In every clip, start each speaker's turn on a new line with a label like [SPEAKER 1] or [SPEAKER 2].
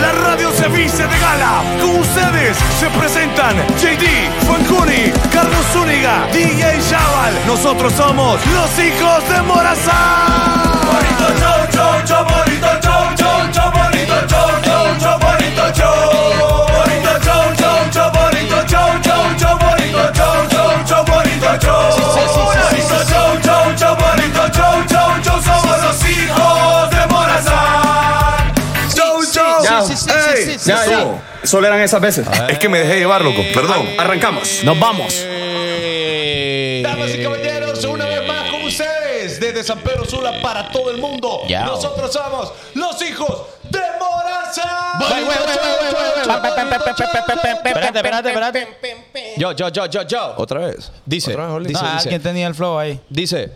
[SPEAKER 1] La radio se viste de gala. Con ustedes se presentan JD, Fancuni, Carlos Zúñiga, DJ Chaval. Nosotros somos los hijos de Morazán. Bonito show, show, show, bonito show, show, show, bonito show, show, show, bonito show. Bonito show, show, show, bonito show, show, show, bonito show, show, show, bonito show. Bonito show, show, show, bonito show, show, show, somos los hijos de Morazán. Show, show.
[SPEAKER 2] Ya, ya, ya. Solo eran esas veces.
[SPEAKER 1] Es que me dejé llevar, loco.
[SPEAKER 3] Eh,
[SPEAKER 1] Perdón.
[SPEAKER 2] Arrancamos. Nos vamos.
[SPEAKER 3] Eh,
[SPEAKER 4] Damas y caballeros, una vez más con ustedes desde San Pedro Sula para todo el mundo.
[SPEAKER 2] Ya.
[SPEAKER 4] Nosotros somos los hijos de Moraza.
[SPEAKER 2] Voy, voy, voy,
[SPEAKER 3] Espérate, espérate, espérate. Yo, yo, yo, yo, yo.
[SPEAKER 4] Otra vez.
[SPEAKER 3] Dice,
[SPEAKER 4] Otra vez, Oli.
[SPEAKER 3] dice,
[SPEAKER 4] Ah,
[SPEAKER 3] dice,
[SPEAKER 5] Alguien tenía el flow ahí.
[SPEAKER 3] dice.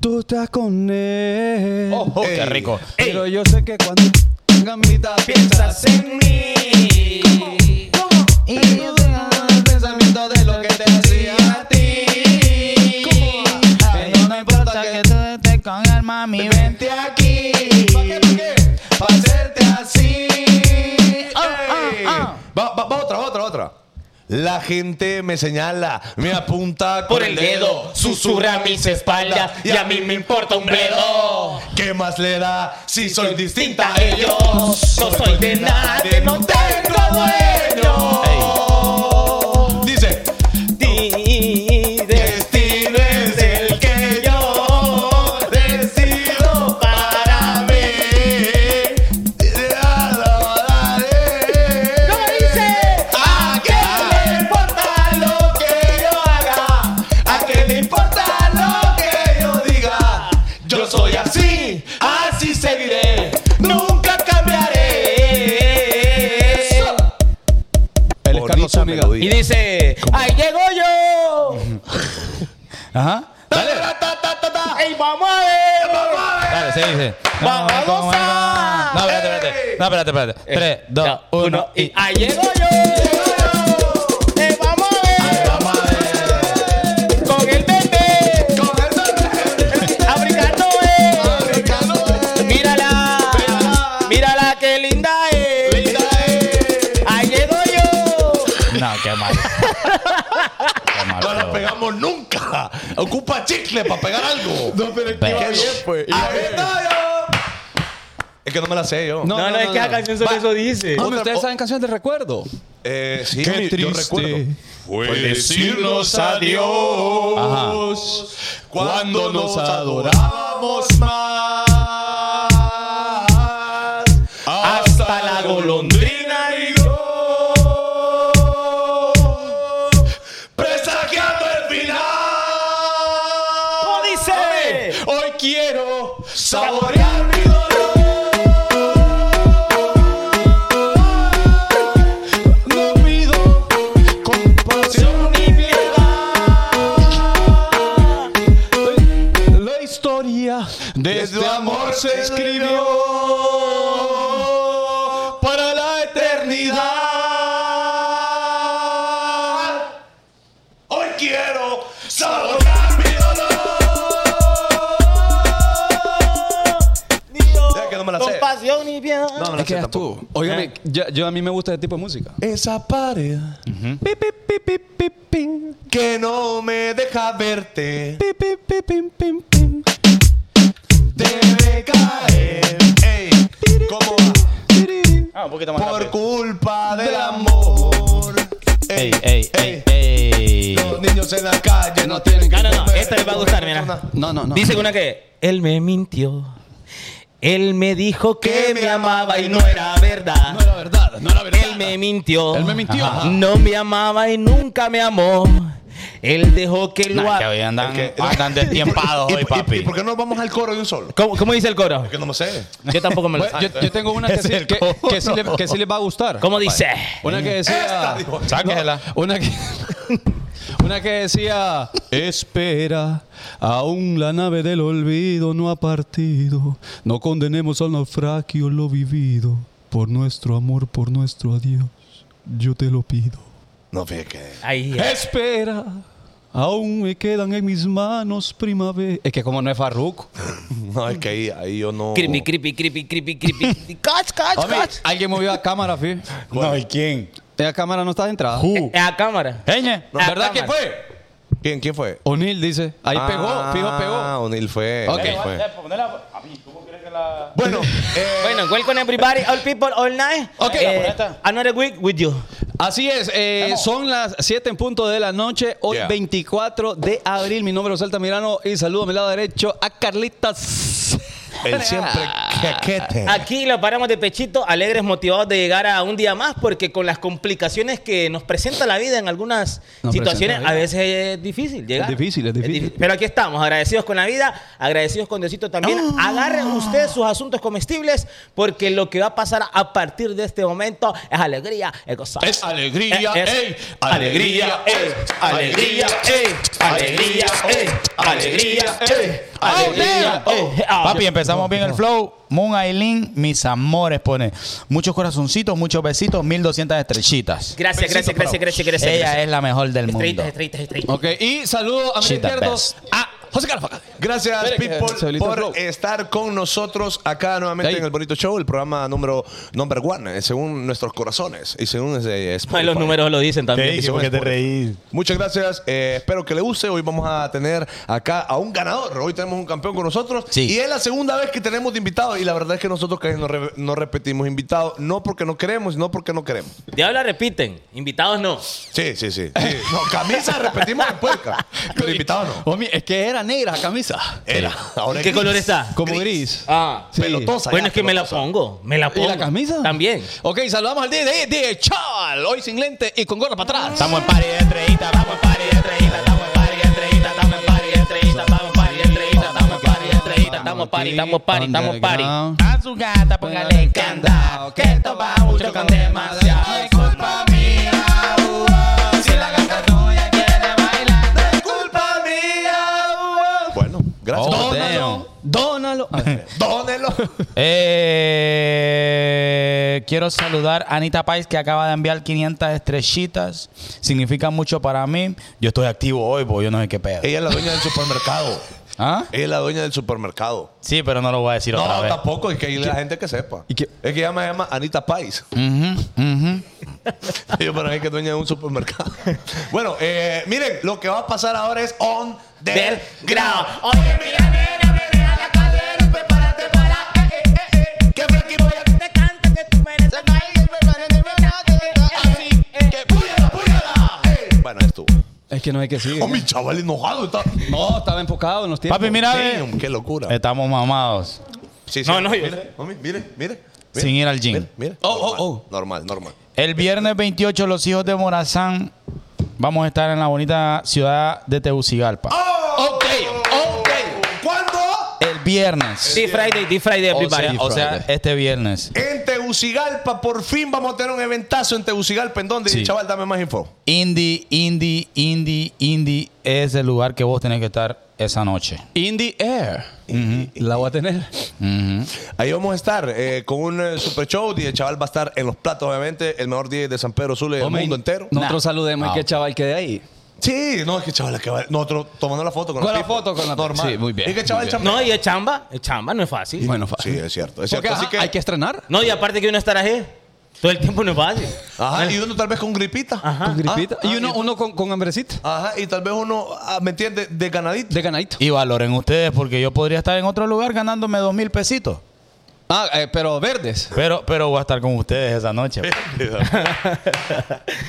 [SPEAKER 6] Tú estás con él.
[SPEAKER 3] Oh, oh, qué rico.
[SPEAKER 6] Pero yo sé que cuando gambita piensas en mí. Y no dejas el pensamiento de lo que te hacía a ti.
[SPEAKER 5] Pero no importa que tú estés con el mami, ven.
[SPEAKER 6] Vente aquí. ¿Para qué? ¿Para qué? Para hacerte así.
[SPEAKER 5] ah, ah.
[SPEAKER 4] Va, va, va otra, otra, otra. La gente me señala, me apunta
[SPEAKER 3] Por el dedo, susurra a mis espaldas y a mí me importa un bledo.
[SPEAKER 4] ¿Qué más le da si soy distinta
[SPEAKER 3] Tinta
[SPEAKER 4] a ellos?
[SPEAKER 3] ellos, no soy de nadie, no tengo dueño.
[SPEAKER 4] Dice,
[SPEAKER 3] Destino es el que yo decido para mí. ¿Cómo dice? ¿A qué le importa lo que yo haga? ¿A qué le importa lo que yo diga? Yo soy así, así seguiré. Nunca cambiaré.
[SPEAKER 4] Él es Carlos Zúñiga.
[SPEAKER 3] Y dice, ahí llegó yo.
[SPEAKER 5] Ajá.
[SPEAKER 3] Dale. Ey, vamos a ver.
[SPEAKER 2] Dale, se dice.
[SPEAKER 3] Vamos
[SPEAKER 5] Vamos
[SPEAKER 3] a
[SPEAKER 5] a
[SPEAKER 3] gozar.
[SPEAKER 2] No, espérate, espérate. No, espérate, espérate. 3, 2, 1 Eh, y.
[SPEAKER 3] ahí llego yo. Ey, vamos a ver. Con el bebé. A brincar no es. Mírala. Mírala, qué linda es. Ahí llego yo.
[SPEAKER 5] No, qué mal. Qué mal
[SPEAKER 4] Ah, No la
[SPEAKER 5] flow.
[SPEAKER 4] pegamos nunca. Ocupa chicle para pegar algo. No, pero
[SPEAKER 5] Ve.
[SPEAKER 4] Es que no me la sé yo.
[SPEAKER 3] No, no, es que la canción solo eso dice.
[SPEAKER 2] Hombre,
[SPEAKER 4] Otra-
[SPEAKER 2] ustedes saben canciones de recuerdo.
[SPEAKER 4] Eh, sí,
[SPEAKER 2] Qué
[SPEAKER 4] yo
[SPEAKER 2] triste.
[SPEAKER 4] recuerdo. Fue decirnos adiós cuando nos adorábamos más. Hasta la golondrina y yo presagiando el final.
[SPEAKER 3] ¿Cómo dice?
[SPEAKER 4] Hoy quiero saborear mi dolor. No pido compasión ni piedad. La historia de este amor se escribió para la eternidad. Hoy quiero saborear mi dolor. Ya que no me la sé.
[SPEAKER 3] Compasión y bien.
[SPEAKER 4] No me la
[SPEAKER 2] Es que
[SPEAKER 4] sé
[SPEAKER 2] ya
[SPEAKER 4] tampoco.
[SPEAKER 2] estuvo.
[SPEAKER 5] Eh.
[SPEAKER 2] Óigame, ya- yo a mí me gusta ese tipo de música.
[SPEAKER 4] Esa pared
[SPEAKER 6] Pi, pi, pi, pi, pi, ping.
[SPEAKER 4] que no me deja verte
[SPEAKER 6] Pi, pi, pi, pim, pim, pim.
[SPEAKER 4] debe caer. Ey, ¿cómo va?
[SPEAKER 6] Tiririn.
[SPEAKER 3] Ah, un poquito más
[SPEAKER 4] Por
[SPEAKER 3] rápido.
[SPEAKER 4] culpa del amor.
[SPEAKER 5] Ey, ey, ey, ey.
[SPEAKER 4] Los niños en la calle no tienen que
[SPEAKER 3] No, no, no,
[SPEAKER 4] comer.
[SPEAKER 3] esta les va a gustar, mira.
[SPEAKER 2] No, no, no.
[SPEAKER 3] Dice una que él me mintió. Él me dijo que me amaba y no era verdad.
[SPEAKER 2] No era verdad, no era verdad.
[SPEAKER 3] Él me mintió.
[SPEAKER 2] Él me mintió.
[SPEAKER 3] Ajá. No me amaba y nunca me amó. Él dejó que lo
[SPEAKER 5] Nah,
[SPEAKER 3] ha-
[SPEAKER 5] que hoy andan,
[SPEAKER 4] Es que-
[SPEAKER 5] andan destiempados
[SPEAKER 4] ¿Y,
[SPEAKER 5] hoy,
[SPEAKER 4] por- y- ¿Y
[SPEAKER 5] papi.
[SPEAKER 4] por qué no vamos al coro de un solo?
[SPEAKER 3] ¿Cómo, cómo dice el coro?
[SPEAKER 4] Que no me sé.
[SPEAKER 3] Yo tampoco me lo
[SPEAKER 2] Bueno,
[SPEAKER 3] sé.
[SPEAKER 2] yo, yo tengo una que
[SPEAKER 5] Es
[SPEAKER 2] sí,
[SPEAKER 5] el
[SPEAKER 2] que,
[SPEAKER 5] coro.
[SPEAKER 2] que sí le- que sí les va a gustar.
[SPEAKER 3] ¿Cómo dice?
[SPEAKER 2] Una que decía.
[SPEAKER 4] Esta, dijo.
[SPEAKER 2] Sáquela. Una que. Una que decía, espera, aún la nave del olvido no ha partido, no condenemos al naufragio lo vivido, por nuestro amor, por nuestro adiós, yo te lo pido.
[SPEAKER 4] No, fíjate que.
[SPEAKER 3] Ahí. eh.
[SPEAKER 2] Espera,
[SPEAKER 5] Aún me quedan en mis manos primavera. Es que como no es Farruko.
[SPEAKER 4] No, es que ahí, ahí yo no.
[SPEAKER 3] Creepy, creepy, creepy, creepy, creepy. Catch, catch,
[SPEAKER 5] Homie,
[SPEAKER 3] catch.
[SPEAKER 5] alguien movió la cámara, fi.
[SPEAKER 7] No, ¿y quién?
[SPEAKER 5] La cámara no está de entrada.
[SPEAKER 7] Who?
[SPEAKER 3] Es a cámara.
[SPEAKER 7] Eñe.
[SPEAKER 3] Ah,
[SPEAKER 5] ¿Verdad que
[SPEAKER 3] cámara.
[SPEAKER 5] fue?
[SPEAKER 4] ¿Quién, quién fue?
[SPEAKER 5] O'Neill dice. Ahí pegó, fijo
[SPEAKER 4] Ah,
[SPEAKER 5] pegó.
[SPEAKER 4] O'Neill fue.
[SPEAKER 5] Ok.
[SPEAKER 4] O'Neal fue.
[SPEAKER 7] Bueno,
[SPEAKER 3] Bueno, welcome everybody, all people, all night.
[SPEAKER 5] Ok.
[SPEAKER 3] Eh, another week with you.
[SPEAKER 5] Así es, eh, son las 7 en punto de la noche, hoy
[SPEAKER 4] Yeah.
[SPEAKER 5] 24 de abril. Mi nombre es Osalta Mirano y saludo a mi lado derecho a Carlitas.
[SPEAKER 4] El siempre
[SPEAKER 5] Eh.
[SPEAKER 4] caquete.
[SPEAKER 5] Ah.
[SPEAKER 3] Aquí lo paramos de pechito, alegres, motivados de llegar a un día más, porque con las complicaciones que nos presenta la vida en algunas
[SPEAKER 5] Nos
[SPEAKER 3] situaciones,
[SPEAKER 5] presenta la
[SPEAKER 3] a
[SPEAKER 5] vida.
[SPEAKER 3] veces es difícil llegar.
[SPEAKER 5] Es difícil, es difícil.
[SPEAKER 3] Pero aquí estamos, agradecidos con la vida, agradecidos con Diosito también. Agarren ustedes sus asuntos comestibles, porque lo que va a pasar a partir de este momento es alegría, es gozar.
[SPEAKER 4] Es alegría,
[SPEAKER 3] Es-
[SPEAKER 4] ey. Alegría, ey. Alegría, ey. Alegría, ey. Alegría, ey. Alegría, ey.
[SPEAKER 3] Eh, ah,
[SPEAKER 7] Oh. Papi, empezamos bien el flow. Moon Aileen, mis amores, pone muchos corazoncitos, muchos besitos, 1200 estrellitas.
[SPEAKER 3] Gracias, gracias, gracias, gracias, gracias.
[SPEAKER 7] Ella es la mejor del mundo.
[SPEAKER 3] Estrellitas, estrellitas, estrellitas.
[SPEAKER 5] Ok, y saludo a mi
[SPEAKER 7] She's the
[SPEAKER 5] izquierdo
[SPEAKER 7] best.
[SPEAKER 5] a José Carfaca.
[SPEAKER 4] Gracias,
[SPEAKER 5] Espere que se
[SPEAKER 4] people,
[SPEAKER 5] habilita el
[SPEAKER 4] por
[SPEAKER 5] flow.
[SPEAKER 4] estar con nosotros acá nuevamente
[SPEAKER 5] Ey.
[SPEAKER 4] en el Bonito Show, el programa número number one, eh, según nuestros corazones y según ese Spotify.
[SPEAKER 3] Los números lo dicen
[SPEAKER 7] Te
[SPEAKER 3] también. pues.
[SPEAKER 7] dije porque te reí.
[SPEAKER 4] Pues, Muchas gracias, eh, espero que le guste. Hoy vamos a tener acá a un ganador. Hoy tenemos un campeón con nosotros.
[SPEAKER 7] Sí.
[SPEAKER 4] Y es la segunda vez que tenemos de invitado. Y la verdad es que nosotros casi no, re- no repetimos invitados, no porque no queremos, sino porque no queremos.
[SPEAKER 3] Diabla repiten, invitados no.
[SPEAKER 4] Sí, sí, sí. sí. No, camisa repetimos en puerca. Pero invitado no.
[SPEAKER 5] Homie, es que era negra la camisa.
[SPEAKER 4] Era. Ahora
[SPEAKER 3] ¿Qué
[SPEAKER 4] gris.
[SPEAKER 3] color está?
[SPEAKER 5] Como gris.
[SPEAKER 3] Ah.
[SPEAKER 5] Sí.
[SPEAKER 4] Pelotosa.
[SPEAKER 3] Bueno,
[SPEAKER 4] ya,
[SPEAKER 3] es que me la
[SPEAKER 4] pelotosa.
[SPEAKER 3] pongo, me la
[SPEAKER 5] ¿Y
[SPEAKER 3] pongo.
[SPEAKER 5] la camisa?
[SPEAKER 3] También.
[SPEAKER 5] Ok, saludamos al DJ, DJ Chal, hoy sin lente y con gorra para atrás.
[SPEAKER 7] Estamos en party de estrellitas, estamos en party de estrellitas, estamos en party de estrellitas, estamos en party de estrellitas, estamos en party de estrellitas, estamos en party de estrellitas,
[SPEAKER 3] Estamos party, estamos party, estamos party.
[SPEAKER 7] A su gata póngale encantado Que esto va mucho con demasiado Es culpa mía uh, oh. Si la gata tuya quiere bailar no Es culpa mía
[SPEAKER 4] Bueno, gracias.
[SPEAKER 7] Oh,
[SPEAKER 5] Dónalo, dónalo.
[SPEAKER 4] Dónelo.
[SPEAKER 7] eh, Quiero saludar a Anita Pais Que acaba de enviar 500 estrellitas Significa mucho para mí Yo estoy activo hoy porque yo no sé qué pedo
[SPEAKER 4] Ella es la dueña del supermercado.
[SPEAKER 7] ¿Ah?
[SPEAKER 4] Ella es la dueña del supermercado.
[SPEAKER 7] Sí, pero no lo voy a decir
[SPEAKER 4] No,
[SPEAKER 7] otra vez
[SPEAKER 4] tampoco, es que hay la gente que sepa.
[SPEAKER 5] ¿Y qué?
[SPEAKER 4] Es que ella me llama Anita Pais. Yo para mí que es dueña de un supermercado. bueno, eh, miren, lo que va a pasar ahora es on the ground. Oye, mira, nena, menea la cadera, prepárate para eh, eh, eh, eh, que Frankie voy a te canta que tú mereces más y el verano de verano, eh, así que púyala, púyala. Eh. Bueno, esto.
[SPEAKER 5] Es que no hay que seguir.
[SPEAKER 4] Oh, mi chaval enojado está.
[SPEAKER 5] No, estaba enfocado en los tiempos.
[SPEAKER 7] Papi, mira, ve.
[SPEAKER 4] Damn, qué locura.
[SPEAKER 7] Estamos mamados
[SPEAKER 4] Sí,
[SPEAKER 3] No, no, yo
[SPEAKER 4] mire, mire, mire, mire.
[SPEAKER 7] Sin ir al gym.
[SPEAKER 4] Mire, mire.
[SPEAKER 5] Oh,
[SPEAKER 4] normal,
[SPEAKER 5] oh,
[SPEAKER 4] Normal, normal.
[SPEAKER 7] El viernes 28, los hijos de Morazán vamos a estar en la bonita ciudad de Tegucigalpa.
[SPEAKER 5] Oh. Ok, ok.
[SPEAKER 4] ¿Cuándo?
[SPEAKER 7] El viernes.
[SPEAKER 3] Sí, Friday, D Friday,
[SPEAKER 4] Oh,
[SPEAKER 7] O sea,
[SPEAKER 3] everybody.
[SPEAKER 7] o sea, este viernes.
[SPEAKER 4] En Tegucigalpa, por fin vamos a tener un eventazo en Tegucigalpa. ¿En dónde?
[SPEAKER 7] Sí.
[SPEAKER 4] Chaval, dame más info.
[SPEAKER 7] Indie, indie, indie, indie es el lugar que vos tenés que estar esa noche.
[SPEAKER 5] In the air. La voy a tener.
[SPEAKER 4] Ahí vamos a estar eh, con un eh, super show. DJ Chaval va a estar en los platos, obviamente. El mejor DJ de San Pedro Sula y del
[SPEAKER 5] Hombre,
[SPEAKER 4] mundo entero.
[SPEAKER 5] Nosotros
[SPEAKER 7] Nah.
[SPEAKER 5] saludemos
[SPEAKER 7] Ah,
[SPEAKER 5] y que
[SPEAKER 7] ok.
[SPEAKER 5] chaval quede ahí.
[SPEAKER 4] Sí, no, es que Chaval, que va- nosotros tomando la foto con,
[SPEAKER 5] Con
[SPEAKER 4] los
[SPEAKER 5] la
[SPEAKER 4] tipos.
[SPEAKER 5] foto, con la-
[SPEAKER 4] Normal.
[SPEAKER 5] Sí, muy bien,
[SPEAKER 4] Y que Chaval
[SPEAKER 5] muy bien.
[SPEAKER 4] chambea.
[SPEAKER 3] no, y es chamba, es chamba, no es fácil.
[SPEAKER 5] Bueno, fa-
[SPEAKER 4] Sí, es cierto, es
[SPEAKER 5] Porque,
[SPEAKER 4] cierto. Así
[SPEAKER 5] ajá,
[SPEAKER 4] que,
[SPEAKER 5] hay que estrenar.
[SPEAKER 3] No, y aparte que uno estará ahí, todo el tiempo no es fácil.
[SPEAKER 4] Ajá, y uno tal vez con gripita.
[SPEAKER 3] Ajá.
[SPEAKER 5] Con gripita.
[SPEAKER 4] Ah,
[SPEAKER 5] y uno,
[SPEAKER 4] ah,
[SPEAKER 5] uno con, con hambrecita.
[SPEAKER 4] Ajá, y tal vez uno, ah, ¿me entiendes? De ganadito.
[SPEAKER 5] De ganadito.
[SPEAKER 7] Y valoren ustedes porque yo podría estar en otro lugar ganándome dos mil pesitos.
[SPEAKER 5] Ah, eh, pero verdes.
[SPEAKER 7] Pero, pero voy a estar con ustedes esa noche.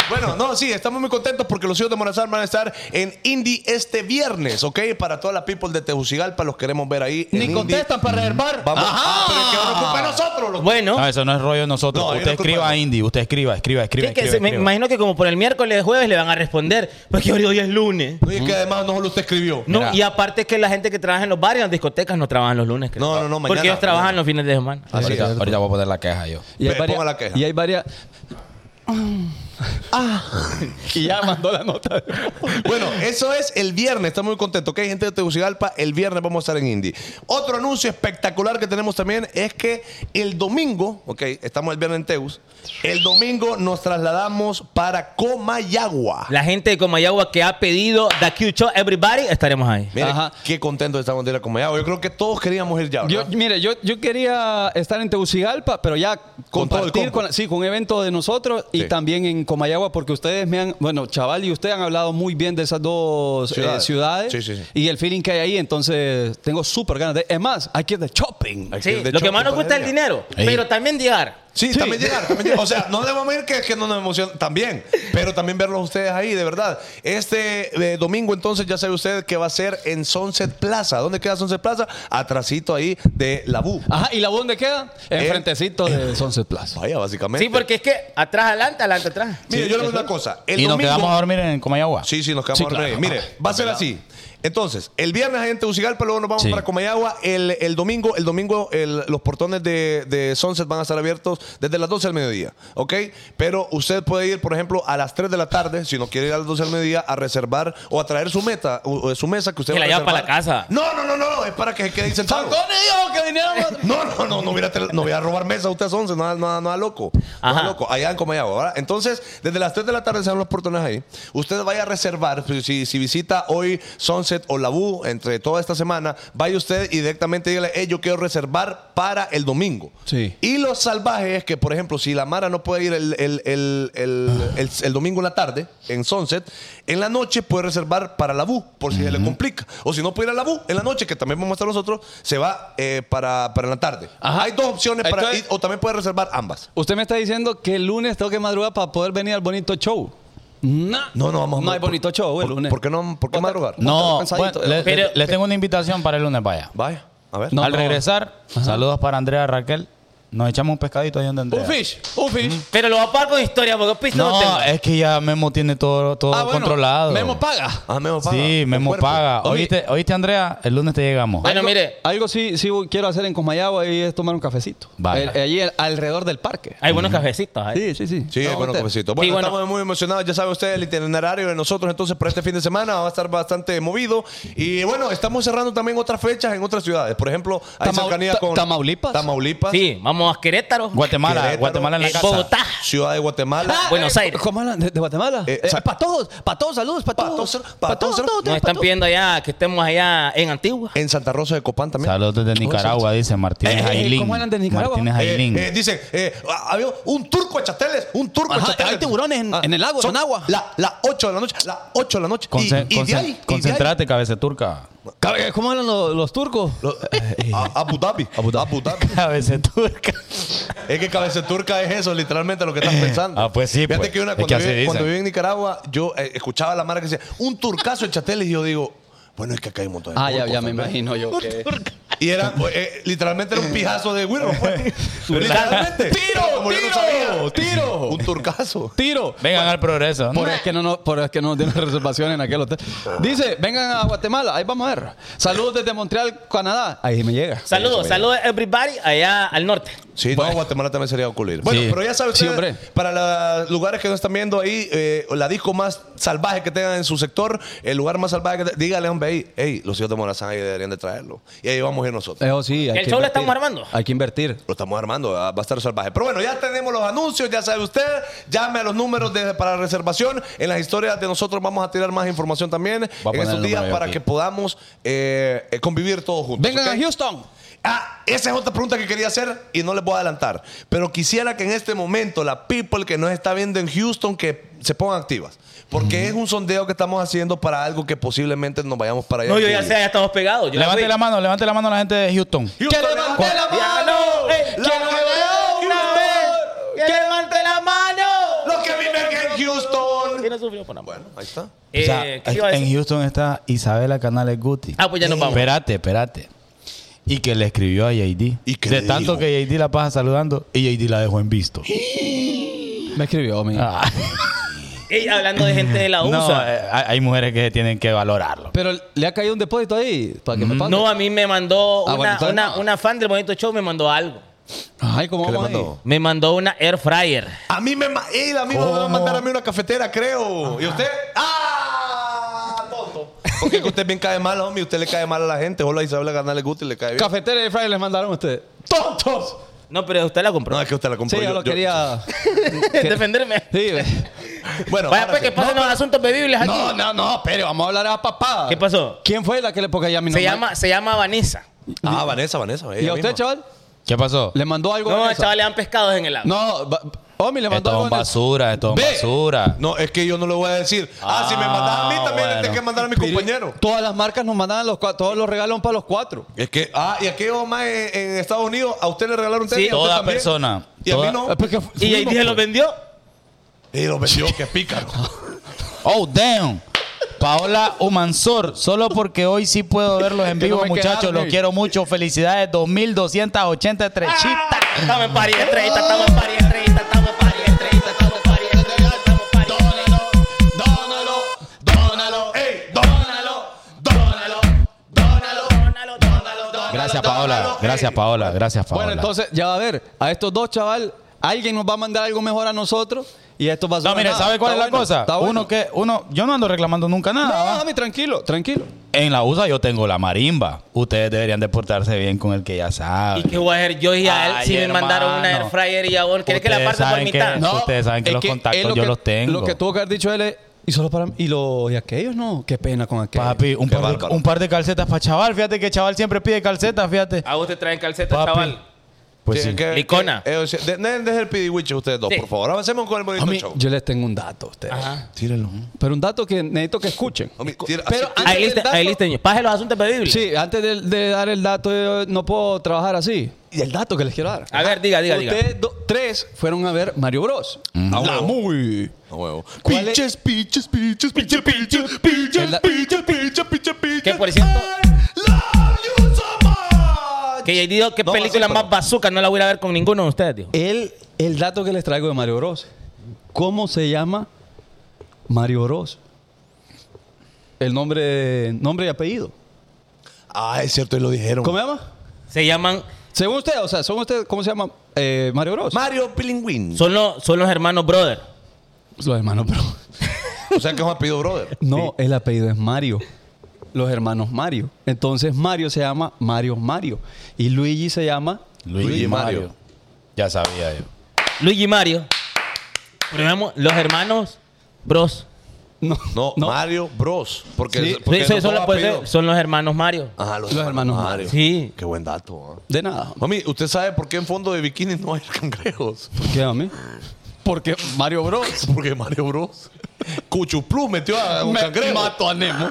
[SPEAKER 4] bueno, no, sí, estamos muy contentos porque los hijos de Morazán van a estar en Indy este viernes, ¿ok? Para toda la people de Tegucigalpa, los queremos ver ahí. en
[SPEAKER 5] Ni
[SPEAKER 4] Indy.
[SPEAKER 5] contestan para reservar.
[SPEAKER 4] Vamos.
[SPEAKER 5] Ajá.
[SPEAKER 4] Ah, pero es que ahora ocupa de nosotros, loco.
[SPEAKER 3] Bueno,
[SPEAKER 7] No, eso no es rollo de nosotros.
[SPEAKER 4] No, ahí no
[SPEAKER 7] usted
[SPEAKER 4] es culpa
[SPEAKER 7] escriba
[SPEAKER 4] de-
[SPEAKER 7] indie, usted escriba, escriba, escriba.
[SPEAKER 3] sí que
[SPEAKER 7] escriba,
[SPEAKER 3] se- me
[SPEAKER 7] escriba.
[SPEAKER 3] imagino que como por el miércoles, jueves le van a responder, porque hoy, hoy es lunes.
[SPEAKER 4] No, y es que además no solo usted escribió.
[SPEAKER 3] No,
[SPEAKER 7] Mira.
[SPEAKER 3] y aparte que la gente que trabaja en los bares, en las discotecas, no trabajan los lunes. creo.
[SPEAKER 4] No, no, no, mañana,
[SPEAKER 3] Porque ellos trabajan
[SPEAKER 4] mañana.
[SPEAKER 3] los fines de semana.
[SPEAKER 4] Así
[SPEAKER 7] ahorita,
[SPEAKER 4] es.
[SPEAKER 7] ahorita voy a poner la queja yo.
[SPEAKER 5] Y hay
[SPEAKER 4] Ve,
[SPEAKER 5] varias.
[SPEAKER 4] ponga la queja.
[SPEAKER 5] Y hay varias. Ah.
[SPEAKER 4] Ah.
[SPEAKER 5] y ya mandó la nota.
[SPEAKER 4] Bueno, eso es el viernes. Estamos muy contentos. Ok, gente de Tegucigalpa, el viernes vamos a estar en Indy. Otro anuncio espectacular que tenemos también es que el domingo, ok, estamos el viernes en Teus, el domingo nos trasladamos para Comayagua.
[SPEAKER 3] La gente de Comayagua que ha pedido The Q Show Everybody, estaremos ahí.
[SPEAKER 4] Miren,
[SPEAKER 5] Ajá.
[SPEAKER 4] qué contentos estamos de ir a Comayagua. Yo creo que todos queríamos ir ya,
[SPEAKER 5] Yo,
[SPEAKER 4] ¿verdad?
[SPEAKER 5] mire, yo, yo quería estar en Tegucigalpa, pero ya
[SPEAKER 4] todo el
[SPEAKER 5] compartir
[SPEAKER 4] combo.
[SPEAKER 5] con, sí, con un evento de nosotros y
[SPEAKER 4] Sí.
[SPEAKER 5] también en Comayagua, porque ustedes me han, bueno, chaval y ustedes han hablado muy bien de esas dos eh, ciudades,
[SPEAKER 4] Ciudades. Sí, sí, sí.
[SPEAKER 5] y el feeling que hay ahí, entonces tengo súper ganas. De, es más, hay que ir de shopping.
[SPEAKER 4] Hay que
[SPEAKER 3] Sí,
[SPEAKER 4] ir de
[SPEAKER 3] lo que
[SPEAKER 4] shopping
[SPEAKER 3] más nos
[SPEAKER 4] para
[SPEAKER 3] gusta es el
[SPEAKER 4] allá.
[SPEAKER 3] dinero, pero también llegar.
[SPEAKER 4] Sí, también llegar, también llegar. O sea, no debemos ir que, que no nos emociona también, pero también verlos ustedes ahí, de verdad. Este eh, domingo entonces ya sabe usted que va a ser en Sunset Plaza. ¿Dónde queda Sunset Plaza? Atrasito ahí de la BU.
[SPEAKER 5] Ajá, ¿y la voz dónde queda?
[SPEAKER 4] Eh,
[SPEAKER 5] Enfrentecito de Sunset Plaza.
[SPEAKER 4] Vaya, básicamente.
[SPEAKER 3] Sí, porque es que atrás adelante, adelante atrás.
[SPEAKER 4] Mire, Este. yo le digo una cosa. El
[SPEAKER 7] y nos
[SPEAKER 4] domingo-
[SPEAKER 7] quedamos a dormir en Comayagua.
[SPEAKER 4] Sí, sí, nos quedamos
[SPEAKER 5] Sí,
[SPEAKER 4] a dormir
[SPEAKER 5] claro.
[SPEAKER 4] ahí. Mire,
[SPEAKER 3] Ah,
[SPEAKER 4] va a ser así. Entonces, el viernes hay en Tegucigalpa, luego nos vamos
[SPEAKER 7] Sí.
[SPEAKER 4] para Comayagua. El, el domingo, el domingo el- los portones de, de Sunset van a estar abiertos desde las 12 al mediodía, ¿ok? Pero usted puede ir, por ejemplo, a las 3 de la tarde, si no quiere ir a las 12 al mediodía, a reservar o a traer su meta, o, o su mesa que usted
[SPEAKER 3] Que
[SPEAKER 4] va a
[SPEAKER 3] la lleva para
[SPEAKER 4] reservar.
[SPEAKER 3] la casa.
[SPEAKER 4] No, no, no, no, es para que se quede ahí sentado. No, no, no, no voy a, tra- no voy a robar mesa a ustedes 11, nada, nada, nada loco. Nada
[SPEAKER 3] Ajá.
[SPEAKER 4] loco, allá en Comayagua, ¿verdad? Entonces, desde las 3 de la tarde se dan los portones ahí. Usted vaya a reservar, si- si, si visita hoy Sunset o Labu entre toda esta semana, vaya usted y directamente dígale, hey, yo quiero reservar para el domingo.
[SPEAKER 5] Sí.
[SPEAKER 4] Y los salvajes, que por ejemplo, si la Mara no puede ir el, el- el- el-
[SPEAKER 5] Ah.
[SPEAKER 4] el- el domingo en la tarde, en Sunset, en la noche puede reservar para la BU, por si se le complica. O si no puede ir a la BU, en la noche, que también vamos a estar nosotros, se va eh, para, para la tarde.
[SPEAKER 5] Ajá.
[SPEAKER 4] Hay dos opciones para
[SPEAKER 5] Entonces-
[SPEAKER 4] ir, o también puede reservar ambas.
[SPEAKER 5] Usted me está diciendo que el lunes tengo que madrugar para poder venir al bonito show. Nah.
[SPEAKER 4] No, no, vamos a-
[SPEAKER 5] No hay bonito show el
[SPEAKER 4] ¿Por-
[SPEAKER 5] lunes.
[SPEAKER 4] ¿Por qué no? ¿Por qué madrugar?
[SPEAKER 7] No,
[SPEAKER 5] cansadito,
[SPEAKER 7] bueno, le-
[SPEAKER 5] eh.
[SPEAKER 7] le-
[SPEAKER 3] Pero-
[SPEAKER 7] les tengo una invitación para el lunes, vaya.
[SPEAKER 4] Vaya, a ver.
[SPEAKER 5] No,
[SPEAKER 7] Al
[SPEAKER 5] no.
[SPEAKER 7] regresar, saludos para Andrea Raquel. Nos echamos un pescadito ahí donde Andrea.
[SPEAKER 5] Un fish, un fish.
[SPEAKER 4] Mm.
[SPEAKER 3] Pero lo va a pagar con historia, porque pisto no, eh,
[SPEAKER 7] No,
[SPEAKER 3] tengo.
[SPEAKER 7] es que ya Memo tiene todo, todo
[SPEAKER 5] Ah, bueno,
[SPEAKER 7] controlado.
[SPEAKER 5] Memo paga.
[SPEAKER 4] Ah, Memo paga.
[SPEAKER 7] Sí,
[SPEAKER 4] Con
[SPEAKER 7] Memo
[SPEAKER 4] cuerpo.
[SPEAKER 7] paga.
[SPEAKER 5] Oye.
[SPEAKER 7] ¿Oíste, ¿Oíste, Andrea? El lunes te llegamos.
[SPEAKER 3] Bueno,
[SPEAKER 5] Algo-
[SPEAKER 3] mire,
[SPEAKER 5] Algo sí, sí quiero hacer en Comayagua y es tomar un cafecito.
[SPEAKER 7] Vaya.
[SPEAKER 5] Eh, allí al- alrededor del parque.
[SPEAKER 3] hay buenos cafecitos eh. ahí.
[SPEAKER 5] Sí, sí, sí.
[SPEAKER 4] Sí,
[SPEAKER 5] No,
[SPEAKER 4] bueno,
[SPEAKER 5] usted-
[SPEAKER 4] cafecito. Bueno,
[SPEAKER 3] Sí, bueno.
[SPEAKER 4] estamos muy emocionados. Ya sabe usted el itinerario de nosotros. Entonces, para este fin de semana va a estar bastante movido. Y bueno, estamos cerrando también otras fechas en otras ciudades. Por ejemplo, hay
[SPEAKER 5] Tamau-
[SPEAKER 4] cercanía
[SPEAKER 5] Ta-
[SPEAKER 4] con.
[SPEAKER 5] ¿Tamaulipas?
[SPEAKER 4] Tamaulipas.
[SPEAKER 3] Sí, vamos a Querétaro.
[SPEAKER 7] Guatemala,
[SPEAKER 4] Querétaro,
[SPEAKER 7] Guatemala en la
[SPEAKER 3] eh,
[SPEAKER 7] casa.
[SPEAKER 3] Bogotá.
[SPEAKER 4] Ciudad de Guatemala.
[SPEAKER 5] Ah,
[SPEAKER 3] Buenos
[SPEAKER 5] eh,
[SPEAKER 3] Aires.
[SPEAKER 5] ¿Cómo hablan? ¿De, de Guatemala?
[SPEAKER 4] Eh, sa-
[SPEAKER 5] para todos, para todos, saludos, para
[SPEAKER 4] Pa'
[SPEAKER 5] todos.
[SPEAKER 4] todos, pa'
[SPEAKER 5] Pa'
[SPEAKER 4] todos,
[SPEAKER 5] todos,
[SPEAKER 3] Nos
[SPEAKER 5] pa'
[SPEAKER 3] están
[SPEAKER 5] todos.
[SPEAKER 3] pidiendo allá que estemos allá en Antigua.
[SPEAKER 4] En Santa Rosa de Copán también.
[SPEAKER 7] Saludos desde Nicaragua, dice
[SPEAKER 5] Eh,
[SPEAKER 7] Martínez
[SPEAKER 5] eh,
[SPEAKER 7] Ailín.
[SPEAKER 5] ¿cómo eran de Nicaragua?
[SPEAKER 7] Martínez
[SPEAKER 4] Eh,
[SPEAKER 7] Ailín.
[SPEAKER 4] eh, dicen, eh, ah, había un turco de chateles, un turco de
[SPEAKER 5] Ajá,
[SPEAKER 4] chateles. Ah,
[SPEAKER 5] hay tiburones en- en el lago,
[SPEAKER 4] son
[SPEAKER 5] en agua.
[SPEAKER 4] la- Las 8 de la noche, las 8 de la noche. Y-
[SPEAKER 7] Conce-
[SPEAKER 4] y, de
[SPEAKER 7] concen-
[SPEAKER 4] ahí, y de ahí.
[SPEAKER 7] concentrate, cabeza turca.
[SPEAKER 5] Cabe- ¿Cómo hablan los, los turcos?
[SPEAKER 4] Lo- eh, a- Abu Dhabi. Abu Dhabi.
[SPEAKER 7] Cabeza turca.
[SPEAKER 4] Es que cabeza turca es eso, literalmente lo que estás pensando.
[SPEAKER 7] Ah, pues sí,
[SPEAKER 4] Fíjate
[SPEAKER 7] pues.
[SPEAKER 4] que una,
[SPEAKER 7] Es
[SPEAKER 4] cuando,
[SPEAKER 7] que así
[SPEAKER 4] viví,
[SPEAKER 7] dicen.
[SPEAKER 4] cuando viví en Nicaragua, yo eh, escuchaba a la marca que decía, un turcazo de chateles, y yo digo, bueno, es que acá hay un montón de
[SPEAKER 5] Ah, ya,
[SPEAKER 4] turcos
[SPEAKER 5] ya me
[SPEAKER 4] también.
[SPEAKER 5] imagino yo. que-
[SPEAKER 4] Y era, eh, literalmente era un pijazo de güiro, pues. literalmente. ¡Tiro, tiro, tiro! Un turcazo.
[SPEAKER 5] Tiro.
[SPEAKER 7] Vengan al progreso.
[SPEAKER 5] Por es que no, no, por es que no tiene reservación en aquel hotel. Dice, vengan a Guatemala, ahí vamos a ver. Saludos desde Montreal, Canadá. Ahí me llega.
[SPEAKER 3] Saludos, saludos everybody allá al norte.
[SPEAKER 4] Sí, no, Guatemala también sería ocurrir. Bueno,
[SPEAKER 7] Sí.
[SPEAKER 4] pero ya saben,
[SPEAKER 5] Sí,
[SPEAKER 4] ustedes,
[SPEAKER 5] hombre.
[SPEAKER 4] para los lugares que nos están viendo ahí, eh, la disco más salvaje que tengan en su sector, el lugar más salvaje que tengan, dígale, hombre, ahí, hey, los hijos de Morazán ahí deberían de traerlo. Y ahí vamos a ir
[SPEAKER 7] Eh.
[SPEAKER 4] nosotros.
[SPEAKER 5] Eso sí, hay
[SPEAKER 3] El
[SPEAKER 5] que
[SPEAKER 3] show
[SPEAKER 5] invertir.
[SPEAKER 3] lo estamos armando.
[SPEAKER 5] Hay que invertir.
[SPEAKER 4] Lo estamos armando, ah, va va a estar salvaje. Pero bueno, ya tenemos los anuncios, ya sabe usted. Llame a los números de- para reservación. En las historias de nosotros vamos a tirar más información también en
[SPEAKER 7] poner
[SPEAKER 4] estos
[SPEAKER 7] el
[SPEAKER 4] días
[SPEAKER 7] número yo
[SPEAKER 4] para
[SPEAKER 7] aquí.
[SPEAKER 4] que podamos eh, eh, convivir todos juntos.
[SPEAKER 5] Vengan
[SPEAKER 4] ¿ok?
[SPEAKER 5] a Houston.
[SPEAKER 4] Ah, esa es otra pregunta que quería hacer y no les voy a adelantar. Pero quisiera que en este momento la people que nos está viendo en Houston que se pongan activas. Porque es un sondeo que estamos haciendo para algo que posiblemente nos vayamos para allá.
[SPEAKER 3] No, yo ya sé, ya estamos pegados. Yo ya
[SPEAKER 7] Levante
[SPEAKER 3] fui.
[SPEAKER 7] la mano, levante la mano la gente de Houston.
[SPEAKER 4] Houston,
[SPEAKER 5] Que levante
[SPEAKER 4] levante la
[SPEAKER 3] Ya
[SPEAKER 4] mano.
[SPEAKER 3] no, eh,
[SPEAKER 4] La
[SPEAKER 3] que no
[SPEAKER 4] ganó
[SPEAKER 3] una
[SPEAKER 4] Houston.
[SPEAKER 3] vez. Que levante la mano.
[SPEAKER 4] Los que viven en Houston.
[SPEAKER 3] ¿Quién no sufrió por amor?
[SPEAKER 4] Bueno, ahí está.
[SPEAKER 7] O
[SPEAKER 3] Eh,
[SPEAKER 7] sea,
[SPEAKER 3] ¿qué iba a
[SPEAKER 7] en
[SPEAKER 3] decir?
[SPEAKER 7] Houston está Isabela Canales Guti.
[SPEAKER 3] Ah, pues ya nos vamos.
[SPEAKER 7] Espérate, espérate. Y que le escribió a JD.
[SPEAKER 4] ¿Y qué
[SPEAKER 7] de
[SPEAKER 4] le dijo?
[SPEAKER 7] tanto que JD la pasa saludando y JD la dejó en visto.
[SPEAKER 5] Me escribió, mi.
[SPEAKER 7] Ah,
[SPEAKER 3] Ey, hablando de gente de la
[SPEAKER 7] no,
[SPEAKER 3] USA.
[SPEAKER 7] eh, hay hay mujeres que tienen que valorarlo.
[SPEAKER 5] Pero le ha caído un depósito ahí para que me pague.
[SPEAKER 3] No, a mí me mandó
[SPEAKER 5] Ah, bueno,
[SPEAKER 3] una,
[SPEAKER 5] entonces
[SPEAKER 3] una-
[SPEAKER 5] no.
[SPEAKER 3] una fan del Bonito Show, me mandó algo.
[SPEAKER 5] Ay, ¿cómo
[SPEAKER 4] ¿Qué le
[SPEAKER 5] vamos ahí?
[SPEAKER 4] mandó?
[SPEAKER 3] Me mandó una air fryer.
[SPEAKER 4] A mí me. ma- Ey, a mí me van a mandar a mí una cafetera, creo. ¿Y usted? ¡Ah! Tonto. Porque que usted bien cae mal, homie. Usted le cae mal a la gente. Hola, Isabel Garnal le gusta y le cae bien.
[SPEAKER 5] Cafetera y fry les mandaron a ustedes. ¡Tontos!
[SPEAKER 3] No, pero usted la
[SPEAKER 4] No,
[SPEAKER 3] compró.
[SPEAKER 4] es que usted la compró.
[SPEAKER 5] Sí, yo,
[SPEAKER 4] Pues Yo-
[SPEAKER 5] lo
[SPEAKER 4] yo-
[SPEAKER 5] quería.
[SPEAKER 3] Defenderme.
[SPEAKER 5] Sí, ve.
[SPEAKER 4] Bueno,
[SPEAKER 3] Vaya
[SPEAKER 4] ahora
[SPEAKER 3] pues que
[SPEAKER 4] sí.
[SPEAKER 3] pasen los asuntos bebibles aquí.
[SPEAKER 5] no, no, no, pero vamos a hablar a papá.
[SPEAKER 3] ¿Qué pasó?
[SPEAKER 5] ¿Quién fue la que le porque ya mi
[SPEAKER 3] Se
[SPEAKER 5] nombre-
[SPEAKER 3] llama, se llama Vanessa.
[SPEAKER 4] Ah, Vanessa, Vanessa.
[SPEAKER 5] ¿Y a usted,
[SPEAKER 4] chaval?
[SPEAKER 5] chaval?
[SPEAKER 7] ¿Qué pasó?
[SPEAKER 5] ¿Le mandó algo?
[SPEAKER 3] No,
[SPEAKER 5] Vanessa?
[SPEAKER 3] chaval, le dan pescados en el agua.
[SPEAKER 5] No, va- Omi le mandó
[SPEAKER 7] Esto es
[SPEAKER 5] algo.
[SPEAKER 7] un
[SPEAKER 5] a Vanessa.
[SPEAKER 7] basura, esto es un
[SPEAKER 4] Ve.
[SPEAKER 7] basura.
[SPEAKER 4] No, es que yo no le voy a decir. Ah, si me mandas a mí, también le
[SPEAKER 7] bueno.
[SPEAKER 4] tengo que mandar a mi compañero.
[SPEAKER 5] Todas las marcas nos mandaban los cua- todos los regalos para los cuatro.
[SPEAKER 4] Es que, ah, y aquello más en, en Estados Unidos, a usted le regalaron
[SPEAKER 3] Sí,
[SPEAKER 4] tenis. a usted
[SPEAKER 7] Toda
[SPEAKER 4] también.
[SPEAKER 7] persona.
[SPEAKER 4] Y a
[SPEAKER 7] toda-
[SPEAKER 4] mí no.
[SPEAKER 5] Ah, porque
[SPEAKER 3] Y ahí
[SPEAKER 5] fuimos,
[SPEAKER 3] dije, los
[SPEAKER 5] pues.
[SPEAKER 3] vendió.
[SPEAKER 4] Y lo vendió, qué pícaro.
[SPEAKER 7] Oh, damn. Paola Umansor, solo porque hoy sí puedo verlos en
[SPEAKER 5] Que no
[SPEAKER 7] vivo,
[SPEAKER 5] me
[SPEAKER 7] muchachos.
[SPEAKER 5] quedaron,
[SPEAKER 7] Los
[SPEAKER 5] ey.
[SPEAKER 7] quiero mucho. Felicidades, 2283
[SPEAKER 5] Ah.
[SPEAKER 3] Chita. Estamos en pari estrellita, estamos en pari estrellita, estamos en pari estrellita, estamos en pari estrellita, estamos en pari estrellita.
[SPEAKER 4] Dónalo, dónalo, ey, dónalo, dónalo, dónalo,
[SPEAKER 3] Dónalo, dónalo, dónalo.
[SPEAKER 7] Gracias, Paola. Gracias, Paola. Gracias, Paola.
[SPEAKER 5] Bueno, entonces, ya va a ver, a estos dos, chaval, alguien nos va a mandar algo mejor a nosotros y esto va a
[SPEAKER 7] No,
[SPEAKER 5] mire,
[SPEAKER 7] mire, ¿sabe cuál es la cosa?
[SPEAKER 5] Está bueno.
[SPEAKER 7] Uno que, uno, yo no ando reclamando nunca
[SPEAKER 5] No,
[SPEAKER 7] nada. ¿va?
[SPEAKER 5] mami, tranquilo, tranquilo.
[SPEAKER 7] En la USA yo tengo la marimba. Ustedes deberían de portarse bien con el que ya sabe.
[SPEAKER 3] ¿Y qué voy a hacer yo y a él
[SPEAKER 7] Ay,
[SPEAKER 3] si me mandaron una air
[SPEAKER 7] hermano.
[SPEAKER 3] fryer y jabón? ¿Querés que la
[SPEAKER 7] Ustedes
[SPEAKER 3] parte por
[SPEAKER 7] saben que-
[SPEAKER 3] mitad?
[SPEAKER 7] No. Ustedes saben que
[SPEAKER 5] es
[SPEAKER 7] los contactos
[SPEAKER 5] él
[SPEAKER 7] yo los tengo.
[SPEAKER 5] Lo que tuvo que haber dicho él es, y solo para mí, y, lo, y aquellos no, qué pena con aquellos.
[SPEAKER 7] Papi, un
[SPEAKER 4] Qué
[SPEAKER 7] par, de,
[SPEAKER 4] bárbaro.
[SPEAKER 7] un par de calcetas para chaval. Fíjate que chaval siempre pide calcetas,
[SPEAKER 5] Ah,
[SPEAKER 7] fíjate.
[SPEAKER 3] A vos te traen
[SPEAKER 5] este
[SPEAKER 3] calcetas,
[SPEAKER 7] Papi.
[SPEAKER 3] chaval.
[SPEAKER 7] Pues sí.
[SPEAKER 3] Licona.
[SPEAKER 4] eh, Dejen el pidiwiche ustedes dos,
[SPEAKER 3] Sí.
[SPEAKER 4] por favor. Avancemos con el bonito
[SPEAKER 5] Homie,
[SPEAKER 4] show.
[SPEAKER 5] yo les tengo un dato a ustedes.
[SPEAKER 7] Tíralo.
[SPEAKER 5] Pero un dato que necesito que escuchen.
[SPEAKER 4] Homie, tira-
[SPEAKER 5] Pero
[SPEAKER 4] así-
[SPEAKER 5] antes
[SPEAKER 3] Ahí
[SPEAKER 5] del
[SPEAKER 3] listo,
[SPEAKER 5] dato-
[SPEAKER 3] ahí listo. niño. Pasen los asuntos pedibles.
[SPEAKER 5] Sí, antes de, de dar el dato, yo no puedo trabajar así. Y el dato que les quiero dar.
[SPEAKER 3] A ver, diga, diga, diga.
[SPEAKER 5] Ustedes do- tres fueron a ver Mario Bros.
[SPEAKER 4] A
[SPEAKER 7] Ah,
[SPEAKER 4] huevo.
[SPEAKER 5] movie.
[SPEAKER 4] A huevo.
[SPEAKER 5] ¿Cuál es?
[SPEAKER 4] Piches, piches, piches, piches, piches, piches,
[SPEAKER 5] Es la-
[SPEAKER 4] piches, piches, piches, piches.
[SPEAKER 3] Que, por cierto-
[SPEAKER 4] I love you so much.
[SPEAKER 3] Que ya digo, qué
[SPEAKER 4] No,
[SPEAKER 3] película
[SPEAKER 4] así,
[SPEAKER 3] más
[SPEAKER 4] pero-
[SPEAKER 3] bazooka, no la voy a ir a ver con ninguno de ustedes, tío.
[SPEAKER 5] El, el dato que les traigo de Mario Bros. ¿Cómo se llama Mario Bros? El nombre, nombre y apellido.
[SPEAKER 4] Ah, es cierto, y lo dijeron.
[SPEAKER 5] ¿Cómo se llama?
[SPEAKER 3] Se llaman,
[SPEAKER 5] Según usted, o sea, según usted, ¿cómo se llama eh, Mario Bros?
[SPEAKER 4] Mario Pilingüín.
[SPEAKER 3] son los, son los hermanos brother.
[SPEAKER 5] Los hermanos Bros.
[SPEAKER 4] O sea que es un apellido brother.
[SPEAKER 5] No, el apellido es Mario. Los hermanos Mario. Entonces Mario se llama Mario Mario. Y Luigi se llama.
[SPEAKER 7] Luigi,
[SPEAKER 4] Luigi Mario.
[SPEAKER 7] Mario. Ya sabía yo.
[SPEAKER 3] Luigi y Mario. Pero digamos, los hermanos bros.
[SPEAKER 5] No,
[SPEAKER 4] No, Mario Bros. Porque,
[SPEAKER 5] Sí.
[SPEAKER 4] porque
[SPEAKER 3] Sí, sí,
[SPEAKER 4] no
[SPEAKER 3] son,
[SPEAKER 4] son
[SPEAKER 3] los- pues,
[SPEAKER 4] apellidos.
[SPEAKER 3] son los hermanos Mario.
[SPEAKER 4] Ajá, los,
[SPEAKER 5] Los hermanos
[SPEAKER 4] hermanos
[SPEAKER 5] Mario.
[SPEAKER 4] Mario.
[SPEAKER 3] Sí.
[SPEAKER 4] Qué buen dato. ¿eh?
[SPEAKER 5] de nada.
[SPEAKER 4] Mami, ¿usted sabe por qué en fondo de bikinis no hay cangrejos?
[SPEAKER 5] ¿Por qué a mí? Porque Mario Bros.
[SPEAKER 4] Porque Mario Bros. Cuchuplú metió a un
[SPEAKER 5] Me
[SPEAKER 4] cangrejo.
[SPEAKER 5] mato a Nemo.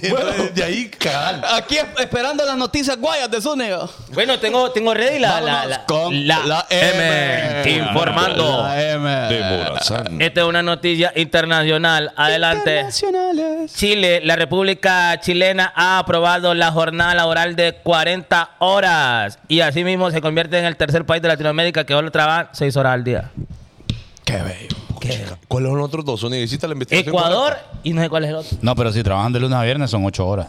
[SPEAKER 4] Y entonces, de ahí cagal.
[SPEAKER 5] Aquí es- esperando las noticias guayas de Zúñiga.
[SPEAKER 3] Bueno, tengo, tengo ready la, la, la,
[SPEAKER 5] con
[SPEAKER 3] la
[SPEAKER 5] M.
[SPEAKER 3] M. Informando.
[SPEAKER 7] Ah,
[SPEAKER 5] La
[SPEAKER 7] eh,
[SPEAKER 5] M.
[SPEAKER 3] Esta es una noticia internacional. Adelante.
[SPEAKER 5] Internacionales.
[SPEAKER 3] Chile, la República Chilena ha aprobado la jornada laboral de 40 horas y asimismo se convierte en el tercer país de Latinoamérica que solo trabaja 6 horas al día.
[SPEAKER 5] Qué bello.
[SPEAKER 4] ¿Cuáles son los otros dos? Sonia, hiciste la investigación.
[SPEAKER 3] Ecuador
[SPEAKER 4] correcta?
[SPEAKER 3] y no sé cuál es el otro.
[SPEAKER 7] No, pero si trabajan de lunes a viernes son ocho horas.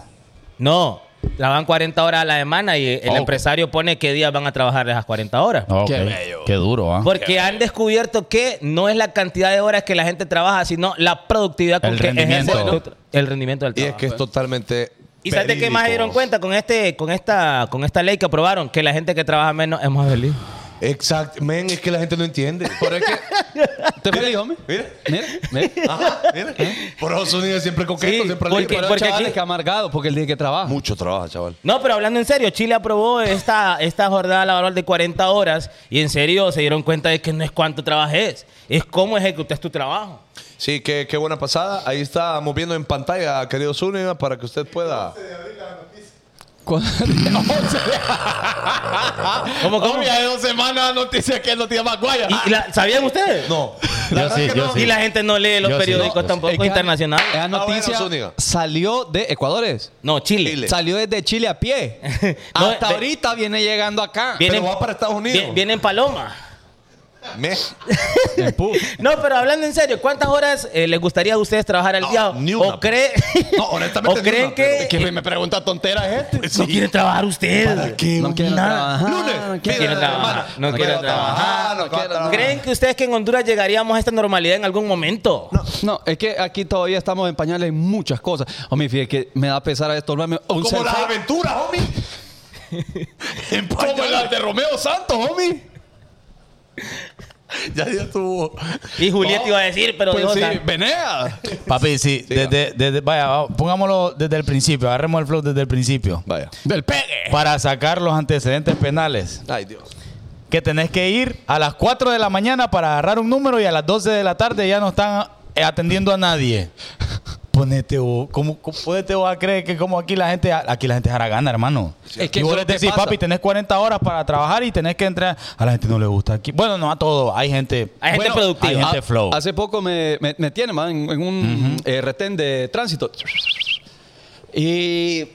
[SPEAKER 3] No, trabajan 40 horas a la semana y el
[SPEAKER 7] Oh.
[SPEAKER 3] empresario pone qué días van a trabajar esas 40 horas.
[SPEAKER 7] Ok.
[SPEAKER 5] Qué bello.
[SPEAKER 7] Qué duro, ¿ah?
[SPEAKER 3] Porque han descubierto que no es la cantidad de horas que la gente trabaja, sino la productividad con
[SPEAKER 7] El
[SPEAKER 3] que ejerce
[SPEAKER 7] rendimiento.
[SPEAKER 3] el- el rendimiento del
[SPEAKER 4] Y
[SPEAKER 3] trabajo.
[SPEAKER 4] es que es totalmente.
[SPEAKER 3] ¿Y sabes de qué más se dieron
[SPEAKER 4] verídico.
[SPEAKER 3] cuenta con este, con esta, con esta ley que aprobaron? Que la gente que trabaja menos es más feliz.
[SPEAKER 4] Exacto. Men, es que la gente no entiende. Por eso
[SPEAKER 5] ¿Te feliz, homie?
[SPEAKER 4] Mira.
[SPEAKER 5] Mira, mira.
[SPEAKER 4] Ajá, mira. Por eso Sonia siempre coqueto,
[SPEAKER 3] Sí,
[SPEAKER 4] siempre
[SPEAKER 3] porque-
[SPEAKER 4] alegre.
[SPEAKER 5] Porque
[SPEAKER 3] aquí-
[SPEAKER 5] aquí... que amargado porque el día que trabaja.
[SPEAKER 4] Mucho trabajo, chaval.
[SPEAKER 3] No, pero hablando en serio, Chile aprobó esta, esta jornada laboral de 40 horas y en serio se dieron cuenta de que no es cuánto trabajes, es cómo ejecutas tu trabajo.
[SPEAKER 4] Sí, qué, qué buena pasada. Ahí estamos viendo en pantalla, querido Zúñiga, para que usted pueda.
[SPEAKER 3] ¿Cómo, cómo?
[SPEAKER 7] Obvio, hay dos semanas noticias que es noticia más guaya.
[SPEAKER 3] ¿Y- y la- ¿Sabían ustedes?
[SPEAKER 4] No.
[SPEAKER 7] Yo sí, yo sí.
[SPEAKER 3] Y la gente no lee los
[SPEAKER 7] Yo sí,
[SPEAKER 3] periódicos
[SPEAKER 7] yo
[SPEAKER 3] tampoco internacionales.
[SPEAKER 5] La noticia
[SPEAKER 4] Ah, bueno, Zúñiga.
[SPEAKER 5] salió de Ecuador. es.
[SPEAKER 3] No, Chile.
[SPEAKER 4] Chile.
[SPEAKER 5] Salió desde Chile a pie.
[SPEAKER 3] No,
[SPEAKER 5] Hasta
[SPEAKER 3] de-
[SPEAKER 5] ahorita viene llegando acá.
[SPEAKER 3] Vienen-
[SPEAKER 4] Pero va para Estados Unidos.
[SPEAKER 3] vi- Vienen palomas.
[SPEAKER 4] Me.
[SPEAKER 5] En puff.
[SPEAKER 3] No, pero hablando en serio, ¿cuántas horas eh, les gustaría a ustedes trabajar al día?
[SPEAKER 4] ni una. pues.
[SPEAKER 3] ¿O, cree-
[SPEAKER 4] No, honestamente,
[SPEAKER 3] ¿O
[SPEAKER 4] ni
[SPEAKER 3] creen
[SPEAKER 4] una,
[SPEAKER 3] que,
[SPEAKER 5] Que me- me pregunta tonteras
[SPEAKER 4] ¿eh?
[SPEAKER 5] este.
[SPEAKER 4] Pues,
[SPEAKER 3] no quieren trabajar ustedes?
[SPEAKER 5] No quiero trabajar.
[SPEAKER 4] Lunes.
[SPEAKER 3] quiero
[SPEAKER 4] mira,
[SPEAKER 3] trabajar,
[SPEAKER 4] hermana,
[SPEAKER 3] no quiero
[SPEAKER 4] puedo
[SPEAKER 5] trabajar,
[SPEAKER 4] no
[SPEAKER 5] no
[SPEAKER 4] puedo
[SPEAKER 5] quiero-
[SPEAKER 4] trabajar.
[SPEAKER 3] ¿Creen que ustedes que en Honduras llegaríamos a esta normalidad en algún momento?
[SPEAKER 5] No, es que aquí todavía estamos en pañales en muchas cosas. Hombre, fíjate que me da pesar a esto. hermano. Un
[SPEAKER 4] Como las
[SPEAKER 5] selfie.
[SPEAKER 4] aventuras, homie. En
[SPEAKER 5] Como
[SPEAKER 4] pañales.
[SPEAKER 5] las de Romeo Santos, homie.
[SPEAKER 4] Ya ya estuvo.
[SPEAKER 3] Y Julieta iba a decir, pero
[SPEAKER 5] Pues
[SPEAKER 3] dijo,
[SPEAKER 5] sí,
[SPEAKER 3] "Nah".
[SPEAKER 5] venea.
[SPEAKER 7] Papi, sí, desde, desde- vaya, vamos, pongámoslo desde el principio, agarremos el flow desde el principio.
[SPEAKER 4] Vaya.
[SPEAKER 5] Del pegue.
[SPEAKER 7] Para sacar los antecedentes penales,
[SPEAKER 4] Ay, Dios.
[SPEAKER 7] que tenés que ir a las 4 de la mañana para agarrar un número y a las 12 de la tarde ya no están eh, atendiendo a nadie. Ponete vos, ¿cómo, cómo- ponete vos a creer que como aquí la gente, aquí la gente es haragana, hermano?
[SPEAKER 5] Es que
[SPEAKER 7] y vos
[SPEAKER 5] eso
[SPEAKER 7] les
[SPEAKER 5] te
[SPEAKER 7] decís,
[SPEAKER 5] pasa.
[SPEAKER 7] papi, tenés 40 horas para trabajar y tenés que entrar. A la gente no le gusta aquí. Bueno, no a todo, hay gente...
[SPEAKER 3] Hay gente
[SPEAKER 7] Bueno,
[SPEAKER 3] productiva.
[SPEAKER 7] Hay gente
[SPEAKER 5] Ah,
[SPEAKER 7] flow.
[SPEAKER 5] Hace poco me, me, me tienen, man, en, en un eh, retén de tránsito. Y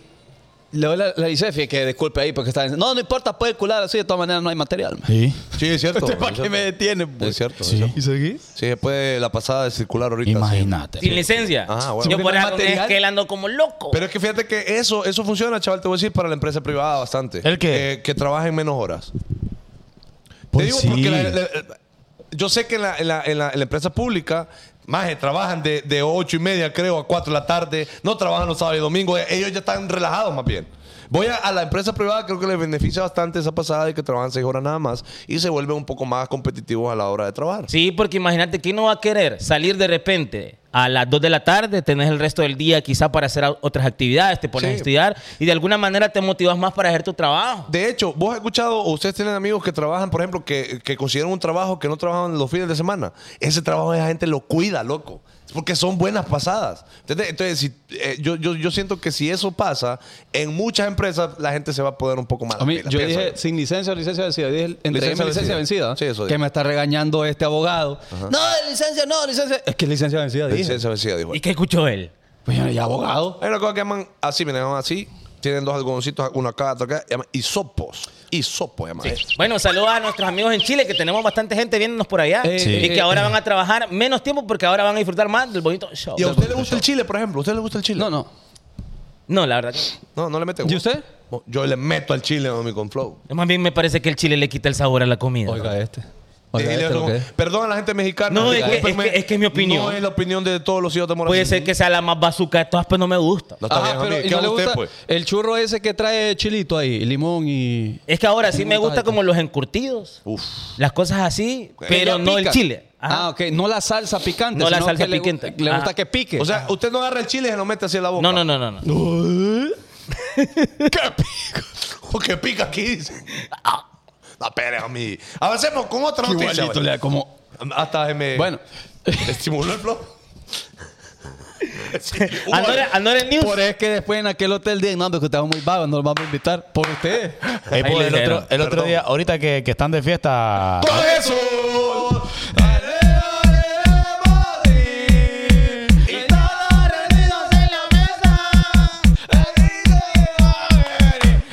[SPEAKER 5] le doy la, la ICEFI que disculpe ahí porque está No, no importa, puede cular así, de todas maneras no hay material. man.
[SPEAKER 7] Sí.
[SPEAKER 4] Sí, es cierto.
[SPEAKER 5] ¿Para
[SPEAKER 4] es
[SPEAKER 5] qué me
[SPEAKER 4] cierto.
[SPEAKER 5] detienen?
[SPEAKER 4] Es cierto. es
[SPEAKER 7] Sí.
[SPEAKER 4] cierto.
[SPEAKER 5] ¿Y seguís?
[SPEAKER 4] Sí, después la pasada de circular ahorita. sí.
[SPEAKER 7] Imagínate.
[SPEAKER 3] sin licencia.
[SPEAKER 4] Ah, bueno.
[SPEAKER 3] Yo
[SPEAKER 5] Sí,
[SPEAKER 3] por
[SPEAKER 5] no hay
[SPEAKER 3] algo es
[SPEAKER 5] material.
[SPEAKER 3] que él ando como loco.
[SPEAKER 4] Pero es que fíjate que eso, eso funciona, chaval, te voy a decir, para la empresa privada bastante.
[SPEAKER 7] ¿El qué?
[SPEAKER 4] Eh, que trabajen menos horas.
[SPEAKER 7] Pues
[SPEAKER 4] te digo
[SPEAKER 7] sí.
[SPEAKER 4] porque la- la- yo sé que en la, en la- en la- en la empresa pública, más trabajan de, de 8 y media, creo, a 4 de la tarde, no trabajan los sábados y domingos, eh, ellos ya están relajados más bien. Voy a, a la empresa privada, creo que les beneficia bastante esa pasada de que trabajan 6 horas nada más y se vuelven un poco más competitivos a la hora de trabajar.
[SPEAKER 3] Sí, porque imagínate, ¿quién no va a querer salir de repente a las 2 de la tarde? Tenés el resto del día quizá para hacer a- otras actividades, te pones a
[SPEAKER 4] Sí.
[SPEAKER 3] estudiar y de alguna manera te motivas más para hacer tu trabajo.
[SPEAKER 4] De hecho, vos has escuchado, o ustedes tienen amigos que trabajan, por ejemplo, que, que consideran un trabajo que no trabajan los fines de semana. Ese trabajo esa gente lo cuida, loco. Es porque son buenas pasadas. ¿Entendés? Entonces, si, eh, yo, yo, yo siento que si eso pasa, en muchas empresas la gente se va a poder un poco más.
[SPEAKER 5] A mí,
[SPEAKER 4] las
[SPEAKER 5] yo
[SPEAKER 4] pilas,
[SPEAKER 5] dije
[SPEAKER 4] pienso
[SPEAKER 5] sin licencia o licencia vencida. Dije, entregué
[SPEAKER 4] Licencia
[SPEAKER 5] mi licencia
[SPEAKER 4] vencida.
[SPEAKER 5] vencida.
[SPEAKER 4] Sí, eso dije.
[SPEAKER 5] que me está regañando este abogado. No, licencia, no, licencia. Es que licencia vencida,
[SPEAKER 4] yo.
[SPEAKER 5] dije.
[SPEAKER 4] Licencia vencida, dijo.
[SPEAKER 3] ¿Y qué escuchó él?
[SPEAKER 5] Pues yo, y abogado.
[SPEAKER 4] Hay una cosa que llaman así, miren, llaman así. Tienen dos algodoncitos, uno acá, otro acá. Llaman hisopos. Hisopos, llaman eh. eso.
[SPEAKER 3] Bueno, saludos a nuestros amigos en Chile, que tenemos bastante gente viéndonos por allá
[SPEAKER 5] Eh, Sí.
[SPEAKER 3] y que
[SPEAKER 5] eh,
[SPEAKER 3] ahora
[SPEAKER 5] eh.
[SPEAKER 3] van a trabajar menos tiempo porque ahora van a disfrutar más del bonito show.
[SPEAKER 4] ¿Y a usted le gusta el chile, por ejemplo? ¿A usted le gusta el chile?
[SPEAKER 5] No, no.
[SPEAKER 3] No, la verdad. que-
[SPEAKER 4] No, no le mete.
[SPEAKER 5] ¿Y usted?
[SPEAKER 4] Yo le meto al chile, mami, con flow.
[SPEAKER 3] Más bien me parece que el chile le quita el sabor a la comida.
[SPEAKER 5] Oiga este.
[SPEAKER 4] Y
[SPEAKER 5] Oiga
[SPEAKER 4] le
[SPEAKER 5] este lo
[SPEAKER 4] digo,
[SPEAKER 5] que es.
[SPEAKER 4] Perdón a la gente mexicana.
[SPEAKER 3] No, es que-
[SPEAKER 4] discúlpenme,
[SPEAKER 3] es que- es que es mi opinión.
[SPEAKER 4] No es la opinión de todos los hijos de Morazán.
[SPEAKER 3] Puede ser que sea la más bazuca de todas, pero no me gusta.
[SPEAKER 4] No está
[SPEAKER 5] Ajá,
[SPEAKER 4] bien,
[SPEAKER 5] pero
[SPEAKER 4] amigo.
[SPEAKER 5] ¿y
[SPEAKER 4] ¿Qué
[SPEAKER 5] no
[SPEAKER 4] hago
[SPEAKER 5] le
[SPEAKER 4] usted,
[SPEAKER 5] gusta
[SPEAKER 4] pues?
[SPEAKER 5] el churro ese que trae chilito ahí, limón y...
[SPEAKER 3] Es que ahora sí
[SPEAKER 5] No
[SPEAKER 3] me
[SPEAKER 5] me gusta
[SPEAKER 3] gusta
[SPEAKER 5] esto.
[SPEAKER 3] como los encurtidos,
[SPEAKER 4] Uf.
[SPEAKER 3] las cosas así,
[SPEAKER 5] Que ya
[SPEAKER 3] pero no el
[SPEAKER 5] pica.
[SPEAKER 3] chile. Ajá.
[SPEAKER 5] Ah, ok. No la salsa picante.
[SPEAKER 3] No la
[SPEAKER 5] sino
[SPEAKER 3] salsa Ah.
[SPEAKER 5] que le gu-
[SPEAKER 3] picante.
[SPEAKER 5] Le gusta
[SPEAKER 3] Ajá.
[SPEAKER 5] que pique.
[SPEAKER 4] O sea, usted no agarra el chile y se lo mete hacia la boca.
[SPEAKER 3] No, no, no, no, no.
[SPEAKER 4] ¿Qué pica? ¿O qué pica aquí? Dice. Ah, no, espere, mami. Avancemos con otra noticia.
[SPEAKER 5] Igualito, le da como...
[SPEAKER 4] vale. Hasta se me
[SPEAKER 5] Bueno.
[SPEAKER 4] estimuló el flow. Sí. Uy,
[SPEAKER 3] Andorra, Andorra News.
[SPEAKER 5] Por es que después en aquel hotel dije, no, hombre, que estamos muy vagos, no los vamos a invitar. Por ustedes.
[SPEAKER 7] Ey, pues,
[SPEAKER 3] le
[SPEAKER 7] el otro,
[SPEAKER 3] dijeron,
[SPEAKER 7] el otro
[SPEAKER 4] perdón.
[SPEAKER 7] día, ahorita que, que están de fiesta,
[SPEAKER 4] ¡Con eso! ¡Dale, dale, Madrid! Y todos reunidos en la mesa.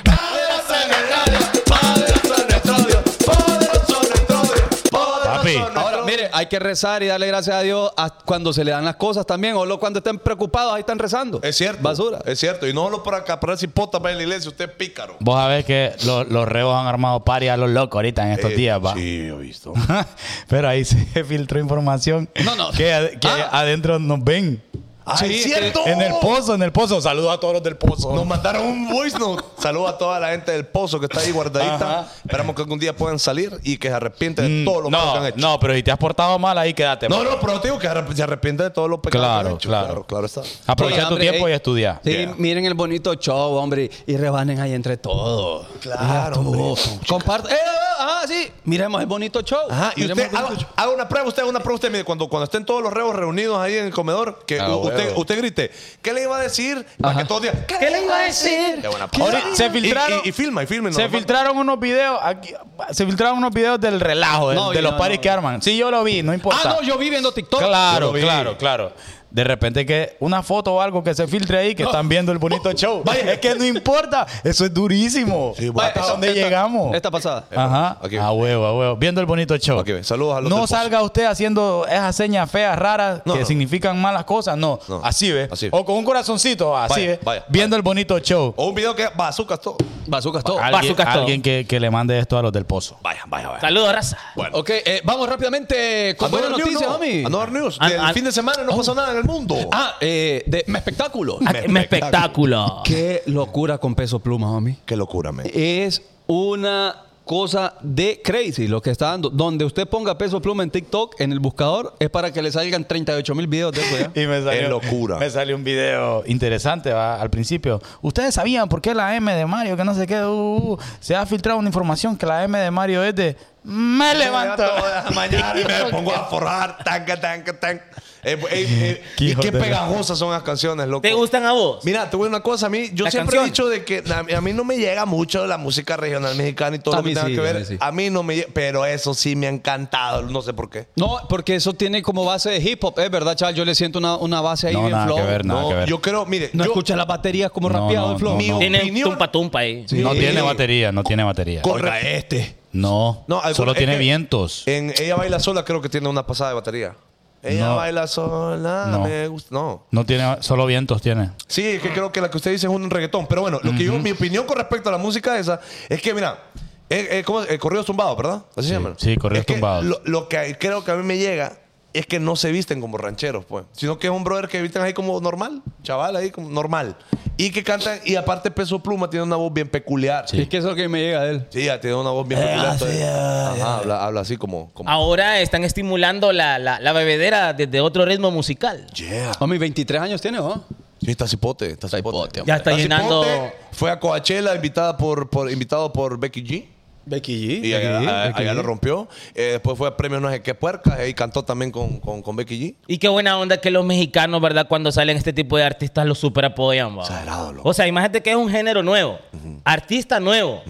[SPEAKER 4] Poderoso en el radio, poderoso en nuestro Dios, poderoso en nuestro Dios, poderoso
[SPEAKER 7] Papi.
[SPEAKER 4] en nuestro
[SPEAKER 5] Ahora,
[SPEAKER 4] Dios.
[SPEAKER 5] mire, hay que rezar y darle gracias a Dios a- cuando se le dan las cosas también. O lo- cuando estén preocupados, ahí están rezando.
[SPEAKER 4] Es cierto.
[SPEAKER 5] Basura.
[SPEAKER 4] Es cierto. Y no solo para caprar cipota para la iglesia, usted es pícaro.
[SPEAKER 7] vos sabés que lo- los rebos han armado pari a los locos ahorita en estos
[SPEAKER 4] Eh,
[SPEAKER 7] días, va.
[SPEAKER 4] Sí, yo he visto.
[SPEAKER 7] Pero ahí se filtró información
[SPEAKER 5] No, no.
[SPEAKER 7] que, ad- que
[SPEAKER 5] Ah.
[SPEAKER 7] adentro nos ven.
[SPEAKER 4] Ah,
[SPEAKER 5] Sí,
[SPEAKER 4] es cierto.
[SPEAKER 7] En el pozo, en el pozo. Saludos a todos los del pozo.
[SPEAKER 4] Nos mandaron un voice note. Saludos a toda la gente del pozo que está ahí guardadita.
[SPEAKER 7] Ajá.
[SPEAKER 4] Esperamos que algún día puedan salir y que se arrepienten de
[SPEAKER 7] Mm,
[SPEAKER 4] todo lo que
[SPEAKER 7] no,
[SPEAKER 4] han hecho.
[SPEAKER 7] no, pero si te has portado mal, ahí quédate.
[SPEAKER 4] No, no, pero te digo que arrep- se arrepiente de todos los pecados.
[SPEAKER 7] Claro,
[SPEAKER 4] que han hecho.
[SPEAKER 7] claro.
[SPEAKER 4] claro, claro está.
[SPEAKER 7] Aprovecha
[SPEAKER 5] Oye,
[SPEAKER 7] tu
[SPEAKER 5] hombre,
[SPEAKER 7] tiempo
[SPEAKER 5] ey.
[SPEAKER 7] y estudia.
[SPEAKER 5] Sí,
[SPEAKER 4] Yeah.
[SPEAKER 5] miren el bonito show, hombre, y rebanen ahí entre todos.
[SPEAKER 4] Claro, hombre.
[SPEAKER 5] Comparte. Eh, ah, sí. Miremos el bonito show.
[SPEAKER 4] Ajá, y
[SPEAKER 5] Miremos
[SPEAKER 4] usted ah,
[SPEAKER 5] el bonito
[SPEAKER 4] haga,
[SPEAKER 5] show.
[SPEAKER 4] haga una prueba, usted haga una prueba, usted mire, cuando, cuando estén todos los reos reunidos ahí en el comedor, que u- usted,
[SPEAKER 5] huevo.
[SPEAKER 4] usted grite, ¿qué le iba a decir? Para que todos digan,
[SPEAKER 3] ¿Qué le iba a decir?
[SPEAKER 4] Qué buena
[SPEAKER 7] Ahorita
[SPEAKER 4] pasada.
[SPEAKER 7] se filtraron-
[SPEAKER 4] Y, y- y filma, y filmen.
[SPEAKER 7] Se filtraron unos videos, aquí- se filtraron unos videos del relajo, del-
[SPEAKER 5] No,
[SPEAKER 7] de
[SPEAKER 5] yo
[SPEAKER 7] los
[SPEAKER 5] no, Ah,
[SPEAKER 7] paris
[SPEAKER 5] no.
[SPEAKER 7] que arman. Sí, yo lo vi, no importa.
[SPEAKER 5] Ah, no, yo vi viendo TikTok.
[SPEAKER 7] Claro,
[SPEAKER 4] vi.
[SPEAKER 7] claro, claro. De repente que una foto o algo que se filtre ahí, que están viendo el bonito show. Vaya, es que no importa. Eso es durísimo.
[SPEAKER 4] Sí,
[SPEAKER 7] Vaya, ¿Hasta
[SPEAKER 4] esa-
[SPEAKER 7] dónde llegamos?
[SPEAKER 5] Esta pasada.
[SPEAKER 7] Ajá.
[SPEAKER 4] Aquí.
[SPEAKER 7] A huevo, a huevo. Viendo el bonito show.
[SPEAKER 4] Aquí ve. Saludos a los
[SPEAKER 7] No
[SPEAKER 4] del Pozo.
[SPEAKER 7] salga usted haciendo esas señas feas, raras,
[SPEAKER 4] No,
[SPEAKER 7] que
[SPEAKER 4] no.
[SPEAKER 7] significan malas cosas. No.
[SPEAKER 4] No.
[SPEAKER 7] Así ve.
[SPEAKER 4] Así.
[SPEAKER 7] O con un corazoncito, así
[SPEAKER 4] Vaya,
[SPEAKER 7] ve.
[SPEAKER 4] vaya,
[SPEAKER 7] viendo el bonito show.
[SPEAKER 4] O un video que bazookas todo.
[SPEAKER 5] Bazookas todo.
[SPEAKER 7] Alguien,
[SPEAKER 3] bazookas todo.
[SPEAKER 7] alguien que, que le mande esto a los del pozo.
[SPEAKER 4] Vaya, vaya, vaya.
[SPEAKER 3] Saludos, raza.
[SPEAKER 5] Ok, eh, vamos rápidamente con buenas
[SPEAKER 4] Another news,
[SPEAKER 5] noticias,
[SPEAKER 4] no.
[SPEAKER 5] mami.
[SPEAKER 4] Another news.
[SPEAKER 3] An-
[SPEAKER 4] Del
[SPEAKER 3] an-
[SPEAKER 4] fin de semana no pasó nada en el mundo.
[SPEAKER 5] Ah, eh, de espectáculo.
[SPEAKER 4] Ah.
[SPEAKER 3] Un Ah, espectáculo.
[SPEAKER 5] Qué locura con peso pluma, mami.
[SPEAKER 4] Qué locura, me.
[SPEAKER 5] Es una cosa de crazy lo que está dando. Donde usted ponga peso pluma en TikTok, en el buscador, es para que le salgan 38 mil videos de eso ya.
[SPEAKER 7] Y me salió,
[SPEAKER 4] Es locura.
[SPEAKER 7] Me salió un video interesante ¿va? al principio. Ustedes sabían por qué la M de Mario, que no sé qué, uh, uh, uh, se ha filtrado una información que la M de Mario es de me levanto.
[SPEAKER 4] mañana y me pongo a forrar. Tanca, tanca, tanca. Eh, eh, eh,
[SPEAKER 7] Qué
[SPEAKER 4] y
[SPEAKER 7] hijo
[SPEAKER 4] qué
[SPEAKER 7] de la-
[SPEAKER 4] pegajosas son las canciones, loco.
[SPEAKER 3] ¿Te gustan a vos?
[SPEAKER 4] Mira, te voy a decir una cosa. A mí, yo
[SPEAKER 3] La
[SPEAKER 4] siempre he dicho
[SPEAKER 3] canción.
[SPEAKER 4] de que a, a mí no me llega mucho la música regional mexicana y todo
[SPEAKER 5] A
[SPEAKER 4] lo que
[SPEAKER 5] mí
[SPEAKER 4] tenga
[SPEAKER 5] sí,
[SPEAKER 4] que
[SPEAKER 5] a
[SPEAKER 4] ver. A
[SPEAKER 5] mí
[SPEAKER 4] mí,
[SPEAKER 5] sí.
[SPEAKER 4] no me llega. Pero eso sí me ha encantado. No sé por qué.
[SPEAKER 5] No, porque eso tiene como base de hip hop, es verdad, chaval. Yo le siento una, una base ahí
[SPEAKER 7] No,
[SPEAKER 5] bien
[SPEAKER 7] nada
[SPEAKER 5] flow.
[SPEAKER 7] que ver, nada
[SPEAKER 5] no,
[SPEAKER 7] que ver.
[SPEAKER 4] Yo creo, mire,
[SPEAKER 5] no
[SPEAKER 4] yo-
[SPEAKER 5] escucha las baterías como
[SPEAKER 7] No,
[SPEAKER 5] rapeado
[SPEAKER 7] no,
[SPEAKER 5] el flow.
[SPEAKER 7] no, no.
[SPEAKER 3] Tienen
[SPEAKER 4] opinión.
[SPEAKER 3] tumpa tumpa ahí.
[SPEAKER 5] Sí.
[SPEAKER 7] No tiene batería, no tiene batería.
[SPEAKER 4] con re-
[SPEAKER 5] este.
[SPEAKER 7] No,
[SPEAKER 4] No, algún-
[SPEAKER 7] solo
[SPEAKER 4] es
[SPEAKER 7] tiene
[SPEAKER 4] que- eh,
[SPEAKER 7] vientos.
[SPEAKER 4] en Ella Baila Sola creo que tiene una pasada de batería. Ella
[SPEAKER 7] No.
[SPEAKER 4] baila sola,
[SPEAKER 7] No.
[SPEAKER 4] me gusta. No.
[SPEAKER 7] No tiene, solo vientos tiene.
[SPEAKER 4] Sí, es que creo que la que usted dice es un reggaetón. Pero bueno, lo que yo, mi opinión con respecto a la música esa, es que, mira, eh, eh, ¿cómo es? Eh, corridos tumbados, ¿verdad? Así se llaman.
[SPEAKER 7] sí, corridos
[SPEAKER 4] Es que
[SPEAKER 7] tumbados.
[SPEAKER 4] Lo, lo que creo que a mí me llega es que no se visten como rancheros, pues. Sino que es un brother que visten ahí como normal, chaval, ahí como normal. Y que cantan, y aparte Peso Pluma tiene una voz bien peculiar.
[SPEAKER 5] Es que eso es lo que me llega de él.
[SPEAKER 4] Sí, ya tiene una voz bien peculiar. entonces- Ajá, habla, habla así como. como
[SPEAKER 3] Ahora están estimulando la, la, la bebedera desde otro ritmo musical.
[SPEAKER 4] yeah.
[SPEAKER 5] Mami, 23 años tiene, ¿no?
[SPEAKER 4] Sí, está cipote, está cipote.
[SPEAKER 5] cipote,
[SPEAKER 3] Ya está
[SPEAKER 4] Nancy
[SPEAKER 3] llenando.
[SPEAKER 4] Ponte fue a Coachella invitada por, por, invitado por Becky G.
[SPEAKER 5] Becky G.
[SPEAKER 4] Y allá, allá- allá lo rompió. Eh, después fue a premio no sé qué puercas. Ahí cantó también con, con, con Becky G.
[SPEAKER 3] Y qué buena onda que los mexicanos, ¿verdad? Cuando salen este tipo de artistas los super apoyan, ¿va?
[SPEAKER 4] Sagrado, loco.
[SPEAKER 3] O sea, imagínate que es un género nuevo, artista nuevo.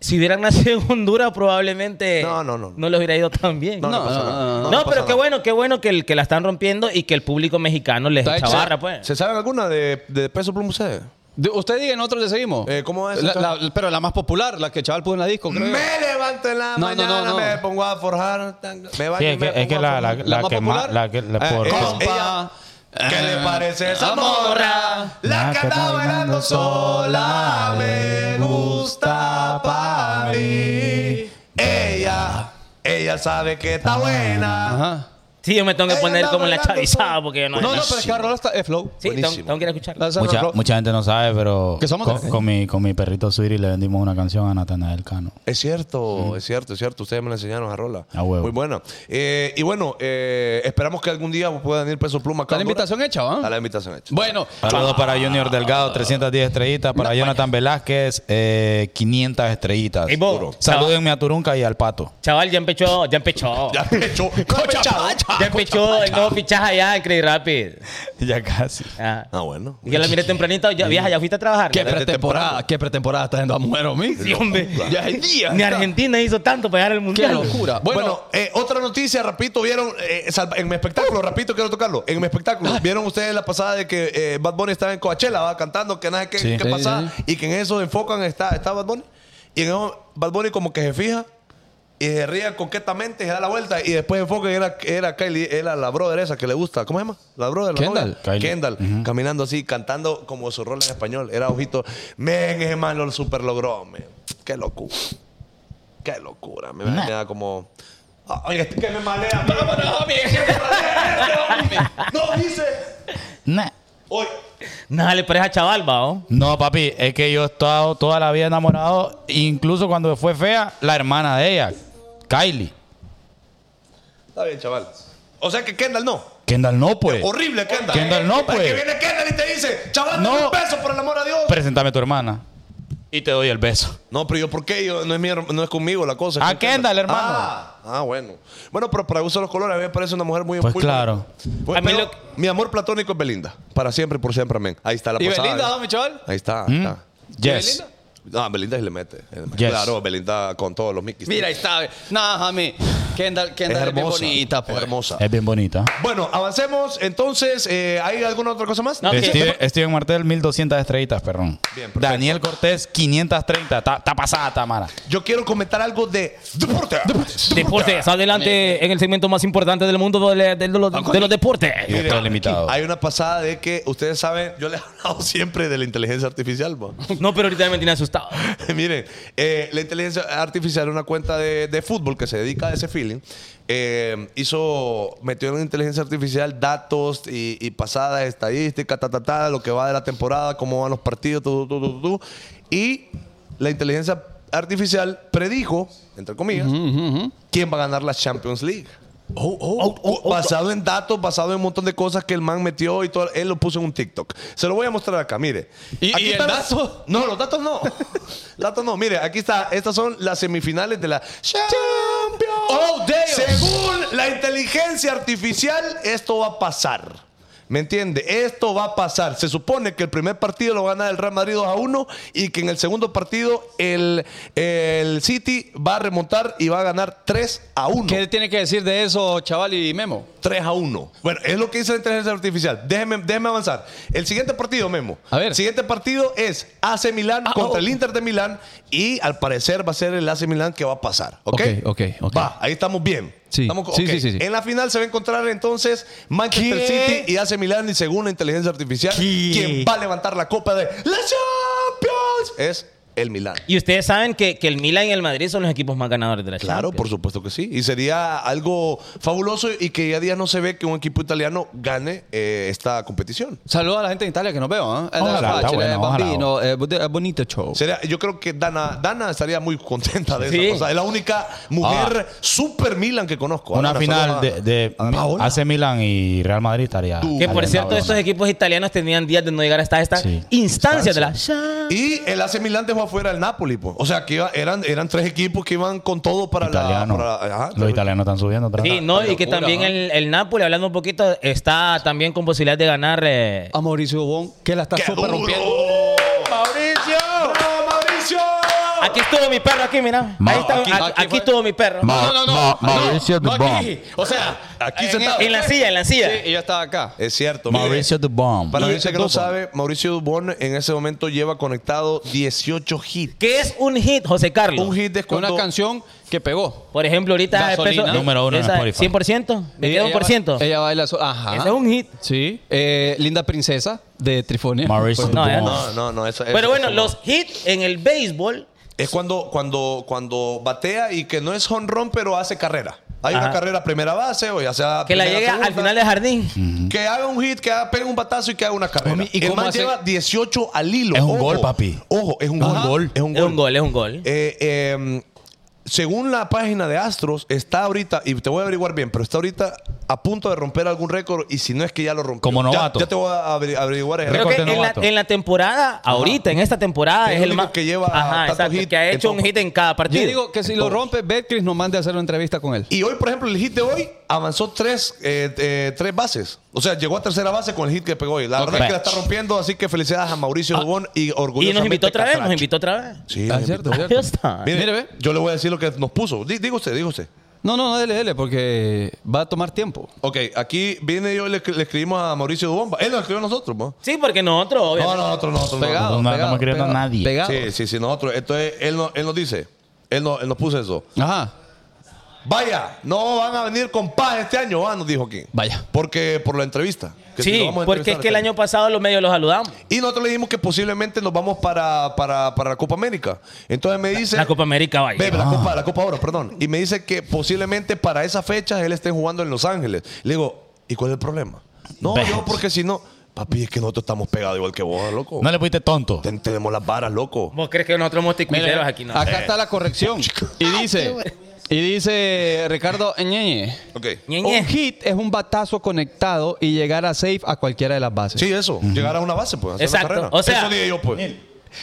[SPEAKER 3] Si hubieran nacido en Honduras, probablemente
[SPEAKER 4] No, no, no, no.
[SPEAKER 3] los hubiera ido tan bien.
[SPEAKER 4] No, no,
[SPEAKER 3] No,
[SPEAKER 5] No,
[SPEAKER 4] pasa
[SPEAKER 5] no,
[SPEAKER 4] nada.
[SPEAKER 5] no, no.
[SPEAKER 4] No, no pasa
[SPEAKER 3] pero qué
[SPEAKER 4] nada.
[SPEAKER 3] bueno, qué bueno que, el- que la están rompiendo y que el público mexicano les
[SPEAKER 5] Está
[SPEAKER 3] echa
[SPEAKER 5] hecha.
[SPEAKER 3] barra, pues.
[SPEAKER 4] ¿Se saben alguna de, de Peso Pluma ustedes?
[SPEAKER 5] De- usted diga, nosotros le seguimos.
[SPEAKER 4] Eh, ¿cómo es
[SPEAKER 5] La-
[SPEAKER 4] esa?
[SPEAKER 5] la- pero la más popular, la que Chaval puso en la disco, creo.
[SPEAKER 4] Me levanto en la
[SPEAKER 5] No, no,
[SPEAKER 4] mañana,
[SPEAKER 5] no, no.
[SPEAKER 4] me pongo a forjar. tan- Me baño
[SPEAKER 7] Sí,
[SPEAKER 4] y
[SPEAKER 7] es
[SPEAKER 4] me
[SPEAKER 7] que, es que
[SPEAKER 4] pongo a
[SPEAKER 7] la, la,
[SPEAKER 4] forjar.
[SPEAKER 7] la
[SPEAKER 5] ¿La más
[SPEAKER 7] que más,
[SPEAKER 5] popular?
[SPEAKER 7] la que la
[SPEAKER 4] Ah,
[SPEAKER 5] Eh,
[SPEAKER 7] por-
[SPEAKER 4] es-
[SPEAKER 7] por-
[SPEAKER 4] Ella- ¿Qué le parece esa
[SPEAKER 5] Ah.
[SPEAKER 4] morra? La
[SPEAKER 7] La
[SPEAKER 4] que
[SPEAKER 7] que
[SPEAKER 4] anda
[SPEAKER 7] está
[SPEAKER 4] bailando
[SPEAKER 7] bailando
[SPEAKER 4] sola
[SPEAKER 7] sola
[SPEAKER 4] me
[SPEAKER 7] me
[SPEAKER 4] gusta
[SPEAKER 7] gusta
[SPEAKER 4] para
[SPEAKER 7] pa'
[SPEAKER 4] mí. Ella, ella sabe que está buena.
[SPEAKER 5] Ajá.
[SPEAKER 3] Sí, yo me tengo que
[SPEAKER 4] Ella
[SPEAKER 3] poner
[SPEAKER 4] anda
[SPEAKER 3] como la
[SPEAKER 4] bailando pues.
[SPEAKER 3] chavizada
[SPEAKER 4] sola.
[SPEAKER 3] porque yo no.
[SPEAKER 5] No, no, pero es que la rola está es flow.
[SPEAKER 3] sí, tengo, tengo que ir a escuchar.
[SPEAKER 5] La- esa
[SPEAKER 7] Mucha,
[SPEAKER 5] rola-
[SPEAKER 7] mucha gente no sabe, pero
[SPEAKER 5] Que somos de la
[SPEAKER 7] con,
[SPEAKER 5] calle.
[SPEAKER 7] con mi, con mi perrito Suiri le vendimos una canción a Natanael Cano.
[SPEAKER 4] Es cierto, es cierto, es cierto. Ustedes me la enseñaron a Rola.
[SPEAKER 7] A huevo.
[SPEAKER 4] Muy buena. Eh, y bueno, eh, esperamos que algún día puedan ir peso pluma acá.
[SPEAKER 5] Está la
[SPEAKER 4] Honduras.
[SPEAKER 5] invitación hecha, ¿va?
[SPEAKER 4] Está la invitación hecha.
[SPEAKER 5] Bueno,
[SPEAKER 7] Saludos para Junior Delgado, 310 estrellitas. Para Jonathan Velázquez, eh, 500 estrellitas.
[SPEAKER 3] Ey, vos,
[SPEAKER 7] Duro.
[SPEAKER 3] chaval.
[SPEAKER 7] Salúdenme a Turunca y al Pato.
[SPEAKER 3] Chaval, ya empezó, ya empezó.
[SPEAKER 4] Ya me echó.
[SPEAKER 5] Ah,
[SPEAKER 3] Ya empezó el nuevo fichaje allá en Craig Rapid.
[SPEAKER 7] ya casi.
[SPEAKER 3] Ah.
[SPEAKER 4] Ah, bueno.
[SPEAKER 3] Yo la miré tempranito, ya, vieja, ya fuiste a trabajar.
[SPEAKER 5] qué
[SPEAKER 3] Ya-
[SPEAKER 5] pretemporada, qué pretemporada está yendo a muero, mí.
[SPEAKER 3] Sí, hombre.
[SPEAKER 5] Ya es día.
[SPEAKER 3] Ni
[SPEAKER 5] está.
[SPEAKER 3] Argentina hizo tanto para llegar al
[SPEAKER 5] Qué
[SPEAKER 3] mundial.
[SPEAKER 5] locura.
[SPEAKER 4] Bueno,
[SPEAKER 5] Bueno, Uh.
[SPEAKER 4] eh, otra noticia, rapidito, vieron, eh, salva- en mi espectáculo, rapidito quiero tocarlo, en mi espectáculo,
[SPEAKER 5] Ah.
[SPEAKER 4] vieron ustedes la pasada de que eh, Bad Bunny estaba en Coachella, va cantando, que nada, que,
[SPEAKER 7] Sí.
[SPEAKER 4] que
[SPEAKER 5] Sí,
[SPEAKER 4] pasaba,
[SPEAKER 5] sí.
[SPEAKER 4] y que en eso enfocan, está, está Bad Bunny, y en eso Bad Bunny como que se fija, y se ríe coquetamente, se da la vuelta, y después enfoca, y era, era Kylie, era la brother esa que le gusta, ¿cómo se llama? La brother, la
[SPEAKER 5] Kendall.
[SPEAKER 4] novia.
[SPEAKER 7] Kylie.
[SPEAKER 4] Kendall, caminando así, cantando como su rol en español, era ojito, men, ese man lo super logró, men, qué locura. Qué locura. Me, me da como. Ah, Oye, este que me malea. Vámonos, homie. Que me malea este, homie. No dice.
[SPEAKER 7] Nah.
[SPEAKER 4] Oye.
[SPEAKER 3] Nada le parece a chaval, va, oh. ¿o?
[SPEAKER 7] No, papi, es que yo he estado toda la vida enamorado, incluso cuando fue fea, la hermana de ella, Kylie.
[SPEAKER 4] Está bien, chaval. O sea que Kendall no.
[SPEAKER 7] Kendall no, pues.
[SPEAKER 4] Horrible, Kendall.
[SPEAKER 7] Kendall no, pues.
[SPEAKER 4] Que viene Kendall y te dice, chaval, no.
[SPEAKER 7] No.
[SPEAKER 4] un beso, por el amor a Dios.
[SPEAKER 7] Preséntame a tu hermana. Y te doy el beso.
[SPEAKER 4] no, pero yo, ¿por qué? Yo, no, es mi her- no es conmigo la cosa. es
[SPEAKER 7] Ah,
[SPEAKER 4] con
[SPEAKER 7] Kendall, hermano.
[SPEAKER 4] Ah, ah, bueno. Bueno, pero para uso de los colores, a mí me parece una mujer muy
[SPEAKER 7] Pues
[SPEAKER 4] muy-
[SPEAKER 7] claro.
[SPEAKER 4] Bueno,
[SPEAKER 3] A mí
[SPEAKER 4] pero
[SPEAKER 3] lo-
[SPEAKER 4] Mi amor platónico es Belinda. Para siempre y por siempre, amén. Ahí está la
[SPEAKER 5] ¿y
[SPEAKER 4] pasada.
[SPEAKER 5] Belinda, homie, chaval?
[SPEAKER 4] Ahí está, ahí está.
[SPEAKER 7] Yes.
[SPEAKER 5] Belinda?
[SPEAKER 4] Ah, Belinda sí le mete.
[SPEAKER 7] ¿Mm? Yes.
[SPEAKER 4] Claro, Belinda con todos los Mickey.
[SPEAKER 5] Mira, ahí está. ve. Nada, Jami. Kendall,
[SPEAKER 4] es
[SPEAKER 5] Kendall es, bien
[SPEAKER 4] hermosa.
[SPEAKER 5] bonita, pues.
[SPEAKER 4] Es hermosa.
[SPEAKER 7] Es bien bonita.
[SPEAKER 4] Bueno, avancemos. Entonces, eh, ¿hay alguna otra cosa más?
[SPEAKER 3] No, que-
[SPEAKER 7] Steven, Steven Martel, 1200 estrellitas, perdón.
[SPEAKER 4] Bien, perfecto.
[SPEAKER 7] Daniel Cortés, 530. Está está pasada, Tamara.
[SPEAKER 4] Yo quiero comentar algo de deporte.
[SPEAKER 2] Deportes, adelante en el segmento más importante del mundo de, de- de
[SPEAKER 5] Ah,
[SPEAKER 2] los, de los deportes.
[SPEAKER 7] Y
[SPEAKER 4] Mira,
[SPEAKER 7] esto es limitado.
[SPEAKER 4] Hay una pasada de que ustedes saben, yo les he hablado siempre de la inteligencia artificial. po.
[SPEAKER 3] No, pero ahorita me tiene asustado.
[SPEAKER 4] Miren, eh, la inteligencia artificial, una cuenta de, de fútbol que se dedica a ese feeling, eh, hizo, metió en inteligencia artificial datos y, y pasadas estadísticas, ta, ta, ta, lo que va de la temporada, cómo van los partidos, tu, tu, tu, tu, tu. y la inteligencia artificial predijo, entre comillas, quién va a ganar la Champions League.
[SPEAKER 5] Oh,
[SPEAKER 4] basado en datos, basado en un montón de cosas que el man metió y todo, él lo puso en un TikTok. Se lo voy a mostrar acá, mire.
[SPEAKER 5] ¿Y- y el
[SPEAKER 4] están las-
[SPEAKER 5] dato?
[SPEAKER 4] No, los datos no. datos no. Mire, aquí está. Estas son las semifinales de la Champions.
[SPEAKER 5] Oh, damn.
[SPEAKER 4] Según la inteligencia artificial, esto va a pasar. ¿Me entiende? Esto va a pasar. Se supone que el primer partido lo gana el Real Madrid 2 a 1 y que en el segundo partido el, el City va a remontar y va a ganar 3 a 1.
[SPEAKER 5] ¿Qué tiene que decir de eso, chaval y Memo?
[SPEAKER 4] 3 a 1. Bueno, es lo que dice la inteligencia artificial. Déjeme, déjeme avanzar. El siguiente partido, Memo.
[SPEAKER 5] A ver. Ah, oh.
[SPEAKER 4] El siguiente partido es AC Milán contra el Inter de Milán. Y al parecer va a ser el AC Milán que va a pasar. ¿Ok?
[SPEAKER 5] Ok, ok, ok.
[SPEAKER 4] Va, ahí estamos bien.
[SPEAKER 5] Sí.
[SPEAKER 4] Estamos co-
[SPEAKER 5] Sí,
[SPEAKER 4] ok.
[SPEAKER 5] sí, sí, sí.
[SPEAKER 4] En la final se va a encontrar entonces Manchester
[SPEAKER 7] ¿Qué?
[SPEAKER 4] City y AC Milán. Y según la inteligencia artificial,
[SPEAKER 7] ¿Qué?
[SPEAKER 4] quien va a levantar la copa de la Champions es el Milán.
[SPEAKER 3] Y ustedes saben que, que el Milan y el Madrid son los equipos más ganadores de la
[SPEAKER 4] Claro, por
[SPEAKER 3] Champions.
[SPEAKER 4] supuesto que sí. Y sería algo fabuloso y que ya día no se ve que un equipo italiano gane eh, esta competición.
[SPEAKER 5] Saludos a la gente de Italia que nos veo, ¿eh?
[SPEAKER 7] Ojalá,
[SPEAKER 5] Facile,
[SPEAKER 7] está bueno,
[SPEAKER 5] eh,
[SPEAKER 7] ojalá.
[SPEAKER 5] Bambino, eh, bu- eh, bonito show.
[SPEAKER 4] Sería, yo creo que Dana, Dana estaría muy contenta de
[SPEAKER 3] Sí.
[SPEAKER 4] esa cosa. Es la única mujer super Milan que conozco.
[SPEAKER 7] Una
[SPEAKER 4] Ana,
[SPEAKER 7] final
[SPEAKER 4] solo
[SPEAKER 7] de,
[SPEAKER 4] Ana.
[SPEAKER 7] de
[SPEAKER 4] Paola.
[SPEAKER 7] AC Milan y Real Madrid estaría.
[SPEAKER 3] Que por cierto, estos equipos italianos tenían días de no llegar hasta estas
[SPEAKER 7] Sí.
[SPEAKER 3] instancias de la Champions.
[SPEAKER 4] Y el AC Milán dejó afuera el Napoli. po. O sea, que iba- eran, eran tres equipos que iban con todo para
[SPEAKER 7] italianos.
[SPEAKER 4] la... Para, ajá.
[SPEAKER 7] Los italianos están subiendo. otra
[SPEAKER 3] Sí,
[SPEAKER 7] vez.
[SPEAKER 3] no, y que
[SPEAKER 5] locura,
[SPEAKER 3] también
[SPEAKER 5] ¿no?
[SPEAKER 3] el, el Napoli, hablando un poquito, está también con posibilidad de ganar. eh,
[SPEAKER 5] A Mauricio Bon, que la está
[SPEAKER 4] ¡Qué
[SPEAKER 5] súper
[SPEAKER 4] duro!
[SPEAKER 5] rompiendo.
[SPEAKER 4] ¡Mauricio! ¡Bravo, Mauricio! Oh.
[SPEAKER 3] Aquí estuvo mi perro, aquí, mira.
[SPEAKER 7] Ma-
[SPEAKER 3] Ahí está,
[SPEAKER 5] aquí-
[SPEAKER 3] aquí,
[SPEAKER 5] aquí fue-
[SPEAKER 3] estuvo mi perro.
[SPEAKER 7] Ma- Ma-
[SPEAKER 5] no,
[SPEAKER 7] Mauricio
[SPEAKER 5] no
[SPEAKER 7] Dubón.
[SPEAKER 5] aquí. O sea,
[SPEAKER 4] Aquí
[SPEAKER 5] en-
[SPEAKER 4] sentado.
[SPEAKER 3] En la silla, en la silla.
[SPEAKER 5] Sí, y yo estaba acá.
[SPEAKER 4] Es cierto. mire.
[SPEAKER 7] Mauricio the Bomb.
[SPEAKER 4] Para la
[SPEAKER 5] Y
[SPEAKER 4] gente que no
[SPEAKER 5] Dubón.
[SPEAKER 4] sabe, Mauricio Dubón en ese momento lleva conectado 18 hits.
[SPEAKER 3] ¿Qué es un hit, José Carlos?
[SPEAKER 4] Un hit es
[SPEAKER 5] Con
[SPEAKER 4] cuando...
[SPEAKER 5] una canción que pegó.
[SPEAKER 3] Por ejemplo, ahorita
[SPEAKER 5] Gasolina.
[SPEAKER 3] peso-
[SPEAKER 7] Número uno en
[SPEAKER 3] esa-
[SPEAKER 7] Spotify.
[SPEAKER 3] 100%. Me queda
[SPEAKER 5] Eh, Ella-
[SPEAKER 3] un por ciento.
[SPEAKER 5] Ella baila sola. Ajá.
[SPEAKER 3] Ese es un hit.
[SPEAKER 5] Sí. Eh, Linda Princesa de Trifonia. Pues,
[SPEAKER 7] Mauricio
[SPEAKER 3] No,
[SPEAKER 7] the
[SPEAKER 3] eh,
[SPEAKER 7] Bomb.
[SPEAKER 4] No, no, no. Eso,
[SPEAKER 3] Pero
[SPEAKER 4] eso-
[SPEAKER 3] bueno,
[SPEAKER 4] eso no.
[SPEAKER 3] los hits en el béisbol.
[SPEAKER 4] Es cuando, cuando, cuando batea y que no es honrón, pero hace carrera. Hay
[SPEAKER 3] Ajá.
[SPEAKER 4] una carrera a primera base o ya sea...
[SPEAKER 3] Que la
[SPEAKER 4] primera,
[SPEAKER 3] llegue al
[SPEAKER 4] segunda.
[SPEAKER 3] final del jardín.
[SPEAKER 4] Que haga un hit, que haga, pegue un batazo y que haga una carrera.
[SPEAKER 5] Homie, ¿y
[SPEAKER 4] el
[SPEAKER 5] cómo
[SPEAKER 4] man
[SPEAKER 5] hace?
[SPEAKER 4] lleva 18 al hilo.
[SPEAKER 7] Es un
[SPEAKER 4] Ojo.
[SPEAKER 7] gol, papi.
[SPEAKER 4] Ojo, es un
[SPEAKER 7] Ajá.
[SPEAKER 4] gol. Es un
[SPEAKER 3] Es
[SPEAKER 4] gol.
[SPEAKER 3] un gol, es un gol.
[SPEAKER 4] Eh, eh, según la página de Astros, está ahorita, y te voy a averiguar bien, pero está ahorita a punto de romper algún récord y si no es que ya lo rompió.
[SPEAKER 7] Como
[SPEAKER 4] Ya-
[SPEAKER 7] novato.
[SPEAKER 4] Ya, te voy a averi- averiguar el
[SPEAKER 3] Creo
[SPEAKER 4] récord.
[SPEAKER 3] que
[SPEAKER 7] Recorte
[SPEAKER 3] en la,
[SPEAKER 7] novato.
[SPEAKER 3] en la temporada, ahorita, en esta temporada,
[SPEAKER 4] Es
[SPEAKER 3] es,
[SPEAKER 4] el
[SPEAKER 3] el
[SPEAKER 4] único
[SPEAKER 3] más.
[SPEAKER 4] que lleva
[SPEAKER 3] Ajá,
[SPEAKER 4] tanto
[SPEAKER 3] exacto,
[SPEAKER 4] hit
[SPEAKER 3] que ha
[SPEAKER 4] en
[SPEAKER 3] hecho
[SPEAKER 4] todo.
[SPEAKER 3] un hit en cada
[SPEAKER 5] Yo
[SPEAKER 3] partido.
[SPEAKER 5] digo que si lo rompe, Betcris nos mande a hacer una entrevista con él.
[SPEAKER 4] Y hoy, por ejemplo, el hit de hoy avanzó tres, eh, eh, tres bases. O sea, llegó a tercera base con el hit que pegó hoy. La verdad es que la está rompiendo, así que felicidades a Mauricio Dubón y orgulloso.
[SPEAKER 3] Ah. y nos invitó otra vez, nos invitó otra vez.
[SPEAKER 4] Sí,
[SPEAKER 5] Ah,
[SPEAKER 4] nos
[SPEAKER 5] cierto,
[SPEAKER 4] invitó.
[SPEAKER 3] Ya
[SPEAKER 5] cierto.
[SPEAKER 3] está.
[SPEAKER 4] Mire,
[SPEAKER 5] Mire, ve.
[SPEAKER 4] yo le voy a decir lo que nos puso. Di- Diga usted, diga usted.
[SPEAKER 5] No, no, no, dele, dele, porque va a tomar tiempo.
[SPEAKER 4] Ok, aquí viene yo, le, le escribimos a Mauricio Dubón. Él nos escribió a nosotros, ¿no?
[SPEAKER 3] Sí, porque nosotros,
[SPEAKER 4] No,
[SPEAKER 3] obviamente.
[SPEAKER 4] no, nosotros, no, nosotros. no.
[SPEAKER 5] Pegado,
[SPEAKER 7] no, no
[SPEAKER 5] pegado,
[SPEAKER 7] me creo
[SPEAKER 5] pegado,
[SPEAKER 7] a nadie.
[SPEAKER 5] Pegado.
[SPEAKER 4] Sí, sí, sí, nosotros. Entonces, él, no- él nos dice, él, no- él nos puso eso.
[SPEAKER 5] Ajá.
[SPEAKER 4] Vaya, no van a venir con paz este año, va, nos dijo aquí.
[SPEAKER 5] Vaya.
[SPEAKER 4] Porque por la entrevista. que si lo
[SPEAKER 3] Sí,
[SPEAKER 4] vamos a
[SPEAKER 3] porque es
[SPEAKER 4] entrevistar
[SPEAKER 3] que el
[SPEAKER 4] este año.
[SPEAKER 3] año pasado los medios los saludamos.
[SPEAKER 4] Y nosotros le dijimos que posiblemente nos vamos para, para, para la Copa América. Entonces me dice.
[SPEAKER 3] La Copa América, Ah. vaya.
[SPEAKER 4] Bebe, la, Copa, la Copa Oro, perdón. Y me dice que posiblemente para esas fechas él esté jugando en Los Ángeles. Le digo, ¿y cuál es el problema? No,
[SPEAKER 7] Ve.
[SPEAKER 4] yo porque si no. Papi, es que nosotros estamos pegados igual que vos, loco.
[SPEAKER 7] No le pusiste tonto.
[SPEAKER 4] Ten- tenemos las varas, loco.
[SPEAKER 3] ¿Vos crees que nosotros somos
[SPEAKER 5] Mire,
[SPEAKER 3] ticuiteros aquí? No.
[SPEAKER 5] Acá está la corrección. Y dice, y dice Ricardo Ñeñe.
[SPEAKER 4] Ok. Oh,
[SPEAKER 3] Ñeñe.
[SPEAKER 5] Un hit es un batazo conectado y llegar a safe a cualquiera de las bases.
[SPEAKER 4] Sí, eso. Llegar a una base, pues. hacer la
[SPEAKER 3] Exacto.
[SPEAKER 4] carrera.
[SPEAKER 3] O sea-
[SPEAKER 4] eso dije yo, pues.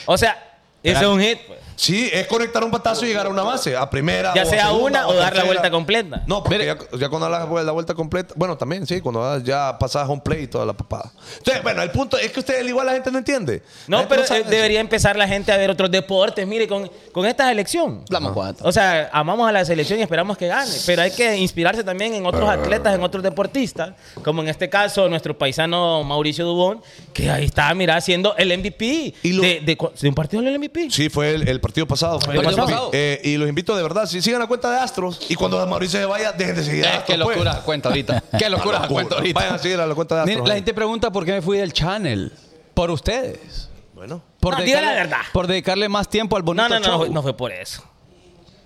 [SPEAKER 3] O sea, ese es un hit. pues.
[SPEAKER 4] Sí, es conectar un patazo y llegar a una base, a primera.
[SPEAKER 3] Ya
[SPEAKER 4] o a
[SPEAKER 3] sea
[SPEAKER 4] segunda,
[SPEAKER 3] una o dar la
[SPEAKER 4] tercera.
[SPEAKER 3] vuelta completa.
[SPEAKER 4] No, porque ya, ya cuando das la, la vuelta completa, bueno, también sí, cuando das- ya pasas home play y toda la papada. Entonces, bueno, el punto es que ustedes igual la gente no entiende. La
[SPEAKER 3] No,
[SPEAKER 4] gente
[SPEAKER 3] pero
[SPEAKER 4] sabe
[SPEAKER 3] eh,
[SPEAKER 4] eso.
[SPEAKER 3] debería empezar la gente a ver otros deportes. Mire, con, con esta selección.
[SPEAKER 2] Plama cuatro.
[SPEAKER 3] O sea, amamos a la selección y esperamos que gane, pero hay que inspirarse también en otros atletas, en otros deportistas, como en este caso nuestro paisano Mauricio Dubón, que ahí está, mira, haciendo el MVP
[SPEAKER 4] Y lo-
[SPEAKER 3] de, de cu- de un partido del MVP.
[SPEAKER 4] Sí, fue el, el partido pasado. fue
[SPEAKER 2] El
[SPEAKER 4] el
[SPEAKER 2] partido
[SPEAKER 4] MVP.
[SPEAKER 2] pasado.
[SPEAKER 4] Eh, y los invito de verdad, si sigan la cuenta de Astros y cuando Mauricio se vaya, dejen de seguir a
[SPEAKER 5] Es
[SPEAKER 4] Astros.
[SPEAKER 5] que locura
[SPEAKER 4] pues.
[SPEAKER 5] cuenta ahorita. Qué locura
[SPEAKER 4] Una
[SPEAKER 5] cuenta ahorita.
[SPEAKER 4] Vayan a seguir a la cuenta de
[SPEAKER 5] Miren,
[SPEAKER 4] Astros.
[SPEAKER 7] eh.
[SPEAKER 5] la gente pregunta por qué me fui del channel. Por ustedes.
[SPEAKER 4] Bueno.
[SPEAKER 5] Por
[SPEAKER 3] No, diga
[SPEAKER 5] dedicarle,
[SPEAKER 3] la verdad.
[SPEAKER 5] Por dedicarle más tiempo al bonito
[SPEAKER 3] no, no, no, no,
[SPEAKER 5] show.
[SPEAKER 3] fue- no fue por eso.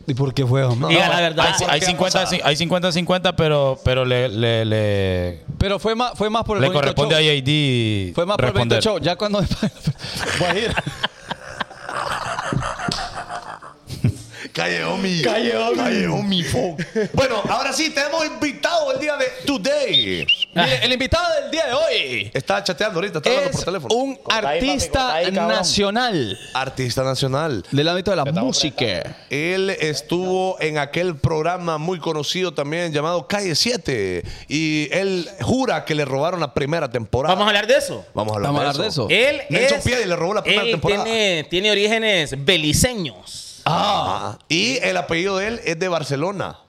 [SPEAKER 5] ¿Y por qué fue, hombre?
[SPEAKER 3] Diga la
[SPEAKER 7] Hay,
[SPEAKER 3] verdad.
[SPEAKER 7] hay 50, hay 50, 50, pero, pero le, le, le,
[SPEAKER 5] Pero fue más, fue más por el
[SPEAKER 7] le
[SPEAKER 5] bonito
[SPEAKER 7] corresponde
[SPEAKER 5] show.
[SPEAKER 7] a JD.
[SPEAKER 5] Fue más por el
[SPEAKER 7] responder.
[SPEAKER 5] bonito show. Ya cuando... Voy a ir.
[SPEAKER 4] Calle Omi. Calle Omi. fo. Bueno, ahora sí, tenemos invitado el día de Today.
[SPEAKER 3] Ah.
[SPEAKER 5] Mire, el invitado del día de hoy
[SPEAKER 4] Está chateando ahorita, está hablando por
[SPEAKER 5] es
[SPEAKER 4] teléfono.
[SPEAKER 5] un artista nacional
[SPEAKER 4] artista nacional.
[SPEAKER 5] del ámbito de la música.
[SPEAKER 4] Él estuvo en aquel programa muy conocido también llamado Calle 7 y él jura que le robaron la primera temporada.
[SPEAKER 3] Vamos a hablar de eso.
[SPEAKER 4] Vamos a hablar,
[SPEAKER 5] Vamos a
[SPEAKER 4] de,
[SPEAKER 5] hablar de
[SPEAKER 4] eso.
[SPEAKER 5] eso.
[SPEAKER 3] Él
[SPEAKER 4] Nelson
[SPEAKER 3] es-
[SPEAKER 4] Piedra le robó la primera
[SPEAKER 3] él
[SPEAKER 4] temporada.
[SPEAKER 3] Tiene, tiene orígenes beliceños.
[SPEAKER 4] Ah, y el apellido de él es de Barcelona.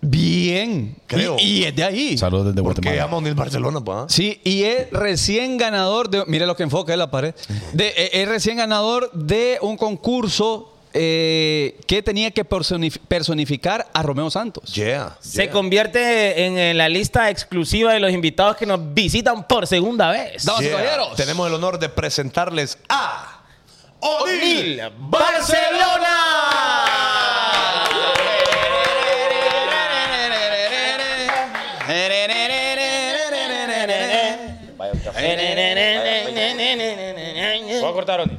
[SPEAKER 5] Bien.
[SPEAKER 4] Creo.
[SPEAKER 5] Y, y es de ahí.
[SPEAKER 7] Saludos desde
[SPEAKER 4] Porque
[SPEAKER 7] Guatemala.
[SPEAKER 4] llamamos en Barcelona, pues.
[SPEAKER 5] Sí, y es recién ganador de. Mire lo que enfoca en la pared. De, eh, es recién ganador de un concurso eh, que tenía que personif- personificar a Romeo Santos.
[SPEAKER 4] Yeah.
[SPEAKER 3] Se convierte en, en la lista exclusiva de los invitados que nos visitan por segunda vez.
[SPEAKER 5] Damas y
[SPEAKER 4] Yeah.
[SPEAKER 5] caballeros.
[SPEAKER 4] Tenemos el honor de presentarles a Odil
[SPEAKER 3] O'Neal
[SPEAKER 4] Barcelona.
[SPEAKER 7] ¿Puedo cortar, Oni?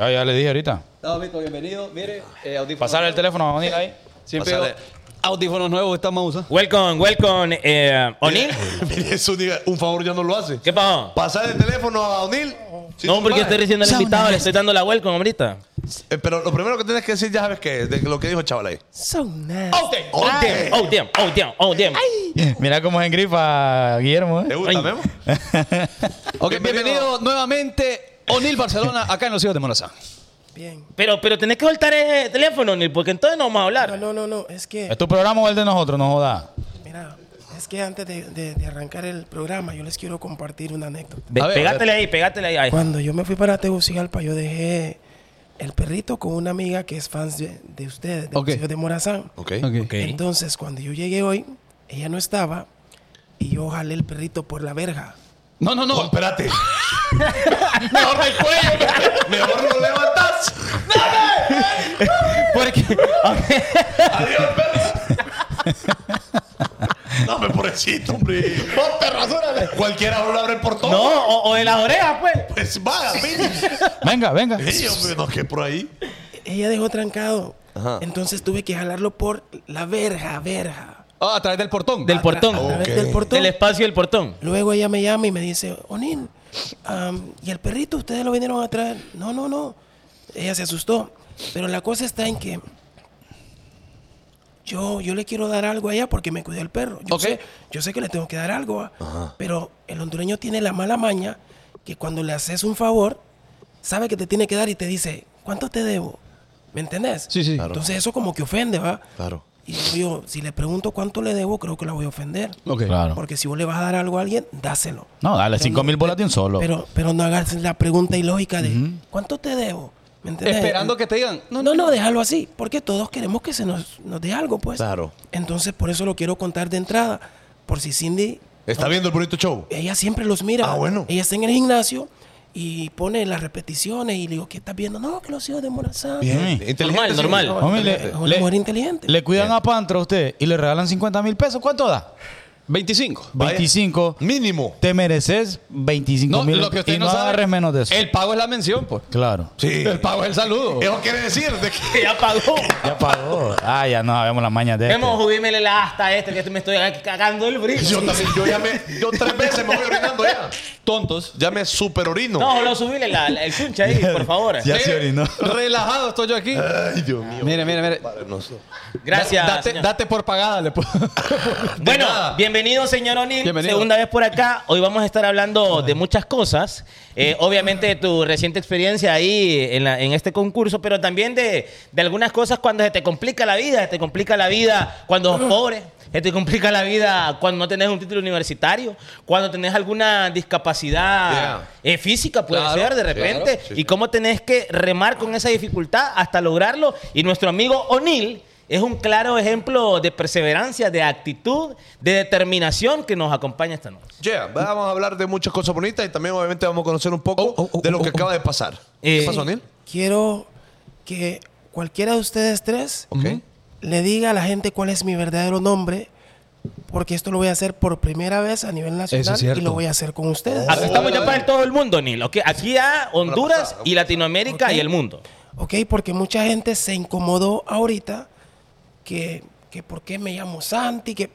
[SPEAKER 7] Ah, ya le dije ahorita.
[SPEAKER 5] Damasito, bienvenido. Mire, eh, audífonos.
[SPEAKER 7] Pasar el teléfono a Oni ahí.
[SPEAKER 5] Siempre
[SPEAKER 4] Pasale.
[SPEAKER 5] digo, audífonos nuevos estamos usando.
[SPEAKER 3] Welcome, welcome, eh, O'Neal.
[SPEAKER 4] Mire, eso diga, un favor ya no lo hace.
[SPEAKER 3] ¿Qué pasó?
[SPEAKER 4] Pasar el teléfono a O'Neill.
[SPEAKER 3] no, porque este- estoy recién el invitado, le estoy dando la welcome ahorita.
[SPEAKER 4] Eh, pero lo primero que tienes que decir, ya sabes qué es, de lo que dijo el chaval ahí.
[SPEAKER 3] Oh, damn, oh,
[SPEAKER 5] Eh.
[SPEAKER 3] damn, oh, damn, oh, damn, oh, damn.
[SPEAKER 7] Mira cómo es en grifa, Guillermo.
[SPEAKER 4] ¿Te
[SPEAKER 7] ¿eh?
[SPEAKER 4] gusta,
[SPEAKER 3] Ay.
[SPEAKER 4] Memo?
[SPEAKER 5] Ok,
[SPEAKER 4] Bienvenido.
[SPEAKER 5] bienvenido, nuevamente. O'Neill Barcelona, acá en los hijos de Morazán.
[SPEAKER 3] Pero, pero tenés que soltar el teléfono, O'Neal, porque entonces no vamos a hablar.
[SPEAKER 8] No, no, no, no, es que,
[SPEAKER 7] ¿Es tu programa o el de nosotros? No joda.
[SPEAKER 8] mira, es que antes de, de- de arrancar el programa, yo les quiero compartir una anécdota.
[SPEAKER 3] Ve,
[SPEAKER 5] A ver,
[SPEAKER 3] pégatele ahí, pégatele ahí. Ay,
[SPEAKER 8] Cuando yo me fui para Tegucigalpa, yo dejé el perrito con una amiga que es fan de, de ustedes, de
[SPEAKER 5] Ok.
[SPEAKER 8] los hijos de Morazán.
[SPEAKER 4] Ok.
[SPEAKER 5] Ok.
[SPEAKER 8] Entonces, cuando yo llegué hoy, ella no estaba y yo jalé el perrito por la verja.
[SPEAKER 5] No, no,
[SPEAKER 4] No,
[SPEAKER 5] no.
[SPEAKER 4] espérate. Mejor me cuelgo. Mejor lo levantas.
[SPEAKER 3] Porque,
[SPEAKER 4] Dame pobrecito, hombre.
[SPEAKER 2] Ponte, rasúrale.
[SPEAKER 4] Cualquiera lo abre el portón.
[SPEAKER 3] no, o, o de las orejas, pues.
[SPEAKER 4] Pues vaya, mire.
[SPEAKER 7] Venga, venga.
[SPEAKER 4] Sí, hombre, no, que por ahí.
[SPEAKER 8] Ella dejó trancado.
[SPEAKER 4] Ajá.
[SPEAKER 8] Entonces tuve que jalarlo por la verja, verja.
[SPEAKER 5] Ah, a través del portón.
[SPEAKER 3] Del portón.
[SPEAKER 8] A través
[SPEAKER 4] Ok.
[SPEAKER 8] del portón.
[SPEAKER 3] Del espacio del portón.
[SPEAKER 8] Luego ella me llama y me dice, Onin, am, ¿y el perrito ustedes lo vinieron a traer? No, no, no. Ella se asustó. Pero la cosa está en que yo, yo le quiero dar algo a ella porque me cuidó el perro. Yo,
[SPEAKER 5] Ok.
[SPEAKER 8] sé, yo sé que le tengo que dar algo, ¿ah? pero el hondureño tiene la mala maña que cuando le haces un favor, sabe que te tiene que dar y te dice, ¿cuánto te debo? ¿Me entendés?
[SPEAKER 5] Sí, sí. Claro.
[SPEAKER 8] Entonces eso como que ofende, ¿va?
[SPEAKER 4] Claro.
[SPEAKER 8] Y digo yo, si le pregunto cuánto le debo, creo que la voy a ofender.
[SPEAKER 5] Ok.
[SPEAKER 7] Claro.
[SPEAKER 8] Porque si vos le vas a dar algo a alguien, dáselo.
[SPEAKER 7] No, dale
[SPEAKER 8] Pero
[SPEAKER 7] 5
[SPEAKER 8] no-
[SPEAKER 7] mil bolas de un solo.
[SPEAKER 8] Pero, pero no hagas la pregunta ilógica de ¿cuánto te debo? ¿Me entiendes?
[SPEAKER 5] Esperando que te digan.
[SPEAKER 8] No, no, no, déjalo así. Porque todos queremos que se nos, nos dé algo, pues.
[SPEAKER 4] Claro.
[SPEAKER 8] Entonces, por eso lo quiero contar de entrada. Por si Cindy,
[SPEAKER 4] ¿Está viendo el bonito show?
[SPEAKER 8] ella siempre los mira.
[SPEAKER 4] Ah, bueno.
[SPEAKER 8] Ella está en el gimnasio y pone las repeticiones y le digo, ¿qué estás viendo? No, que los hijos de Morazán.
[SPEAKER 7] Bien.
[SPEAKER 4] Inteligente, sí.
[SPEAKER 3] normal.
[SPEAKER 8] No,
[SPEAKER 7] Hombre,
[SPEAKER 8] es
[SPEAKER 7] le-
[SPEAKER 8] una
[SPEAKER 7] le-
[SPEAKER 8] mujer inteligente.
[SPEAKER 7] Le cuidan a Pantra a usted y le regalan 50 mil pesos. ¿Cuánto da?
[SPEAKER 5] 25.
[SPEAKER 4] Vaya.
[SPEAKER 7] 25.
[SPEAKER 4] Mínimo.
[SPEAKER 7] Te mereces 25
[SPEAKER 5] No,
[SPEAKER 7] mil.
[SPEAKER 5] lo que usted
[SPEAKER 7] y
[SPEAKER 5] no,
[SPEAKER 7] no
[SPEAKER 5] sabe,
[SPEAKER 7] agarres menos de eso.
[SPEAKER 5] El pago es la mención, pues.
[SPEAKER 7] Claro.
[SPEAKER 4] Sí. Eh,
[SPEAKER 5] El pago es el saludo.
[SPEAKER 4] Eso quiere decir de que
[SPEAKER 3] Que ya pagó.
[SPEAKER 7] Ya pagó. Ah, ya no sabemos las mañas de este.
[SPEAKER 3] Vemos, subímele la hasta este, que me estoy cagando el brillo.
[SPEAKER 4] yo también, yo ya me, yo tres veces me voy orinando ya.
[SPEAKER 5] Tontos.
[SPEAKER 4] Ya me super orino.
[SPEAKER 3] No, solo subíle la- la- el chunche ahí, por favor.
[SPEAKER 7] Ya se
[SPEAKER 5] Mire,
[SPEAKER 7] orinó.
[SPEAKER 5] Eh, Relajado estoy yo aquí.
[SPEAKER 4] Ay, Dios mío.
[SPEAKER 5] Mire, mire, mire.
[SPEAKER 3] Gracias.
[SPEAKER 5] Date,
[SPEAKER 3] señor.
[SPEAKER 5] date por pagada. Le puedo- De
[SPEAKER 3] Bueno,
[SPEAKER 5] nada.
[SPEAKER 3] bienvenido, señor O'Neill.
[SPEAKER 5] Bienvenido.
[SPEAKER 3] Segunda vez por acá. Hoy vamos a estar hablando de muchas cosas. Eh, obviamente de tu reciente experiencia ahí en, la- en este concurso, pero también de, de algunas cosas cuando se te complica la vida. Se te complica la vida cuando sos pobre. Se te complica la vida cuando no tenés un título universitario. Cuando tenés alguna discapacidad
[SPEAKER 4] Yeah.
[SPEAKER 3] eh, física, puede
[SPEAKER 5] Claro,
[SPEAKER 3] ser, de
[SPEAKER 5] sí,
[SPEAKER 3] repente.
[SPEAKER 5] claro,
[SPEAKER 3] y cómo tenés que remar con esa dificultad hasta lograrlo. Y nuestro amigo O'Neill es un claro ejemplo de perseverancia, de actitud, de determinación que nos acompaña esta noche.
[SPEAKER 4] Yeah, vamos a hablar de muchas cosas bonitas y también obviamente vamos a conocer un poco
[SPEAKER 5] Oh, oh, oh,
[SPEAKER 4] de lo
[SPEAKER 5] oh,
[SPEAKER 4] que
[SPEAKER 5] oh.
[SPEAKER 4] acaba de pasar.
[SPEAKER 3] Eh,
[SPEAKER 4] ¿Qué pasó, Neil?
[SPEAKER 8] Quiero que cualquiera de ustedes tres
[SPEAKER 4] Ok.
[SPEAKER 8] le diga a la gente cuál es mi verdadero nombre, porque esto lo voy a hacer por primera vez a nivel
[SPEAKER 5] Eso es
[SPEAKER 8] nacional
[SPEAKER 5] cierto. Ah.
[SPEAKER 8] y lo voy a hacer con ustedes.
[SPEAKER 3] Acá estamos ya para el todo el mundo, Nilo. ¿ok? Aquí a Honduras
[SPEAKER 4] pasada,
[SPEAKER 3] y Latinoamérica
[SPEAKER 8] Ok.
[SPEAKER 3] y el mundo.
[SPEAKER 8] ¿Ok? Porque mucha gente se incomodó ahorita que, que por qué me llamo Santi, que,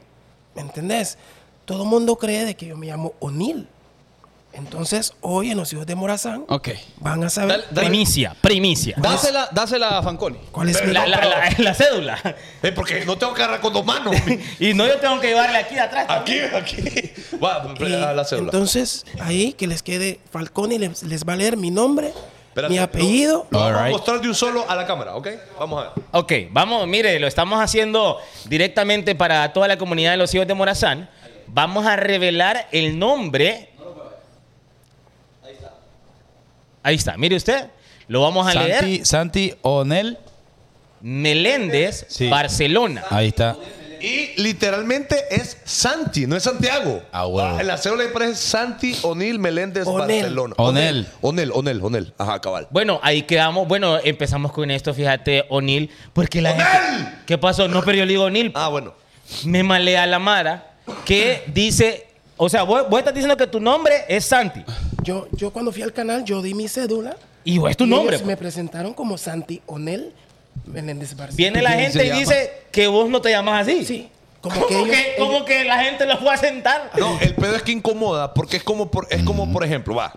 [SPEAKER 8] ¿me entendés? Todo el mundo cree de que yo me llamo O'Neill. Entonces, hoy en los hijos de Morazán
[SPEAKER 5] Ok.
[SPEAKER 8] van a saber
[SPEAKER 5] Dale, dale.
[SPEAKER 8] cuál,
[SPEAKER 3] Primicia, primicia.
[SPEAKER 5] Dásela, dásela a Fanconi.
[SPEAKER 8] cuál es mi
[SPEAKER 3] La, la- la- la cédula.
[SPEAKER 4] Eh, porque no tengo que agarrar con dos manos.
[SPEAKER 3] Y no yo tengo que llevarle aquí de atrás.
[SPEAKER 4] aquí, aquí. Va,
[SPEAKER 8] Y
[SPEAKER 4] a la célula.
[SPEAKER 8] Entonces, ahí que les quede Falcone, les, les va a leer mi nombre,
[SPEAKER 4] Espérate,
[SPEAKER 8] mi apellido.
[SPEAKER 4] Lo, lo vamos a
[SPEAKER 7] Alright.
[SPEAKER 4] mostrar de un solo a la cámara, ¿ok? Vamos a ver.
[SPEAKER 3] Ok, vamos, mire, lo estamos haciendo directamente para toda la comunidad de los hijos de Morazán. Vamos a revelar el nombre. Ahí está, mire usted. Lo vamos a leer.
[SPEAKER 7] Santi, Santi Onel.
[SPEAKER 3] Meléndez,
[SPEAKER 7] Sí.
[SPEAKER 3] Barcelona.
[SPEAKER 7] Ahí está.
[SPEAKER 4] Y literalmente es Santi, no es Santiago.
[SPEAKER 7] Ah, huevo.
[SPEAKER 4] En la célula parece Santi O'Neill Meléndez
[SPEAKER 8] O'Neill.
[SPEAKER 4] Barcelona.
[SPEAKER 7] O'Neill.
[SPEAKER 4] O'Neill, O'Neill, O'Neill. Ajá, cabal.
[SPEAKER 3] Bueno, ahí quedamos. Bueno, empezamos con esto, fíjate, O'Neill. Porque la gente- ¿Qué pasó? No, pero yo le digo O'Neill.
[SPEAKER 4] Ah, bueno.
[SPEAKER 3] me malea la Mara que dice. O sea, vos, vos estás diciendo que tu nombre es Santi.
[SPEAKER 8] Yo, yo cuando fui al canal, yo di mi cédula.
[SPEAKER 3] Y es tu
[SPEAKER 8] y
[SPEAKER 3] nombre.
[SPEAKER 8] ellos
[SPEAKER 3] pues.
[SPEAKER 8] me presentaron como Santi Onel Menéndez Barcelona.
[SPEAKER 3] Viene la
[SPEAKER 5] ¿Quién
[SPEAKER 3] gente
[SPEAKER 5] se
[SPEAKER 3] y
[SPEAKER 5] llama?
[SPEAKER 3] dice que vos no te llamas así.
[SPEAKER 8] Sí. Como
[SPEAKER 3] Como
[SPEAKER 8] que
[SPEAKER 3] que,
[SPEAKER 8] ellos-
[SPEAKER 3] como que la gente los fue a sentar.
[SPEAKER 4] No, el pedo es que incomoda porque es como, por, es como por ejemplo, va.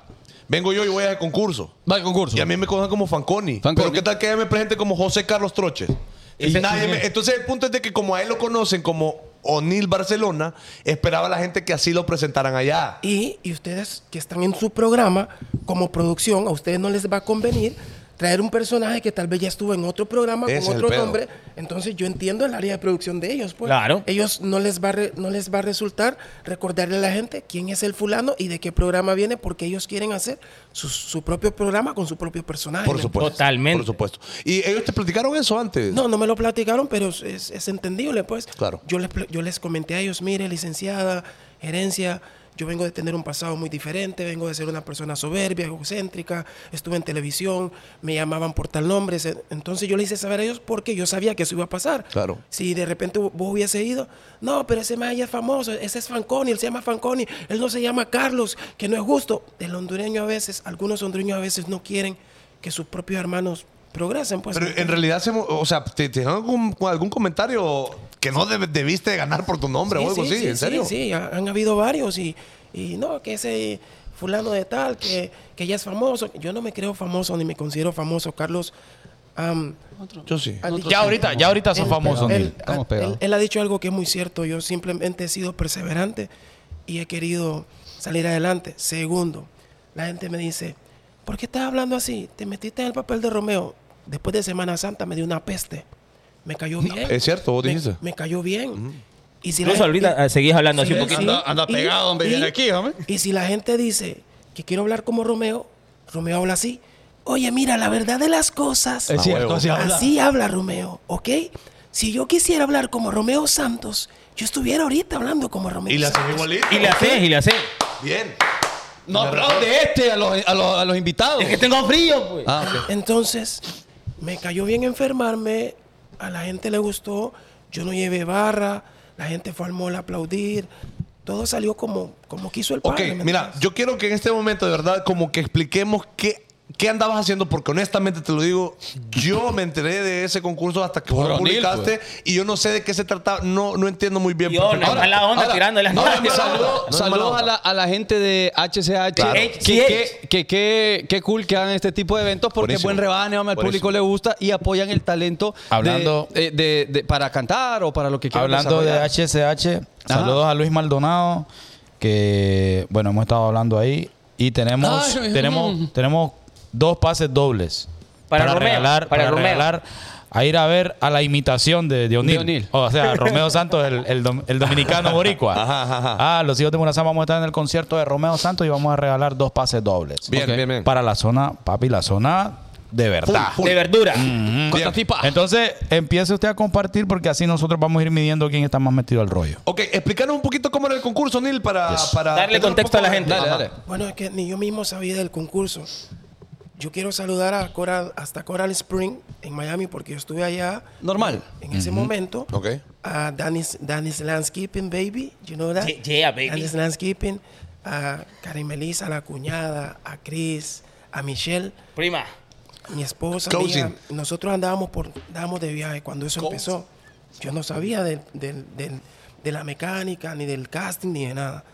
[SPEAKER 4] Vengo yo y voy a ese concurso.
[SPEAKER 5] Va al concurso.
[SPEAKER 4] Y a mí me conocen como Fanconi.
[SPEAKER 5] Fanconi.
[SPEAKER 4] Pero qué tal que ella me presente como José Carlos Troches. Y
[SPEAKER 3] Ese-
[SPEAKER 4] nadie me- entonces el punto es de que como a él lo conocen como O'Neill Barcelona, esperaba la gente que así lo presentaran allá.
[SPEAKER 8] Y, y ustedes que están en su programa, como producción, a ustedes no les va a convenir traer un personaje que tal vez ya estuvo en otro programa
[SPEAKER 4] Ese es
[SPEAKER 8] con
[SPEAKER 4] el
[SPEAKER 8] otro
[SPEAKER 4] pedo.
[SPEAKER 8] nombre. Entonces yo entiendo el área de producción de ellos. Pues.
[SPEAKER 3] Claro.
[SPEAKER 8] Ellos no les, va a re- no les va a resultar recordarle a la gente quién es el fulano y de qué programa viene porque ellos quieren hacer su, su propio programa con su propio personaje.
[SPEAKER 4] Por
[SPEAKER 8] ¿me
[SPEAKER 4] supuesto.
[SPEAKER 3] Totalmente.
[SPEAKER 4] Por supuesto. ¿Y ellos te platicaron eso antes?
[SPEAKER 8] No, no me lo platicaron, pero es, es- es entendible, pues.
[SPEAKER 4] Claro.
[SPEAKER 8] Yo les, pl- yo les comenté a ellos, mire, licenciada, gerencia, yo vengo de tener un pasado muy diferente, vengo de ser una persona soberbia, egocéntrica, estuve en televisión, me llamaban por tal nombre. se- Entonces yo le hice saber a ellos porque yo sabía que eso iba a pasar.
[SPEAKER 4] Claro.
[SPEAKER 8] Si de repente vos hubiese ido, no, pero ese más allá es famoso, ese es Fanconi, él se llama Fanconi, él no se llama Carlos, que no es justo. El hondureño a veces, algunos hondureños a veces no quieren que sus propios hermanos progresen, pues.
[SPEAKER 4] Pero en realidad, se, mo- o sea, ¿te, te dieron algún, algún comentario que no deb- debiste de ganar por tu nombre o algo así? ¿En serio?
[SPEAKER 8] Sí, sí, ha- han habido varios y, y no, que ese fulano de tal, que, que ya es famoso. Yo no me creo famoso ni me considero famoso, Carlos. am,
[SPEAKER 4] Yo sí.
[SPEAKER 8] ha dicho-
[SPEAKER 7] Ya ahorita, ya ahorita sos
[SPEAKER 8] él-
[SPEAKER 7] famoso,
[SPEAKER 8] él-
[SPEAKER 7] Neil.
[SPEAKER 5] Estamos
[SPEAKER 8] él-
[SPEAKER 5] pegados.
[SPEAKER 8] él ha dicho algo que es muy cierto. Yo simplemente he sido perseverante y he querido salir adelante. Segundo, la gente me dice, ¿por qué estás hablando así? Te metiste en el papel de Romeo. Después de Semana Santa me dio una peste. Me cayó bien.
[SPEAKER 4] es cierto, vos
[SPEAKER 8] Me-
[SPEAKER 4] dijiste.
[SPEAKER 8] Me, cayó bien. Y si la
[SPEAKER 3] Incluso
[SPEAKER 8] gente-
[SPEAKER 3] ahorita ah, seguís hablando así
[SPEAKER 8] Sí,
[SPEAKER 3] un poquito.
[SPEAKER 8] sí.
[SPEAKER 5] Anda, anda
[SPEAKER 8] Y-
[SPEAKER 5] pegado, hombre,
[SPEAKER 8] y-
[SPEAKER 5] viene aquí, hombre.
[SPEAKER 8] Y si la gente dice que quiero hablar como Romeo, Romeo habla así. Oye, mira, la verdad de las cosas.
[SPEAKER 5] Es cierto,
[SPEAKER 4] huevo.
[SPEAKER 5] así habla.
[SPEAKER 8] Así habla Romeo, ¿ok? Si yo quisiera hablar como Romeo Santos, yo estuviera ahorita hablando como Romeo
[SPEAKER 4] Y la
[SPEAKER 8] Santos.
[SPEAKER 4] haces igualito.
[SPEAKER 3] Y le haces, y le haces.
[SPEAKER 4] Bien.
[SPEAKER 5] No, pero de este a los, a los, a los invitados.
[SPEAKER 3] Es que tengo frío, pues.
[SPEAKER 5] Ah, ok.
[SPEAKER 8] Entonces, me cayó bien enfermarme, a la gente le gustó, yo no llevé barra, la gente fue al mall a aplaudir, todo salió como, como quiso el
[SPEAKER 4] Ok,
[SPEAKER 8] padre. ¿me
[SPEAKER 4] mira,
[SPEAKER 8] entiendes?
[SPEAKER 4] yo quiero que en este momento, de verdad, como que expliquemos qué, qué andabas haciendo, porque honestamente te lo digo, yo me enteré de ese concurso hasta que vos lo
[SPEAKER 5] Coronil,
[SPEAKER 4] publicaste y yo no sé de qué se trataba, no, no entiendo muy bien.
[SPEAKER 3] pues. Yo,
[SPEAKER 4] pero-
[SPEAKER 3] no, mala onda tirando las
[SPEAKER 4] ahora,
[SPEAKER 3] nalgas.
[SPEAKER 4] saludo-
[SPEAKER 5] Saludos
[SPEAKER 4] no es mala
[SPEAKER 5] saludos
[SPEAKER 4] onda.
[SPEAKER 5] a, la, a la gente de HCH. Que,
[SPEAKER 3] HCH.
[SPEAKER 5] que, que, que- que cool que hagan este tipo de eventos porque
[SPEAKER 4] Buenísimo.
[SPEAKER 5] buen rebane, hombre, al
[SPEAKER 4] Buenísimo.
[SPEAKER 5] público le gusta y apoyan el talento de-
[SPEAKER 7] Hablando-
[SPEAKER 5] eh, de- de- para cantar o para lo que quieran.
[SPEAKER 7] Hablando de
[SPEAKER 5] desarrollar.
[SPEAKER 7] HCH,
[SPEAKER 5] Ajá.
[SPEAKER 7] saludos a Luis Maldonado, que bueno, hemos estado hablando ahí y tenemos
[SPEAKER 5] Ay, mm.
[SPEAKER 7] tenemos tenemos dos pases dobles
[SPEAKER 3] Para Romeo,
[SPEAKER 7] regalar
[SPEAKER 3] para
[SPEAKER 7] para,
[SPEAKER 3] Romeo.
[SPEAKER 7] regalar a ir a ver a la imitación de Dionil.
[SPEAKER 5] Dionil.
[SPEAKER 7] O sea, Romeo Santos, el, el dom- el dominicano boricua. Ah, los hijos de Murazán vamos a estar en el concierto de Romeo Santos y vamos a regalar dos pases dobles.
[SPEAKER 4] Bien,
[SPEAKER 5] Ok.
[SPEAKER 4] bien, bien.
[SPEAKER 7] Para la zona, papi, la zona de verdad.
[SPEAKER 3] De verdura.
[SPEAKER 8] Mm.
[SPEAKER 5] Cuántas tipas.
[SPEAKER 7] Entonces, empiece usted a compartir porque así nosotros vamos a ir midiendo quién está más metido al rollo.
[SPEAKER 4] Ok, explícanos un poquito cómo era el concurso, Neil, para, para
[SPEAKER 3] Darle
[SPEAKER 4] tener un
[SPEAKER 3] contexto
[SPEAKER 4] poco
[SPEAKER 3] a la
[SPEAKER 4] de-
[SPEAKER 3] gente.
[SPEAKER 5] Dale,
[SPEAKER 4] Ajá.
[SPEAKER 5] dale.
[SPEAKER 8] Bueno, es que ni yo mismo sabía del concurso. Yo quiero saludar a Coral, hasta Coral Spring en Miami porque yo estuve allá.
[SPEAKER 5] Normal.
[SPEAKER 8] En ese momento.
[SPEAKER 4] Ok.
[SPEAKER 8] A Danny's, Danny's Landscaping, baby. You know that?
[SPEAKER 3] Ye- yeah, baby.
[SPEAKER 8] Danny's Landscaping. A Karen Melissa, la cuñada. A Chris. A Michelle.
[SPEAKER 3] Prima.
[SPEAKER 8] Mi esposa.
[SPEAKER 4] Cousin.
[SPEAKER 8] amiga. Nosotros andábamos por, andábamos de viaje cuando eso empezó. Yo no sabía del- del- del- de la mecánica, ni del casting, ni de nada.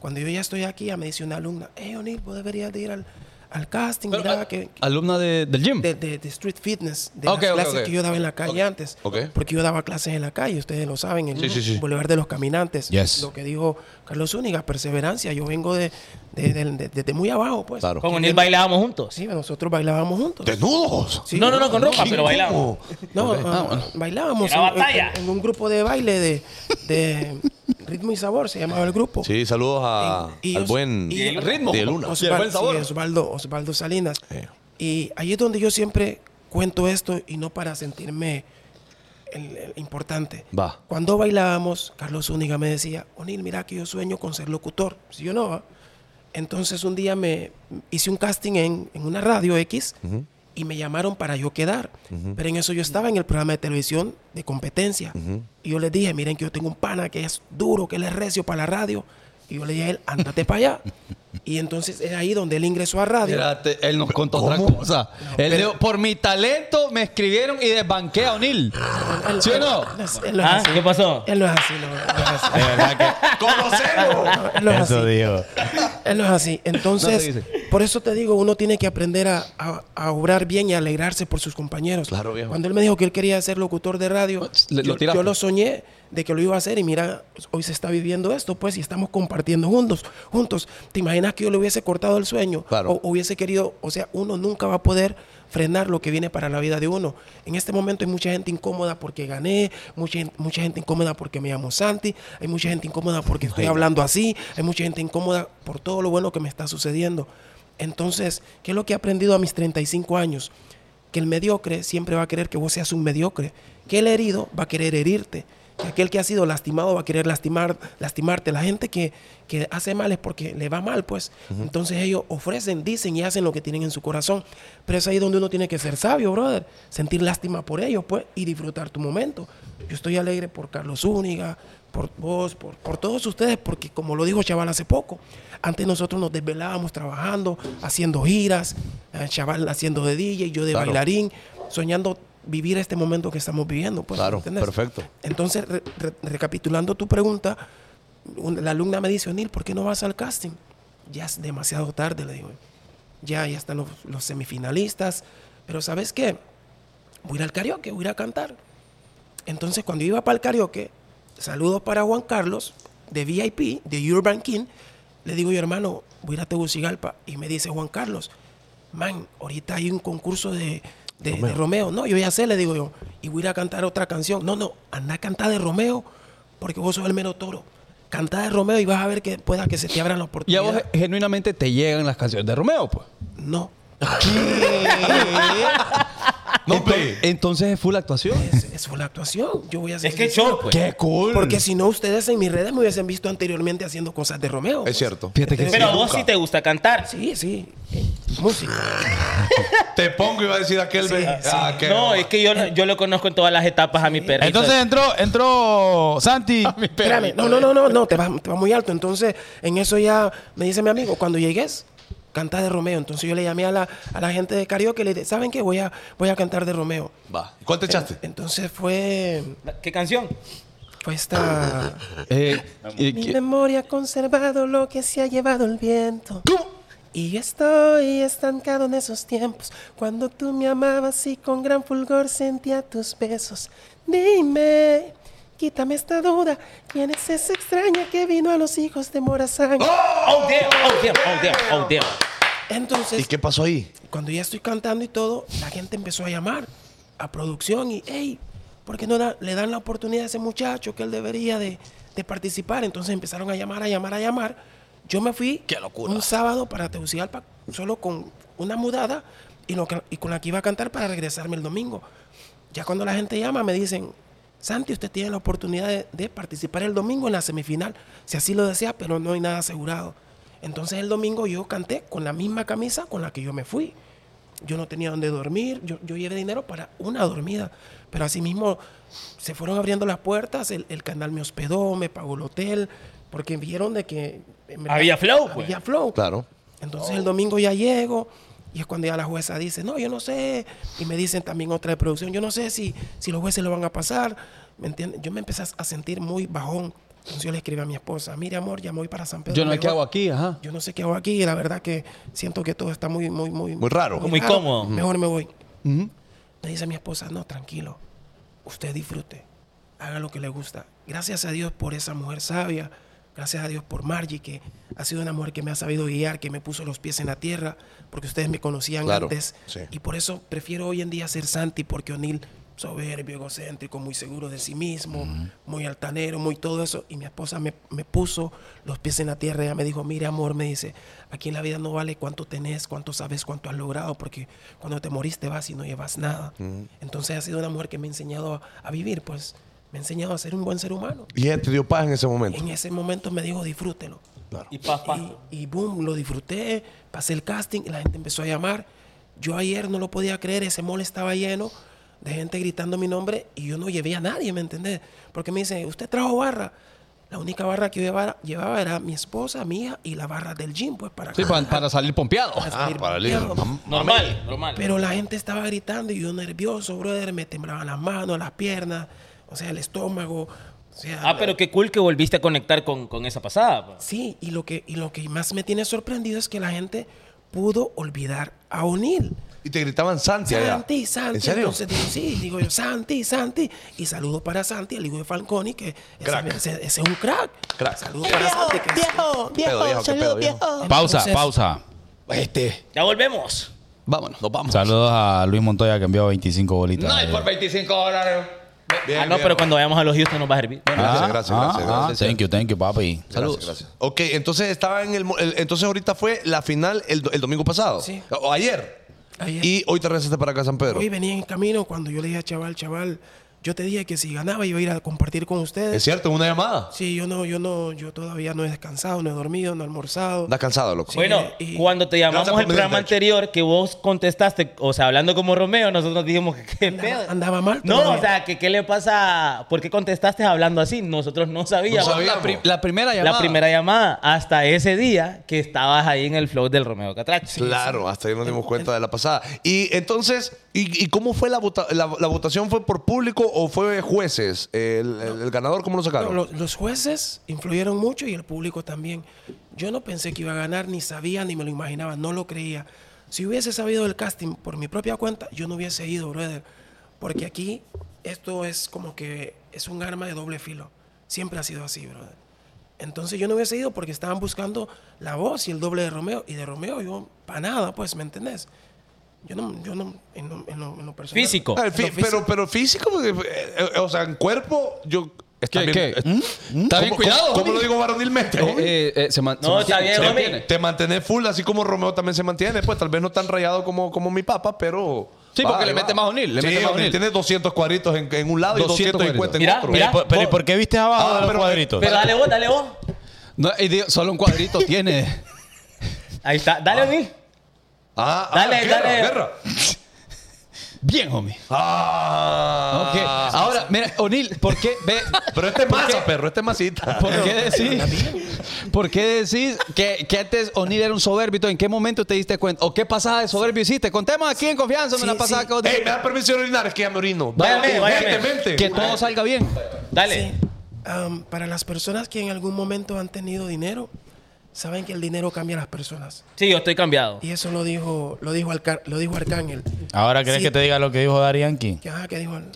[SPEAKER 8] Cuando yo ya estoy aquí, ya me dice una alumna, hey, O'Neill, vos deberías de ir al, al casting,
[SPEAKER 5] Pero,
[SPEAKER 8] mira,
[SPEAKER 5] a-
[SPEAKER 8] que,
[SPEAKER 5] alumna de- del gym.
[SPEAKER 8] de, de- de street fitness, de
[SPEAKER 5] Ok,
[SPEAKER 8] las
[SPEAKER 5] ok,
[SPEAKER 8] clases
[SPEAKER 5] ok.
[SPEAKER 8] que yo daba en la calle antes.
[SPEAKER 4] ok.
[SPEAKER 8] Porque yo daba clases en la calle, ustedes lo saben, en el
[SPEAKER 4] sí, sí.
[SPEAKER 8] Boulevard de los Caminantes.
[SPEAKER 7] Yes.
[SPEAKER 8] Lo que dijo Carlos Úniga, perseverancia. Yo vengo de, de- de- de- desde muy abajo, pues.
[SPEAKER 4] Claro.
[SPEAKER 3] Con O'Neill bailábamos juntos. Ah,
[SPEAKER 8] Sí, nosotros bailábamos juntos.
[SPEAKER 4] ¡Desnudos!
[SPEAKER 8] Sí.
[SPEAKER 3] No, no, no, con ropa, pero bailábamos.
[SPEAKER 8] No, ah, bailábamos
[SPEAKER 3] Era
[SPEAKER 8] en- en-
[SPEAKER 3] batalla.
[SPEAKER 8] En, un grupo de baile de, de ritmo y sabor, se llamaba el grupo.
[SPEAKER 4] Sí, saludos a,
[SPEAKER 8] Y- y
[SPEAKER 4] al
[SPEAKER 8] os-
[SPEAKER 4] buen
[SPEAKER 8] y-
[SPEAKER 4] ritmo de Luna.
[SPEAKER 8] Osval- sí, Osvaldo, Osvaldo Salinas.
[SPEAKER 4] Sí.
[SPEAKER 8] Y ahí es donde yo siempre cuento esto y no para sentirme el, el importante.
[SPEAKER 4] Va.
[SPEAKER 8] Cuando bailábamos, Carlos Úniga me decía, Onil, mira que yo sueño con ser locutor. Si yo no, ¿va? entonces un día me hice un casting en, en una radio X y me llamaron para yo quedar. Pero en eso yo estaba en el programa de televisión de competencia. Y yo les dije, miren que yo tengo un pana que es duro, que él es recio para la radio. Y yo le dije a él, ándate para allá. Y entonces es ahí donde él ingresó a radio.
[SPEAKER 5] Espérate, él nos contó otra cosa. Él dijo, por mi talento me escribieron y desbanqué a O'Neill.
[SPEAKER 8] Él-
[SPEAKER 5] ¿Sí o
[SPEAKER 8] él-
[SPEAKER 5] no?
[SPEAKER 8] él no es- él no es
[SPEAKER 3] ¿Ah?
[SPEAKER 8] así.
[SPEAKER 3] ¿Qué pasó?
[SPEAKER 8] Él no es así, no, no es así.
[SPEAKER 7] De verdad que
[SPEAKER 4] ¡Conocemos!
[SPEAKER 8] No, él no es
[SPEAKER 7] eso
[SPEAKER 8] así.
[SPEAKER 7] digo.
[SPEAKER 8] Él no es así. Entonces,
[SPEAKER 5] No te
[SPEAKER 8] por eso te digo, uno tiene que aprender a, a- a obrar bien y a alegrarse por sus compañeros.
[SPEAKER 4] Claro, viejo.
[SPEAKER 8] Cuando él me dijo que él quería ser locutor de radio,
[SPEAKER 5] Le- lo
[SPEAKER 8] yo,
[SPEAKER 5] tiraste.
[SPEAKER 8] yo lo soñé de que lo iba a hacer y mira, hoy se está viviendo esto, pues, y estamos compartiendo juntos. juntos. ¿Te imaginas que yo le hubiese cortado el sueño?
[SPEAKER 4] Claro.
[SPEAKER 8] O hubiese querido, o sea, uno nunca va a poder frenar lo que viene para la vida de uno. En este momento hay mucha gente incómoda porque gané, mucha, gen- mucha gente incómoda porque me llamo Santi, hay mucha gente incómoda porque estoy hablando así, hay mucha gente incómoda por todo lo bueno que me está sucediendo. Entonces, ¿qué es lo que he aprendido a mis 35 años? Que el mediocre siempre va a querer que vos seas un mediocre, que el herido va a querer herirte, que aquel que ha sido lastimado va a querer lastimar, lastimarte. La gente que, que hace mal es porque le va mal, pues. Entonces ellos ofrecen, dicen y hacen lo que tienen en su corazón. Pero es ahí donde uno tiene que ser sabio, brother. Sentir lástima por ellos, pues, y disfrutar tu momento. Yo estoy alegre por Carlos Zúñiga, por vos, por, por todos ustedes, porque como lo dijo Chaval hace poco, antes nosotros nos desvelábamos trabajando, haciendo giras, eh, Chaval haciendo de DJ, yo de
[SPEAKER 4] Claro.
[SPEAKER 8] bailarín, soñando vivir este momento que estamos viviendo. Pues,
[SPEAKER 4] Claro,
[SPEAKER 8] ¿entendés?
[SPEAKER 4] perfecto.
[SPEAKER 8] Entonces, re- re- recapitulando tu pregunta, un- la alumna me dice, O'Neill, ¿por qué no vas al casting? Ya es demasiado tarde, le digo. Ya, ya están los, los semifinalistas. Pero ¿sabes qué? Voy a ir al karaoke, voy a ir a cantar. Entonces, cuando iba para el karaoke, saludos para Juan Carlos, de VIP, de Urban King. Le digo yo, hermano, voy a ir a Tegucigalpa. Y me dice Juan Carlos, man, ahorita hay un concurso de, de- de Romeo. No, yo ya sé, le digo yo. Y voy a ir a cantar otra canción. No, no, anda a cantar de Romeo, porque vos sos el mero toro. Canta de Romeo y vas a ver que pueda que se te abran las
[SPEAKER 5] Y a
[SPEAKER 8] oportunidades.
[SPEAKER 5] vos genuinamente te llegan las canciones de Romeo, pues.
[SPEAKER 8] No.
[SPEAKER 4] No,
[SPEAKER 5] Entonces,
[SPEAKER 4] pe.
[SPEAKER 5] entonces es full actuación.
[SPEAKER 8] Es, es fue la actuación. Yo voy a hacer
[SPEAKER 3] Es que show, pues.
[SPEAKER 5] ¡Qué cool!
[SPEAKER 8] Porque si no, ustedes en mis redes me hubiesen visto anteriormente haciendo cosas de Romeo.
[SPEAKER 4] Es cierto.
[SPEAKER 5] Fíjate que
[SPEAKER 3] Pero a
[SPEAKER 5] sí.
[SPEAKER 3] vos sí te gusta cantar.
[SPEAKER 8] Sí, sí. música.
[SPEAKER 4] Te pongo, iba a decir aquel.
[SPEAKER 8] Sí,
[SPEAKER 4] ve-
[SPEAKER 8] sí.
[SPEAKER 4] ah, qué
[SPEAKER 3] No,
[SPEAKER 4] va.
[SPEAKER 3] es que yo, yo lo conozco en todas las etapas a mi perrito.
[SPEAKER 7] Entonces entró, entró Santi.
[SPEAKER 8] Espérame, no, no, no, no, no, te vas te vas muy alto. Entonces, en eso ya me dice mi amigo, cuando llegues, canta de Romeo. Entonces yo le llamé a la, a la gente de karaoke y le dije, ¿saben qué? Voy a, voy a cantar de Romeo.
[SPEAKER 4] Va. ¿Cuál te echaste?
[SPEAKER 8] Entonces fue,
[SPEAKER 3] ¿Qué canción?
[SPEAKER 8] fue esta...
[SPEAKER 5] Eh, eh,
[SPEAKER 8] Mi
[SPEAKER 5] que-
[SPEAKER 8] memoria ha conservado lo que se ha llevado el viento. Y yo estoy estancado en esos tiempos, cuando tú me amabas y con gran fulgor sentía tus besos. Dime, quítame esta duda, ¿quién es esa extraña que vino a los hijos de Morazán?
[SPEAKER 3] Oh, damn, oh, damn, oh, damn, oh, damn.
[SPEAKER 8] Entonces,
[SPEAKER 4] ¿Y qué pasó ahí?
[SPEAKER 8] cuando ya estoy cantando y todo, la gente empezó a llamar a producción y, hey, ¿por qué no da- le dan la oportunidad a ese muchacho que él debería de, de participar? Entonces empezaron a llamar, a llamar, a llamar. Yo me fui un sábado para Tegucigalpa solo con una mudada y, lo que- y con la que iba a cantar para regresarme el domingo. Ya cuando la gente llama me dicen, Santi, usted tiene la oportunidad de, de participar el domingo en la semifinal, si así lo desea, pero no hay nada asegurado. Entonces el domingo yo canté con la misma camisa con la que yo me fui. Yo no tenía dónde dormir, yo, yo llevé dinero para una dormida, pero asimismo se fueron abriendo las puertas, el, el canal me hospedó, me pagó el hotel, porque vieron de que... en verdad,
[SPEAKER 3] Había flow, pues.
[SPEAKER 8] Había flow.
[SPEAKER 4] Claro.
[SPEAKER 8] Entonces
[SPEAKER 5] Oh.
[SPEAKER 8] el domingo ya llego y es cuando ya la jueza dice, no, yo no sé. Y me dicen también otra de producción, yo no sé si, si los jueces lo van a pasar. ¿Me entiendes? Yo me empecé a sentir muy bajón. Entonces yo le escribí a mi esposa, mire amor, ya me voy para San Pedro.
[SPEAKER 5] yo no sé
[SPEAKER 8] Me
[SPEAKER 5] qué
[SPEAKER 8] voy.
[SPEAKER 5] hago aquí, ajá.
[SPEAKER 8] Yo no sé qué hago aquí y la verdad que siento que todo está muy, muy, muy...
[SPEAKER 4] Muy raro.
[SPEAKER 3] Muy
[SPEAKER 8] raro.
[SPEAKER 3] cómodo.
[SPEAKER 8] Mejor me voy. Me dice mi esposa, no, tranquilo. Usted disfrute. Haga lo que le gusta. Gracias a Dios por esa mujer sabia. Gracias a Dios por Margie, que ha sido una mujer que me ha sabido guiar, que me puso los pies en la tierra, porque ustedes me conocían
[SPEAKER 4] Claro,
[SPEAKER 8] antes.
[SPEAKER 4] sí.
[SPEAKER 8] Y por eso prefiero hoy en día ser Santi, porque O'Neill, soberbio, egocéntrico, muy seguro de sí mismo, muy altanero, muy todo eso. Y mi esposa me, me puso los pies en la tierra. Ella me dijo, mire amor, me dice, aquí en la vida no vale cuánto tenés, cuánto sabes, cuánto has logrado, porque cuando te morís te vas y no llevas nada. Entonces ha sido una mujer que me ha enseñado a, a vivir, pues me ha enseñado a ser un buen ser humano.
[SPEAKER 4] Y ella te dio paz en ese momento.
[SPEAKER 8] En ese momento me dijo, disfrútelo.
[SPEAKER 3] Y pa, pa.
[SPEAKER 8] Y, y boom, lo disfruté, pasé el casting, la gente empezó a llamar. Yo ayer no lo podía creer, ese mall estaba lleno de gente gritando mi nombre y yo no llevé a nadie, ¿me entendés? Porque me dicen, usted trajo barra. La única barra que yo llevaba, llevaba era mi esposa, mi hija y la barra del gym, pues para...
[SPEAKER 5] Sí, pa- para salir pompeado.
[SPEAKER 8] para
[SPEAKER 4] Ah,
[SPEAKER 8] salir
[SPEAKER 4] para el libro.
[SPEAKER 8] bombeado.
[SPEAKER 3] Normal, normal.
[SPEAKER 8] Pero la gente estaba gritando y yo nervioso, brother, me temblaban las manos, las piernas, o sea, el estómago. O sea,
[SPEAKER 3] Ah, pero qué cool que volviste a conectar con, con esa pasada. pues. pa.
[SPEAKER 8] Sí, y lo, que, y lo que más me tiene sorprendido es que la gente pudo olvidar a O'Neill.
[SPEAKER 4] Y te gritaban Santi allá.
[SPEAKER 8] Santi, Santi.
[SPEAKER 4] ¿En serio?
[SPEAKER 8] Entonces digo, sí, digo yo, Santi, Santi. Y saludo para Santi, el hijo de Falconi, que ese-
[SPEAKER 4] Crack.
[SPEAKER 8] Ese, ese es un crack.
[SPEAKER 4] Crack.
[SPEAKER 8] Saludos para Santi. Que es-
[SPEAKER 4] ¿Qué pedo, viejo? ¿Qué pedo, viejo?
[SPEAKER 7] Pausa,
[SPEAKER 8] Entonces,
[SPEAKER 7] pausa.
[SPEAKER 5] Este,
[SPEAKER 3] Ya volvemos.
[SPEAKER 5] vámonos, nos vamos.
[SPEAKER 7] Saludos a Luis Montoya que envió 25 bolitas.
[SPEAKER 2] No, y por 25 dólares.
[SPEAKER 4] Bien,
[SPEAKER 3] ah, no,
[SPEAKER 4] bien.
[SPEAKER 3] pero cuando vayamos a los Houston nos va a servir.
[SPEAKER 7] Ah,
[SPEAKER 4] Gracias, gracias,
[SPEAKER 7] ah,
[SPEAKER 4] gracias,
[SPEAKER 7] ah,
[SPEAKER 4] gracias.
[SPEAKER 7] Thank you, thank you, papi.
[SPEAKER 4] Saludos. Gracias, Ok, entonces estaba en el, mo- el- Entonces ahorita fue la final el, do- el domingo pasado.
[SPEAKER 8] Sí.
[SPEAKER 4] O ayer.
[SPEAKER 8] ayer-
[SPEAKER 4] Y hoy te regresaste para acá a San Pedro.
[SPEAKER 8] Hoy venía en camino cuando yo le dije a chaval, chaval, yo te dije que si ganaba iba a ir a compartir con
[SPEAKER 4] Es
[SPEAKER 8] ustedes.
[SPEAKER 4] cierto, una llamada.
[SPEAKER 8] Sí, yo no, yo no, yo todavía no he descansado, no he dormido, no he almorzado.
[SPEAKER 4] Andas cansado, loco.
[SPEAKER 8] Sí.
[SPEAKER 3] Bueno,
[SPEAKER 8] y-
[SPEAKER 3] cuando te llamamos
[SPEAKER 4] Gracias por
[SPEAKER 3] el programa
[SPEAKER 4] venir, de hecho.
[SPEAKER 3] anterior, que vos contestaste, o sea, hablando como Romeo, nosotros dijimos que qué pedo.
[SPEAKER 8] Andaba, andaba mal.
[SPEAKER 3] No,
[SPEAKER 8] todavía.
[SPEAKER 3] o sea, que qué le pasa, ¿por qué contestaste hablando así? Nosotros no sabíamos.
[SPEAKER 4] No sabíamos.
[SPEAKER 5] La, pri- la primera llamada.
[SPEAKER 3] La primera llamada hasta ese día que estabas ahí en el flow del Romeo Catracho.
[SPEAKER 4] Claro, hasta ahí nos dimos cuenta de la pasada. Y entonces, ¿y, y cómo fue la, vota- la, la votación? ¿Fue por público o fue jueces? ¿El, el- el ganador cómo lo sacaron?
[SPEAKER 8] No, lo- los jueces influyeron mucho y el público también. Yo no pensé que iba a ganar, ni sabía, ni me lo imaginaba, no lo creía. Si hubiese sabido del casting por mi propia cuenta, yo no hubiese ido, brother. Porque aquí esto es como que es un arma de doble filo. Siempre ha sido así, brother. Entonces yo no hubiese ido porque estaban buscando la voz y el doble de Romeo. Y de Romeo yo, para nada, pues, ¿me entendés? Yo no, yo no, en lo, en lo- en lo personal.
[SPEAKER 3] Físico.
[SPEAKER 4] Ah, el fí-
[SPEAKER 8] lo físico.
[SPEAKER 4] Pero, pero físico, porque, eh, eh, o sea, en cuerpo, yo. está
[SPEAKER 5] ¿Qué,
[SPEAKER 4] bien-
[SPEAKER 5] qué? ¿Mm?
[SPEAKER 4] eh,
[SPEAKER 5] Está bien
[SPEAKER 4] ¿cómo-
[SPEAKER 5] cuidado.
[SPEAKER 4] ¿Cómo, cómo
[SPEAKER 5] homie.
[SPEAKER 4] lo digo varonilmente?
[SPEAKER 5] Eh,
[SPEAKER 4] homie?
[SPEAKER 5] eh, eh, se man-
[SPEAKER 3] No,
[SPEAKER 5] se
[SPEAKER 3] está
[SPEAKER 5] mantiene,
[SPEAKER 3] bien,
[SPEAKER 5] se
[SPEAKER 3] homie.
[SPEAKER 5] mantiene.
[SPEAKER 4] Te mantenés full, así como Romeo también se mantiene, pues tal vez no tan rayado como, como mi papá, pero.
[SPEAKER 5] Sí, porque le mete más O'Neal, le
[SPEAKER 4] Sí,
[SPEAKER 5] mete más
[SPEAKER 4] O'Neal
[SPEAKER 5] O'Neal.
[SPEAKER 4] tiene 200 cuadritos en, en un lado
[SPEAKER 5] 200
[SPEAKER 4] y 250 en
[SPEAKER 3] cuadritos.
[SPEAKER 4] otro.
[SPEAKER 3] Mira,
[SPEAKER 7] Pero, pero, ¿y
[SPEAKER 3] vos-
[SPEAKER 7] ¿por qué viste abajo
[SPEAKER 4] Ah,
[SPEAKER 7] de los
[SPEAKER 4] pero-
[SPEAKER 7] cuadritos?
[SPEAKER 3] Pero dale vos, dale vos.
[SPEAKER 5] No, y digo, solo un cuadrito tiene.
[SPEAKER 8] Ah.
[SPEAKER 3] Ahí está, dale a mí.
[SPEAKER 4] Ah, ah,
[SPEAKER 3] Dale,
[SPEAKER 4] guerra,
[SPEAKER 3] dale.
[SPEAKER 4] guerra.
[SPEAKER 5] Bien, homie.
[SPEAKER 4] Ah.
[SPEAKER 5] Ok. Ahora, mira, O'Neill, ¿por qué? Ve,
[SPEAKER 4] Pero este es
[SPEAKER 5] ¿por qué-
[SPEAKER 4] masa, perro, este es masita.
[SPEAKER 5] ¿Por qué decís, ¿por qué decís que, que antes O'Neill era un soberbio? ¿En qué momento te diste cuenta? ¿O qué pasada de soberbio hiciste? Contemos aquí en confianza. me
[SPEAKER 8] Sí,
[SPEAKER 5] la pasada
[SPEAKER 8] sí.
[SPEAKER 5] que vos
[SPEAKER 4] Ey,
[SPEAKER 5] dijiste.
[SPEAKER 4] me da permiso de orinar, es que ya me orino.
[SPEAKER 3] Váyame,
[SPEAKER 4] Vente,
[SPEAKER 3] váyame.
[SPEAKER 4] Vente,
[SPEAKER 5] Que
[SPEAKER 4] vente.
[SPEAKER 5] todo salga bien.
[SPEAKER 3] Dale.
[SPEAKER 8] Sí. Am, para las personas que en algún momento han tenido dinero, saben que el dinero cambia a las personas.
[SPEAKER 3] Sí, yo estoy cambiado.
[SPEAKER 8] Y eso lo dijo, lo dijo, Alca- lo dijo Arcángel.
[SPEAKER 7] Ahora crees
[SPEAKER 8] Sí.
[SPEAKER 7] que te diga lo que dijo Darianki.
[SPEAKER 8] Que, ajá, que dijo el-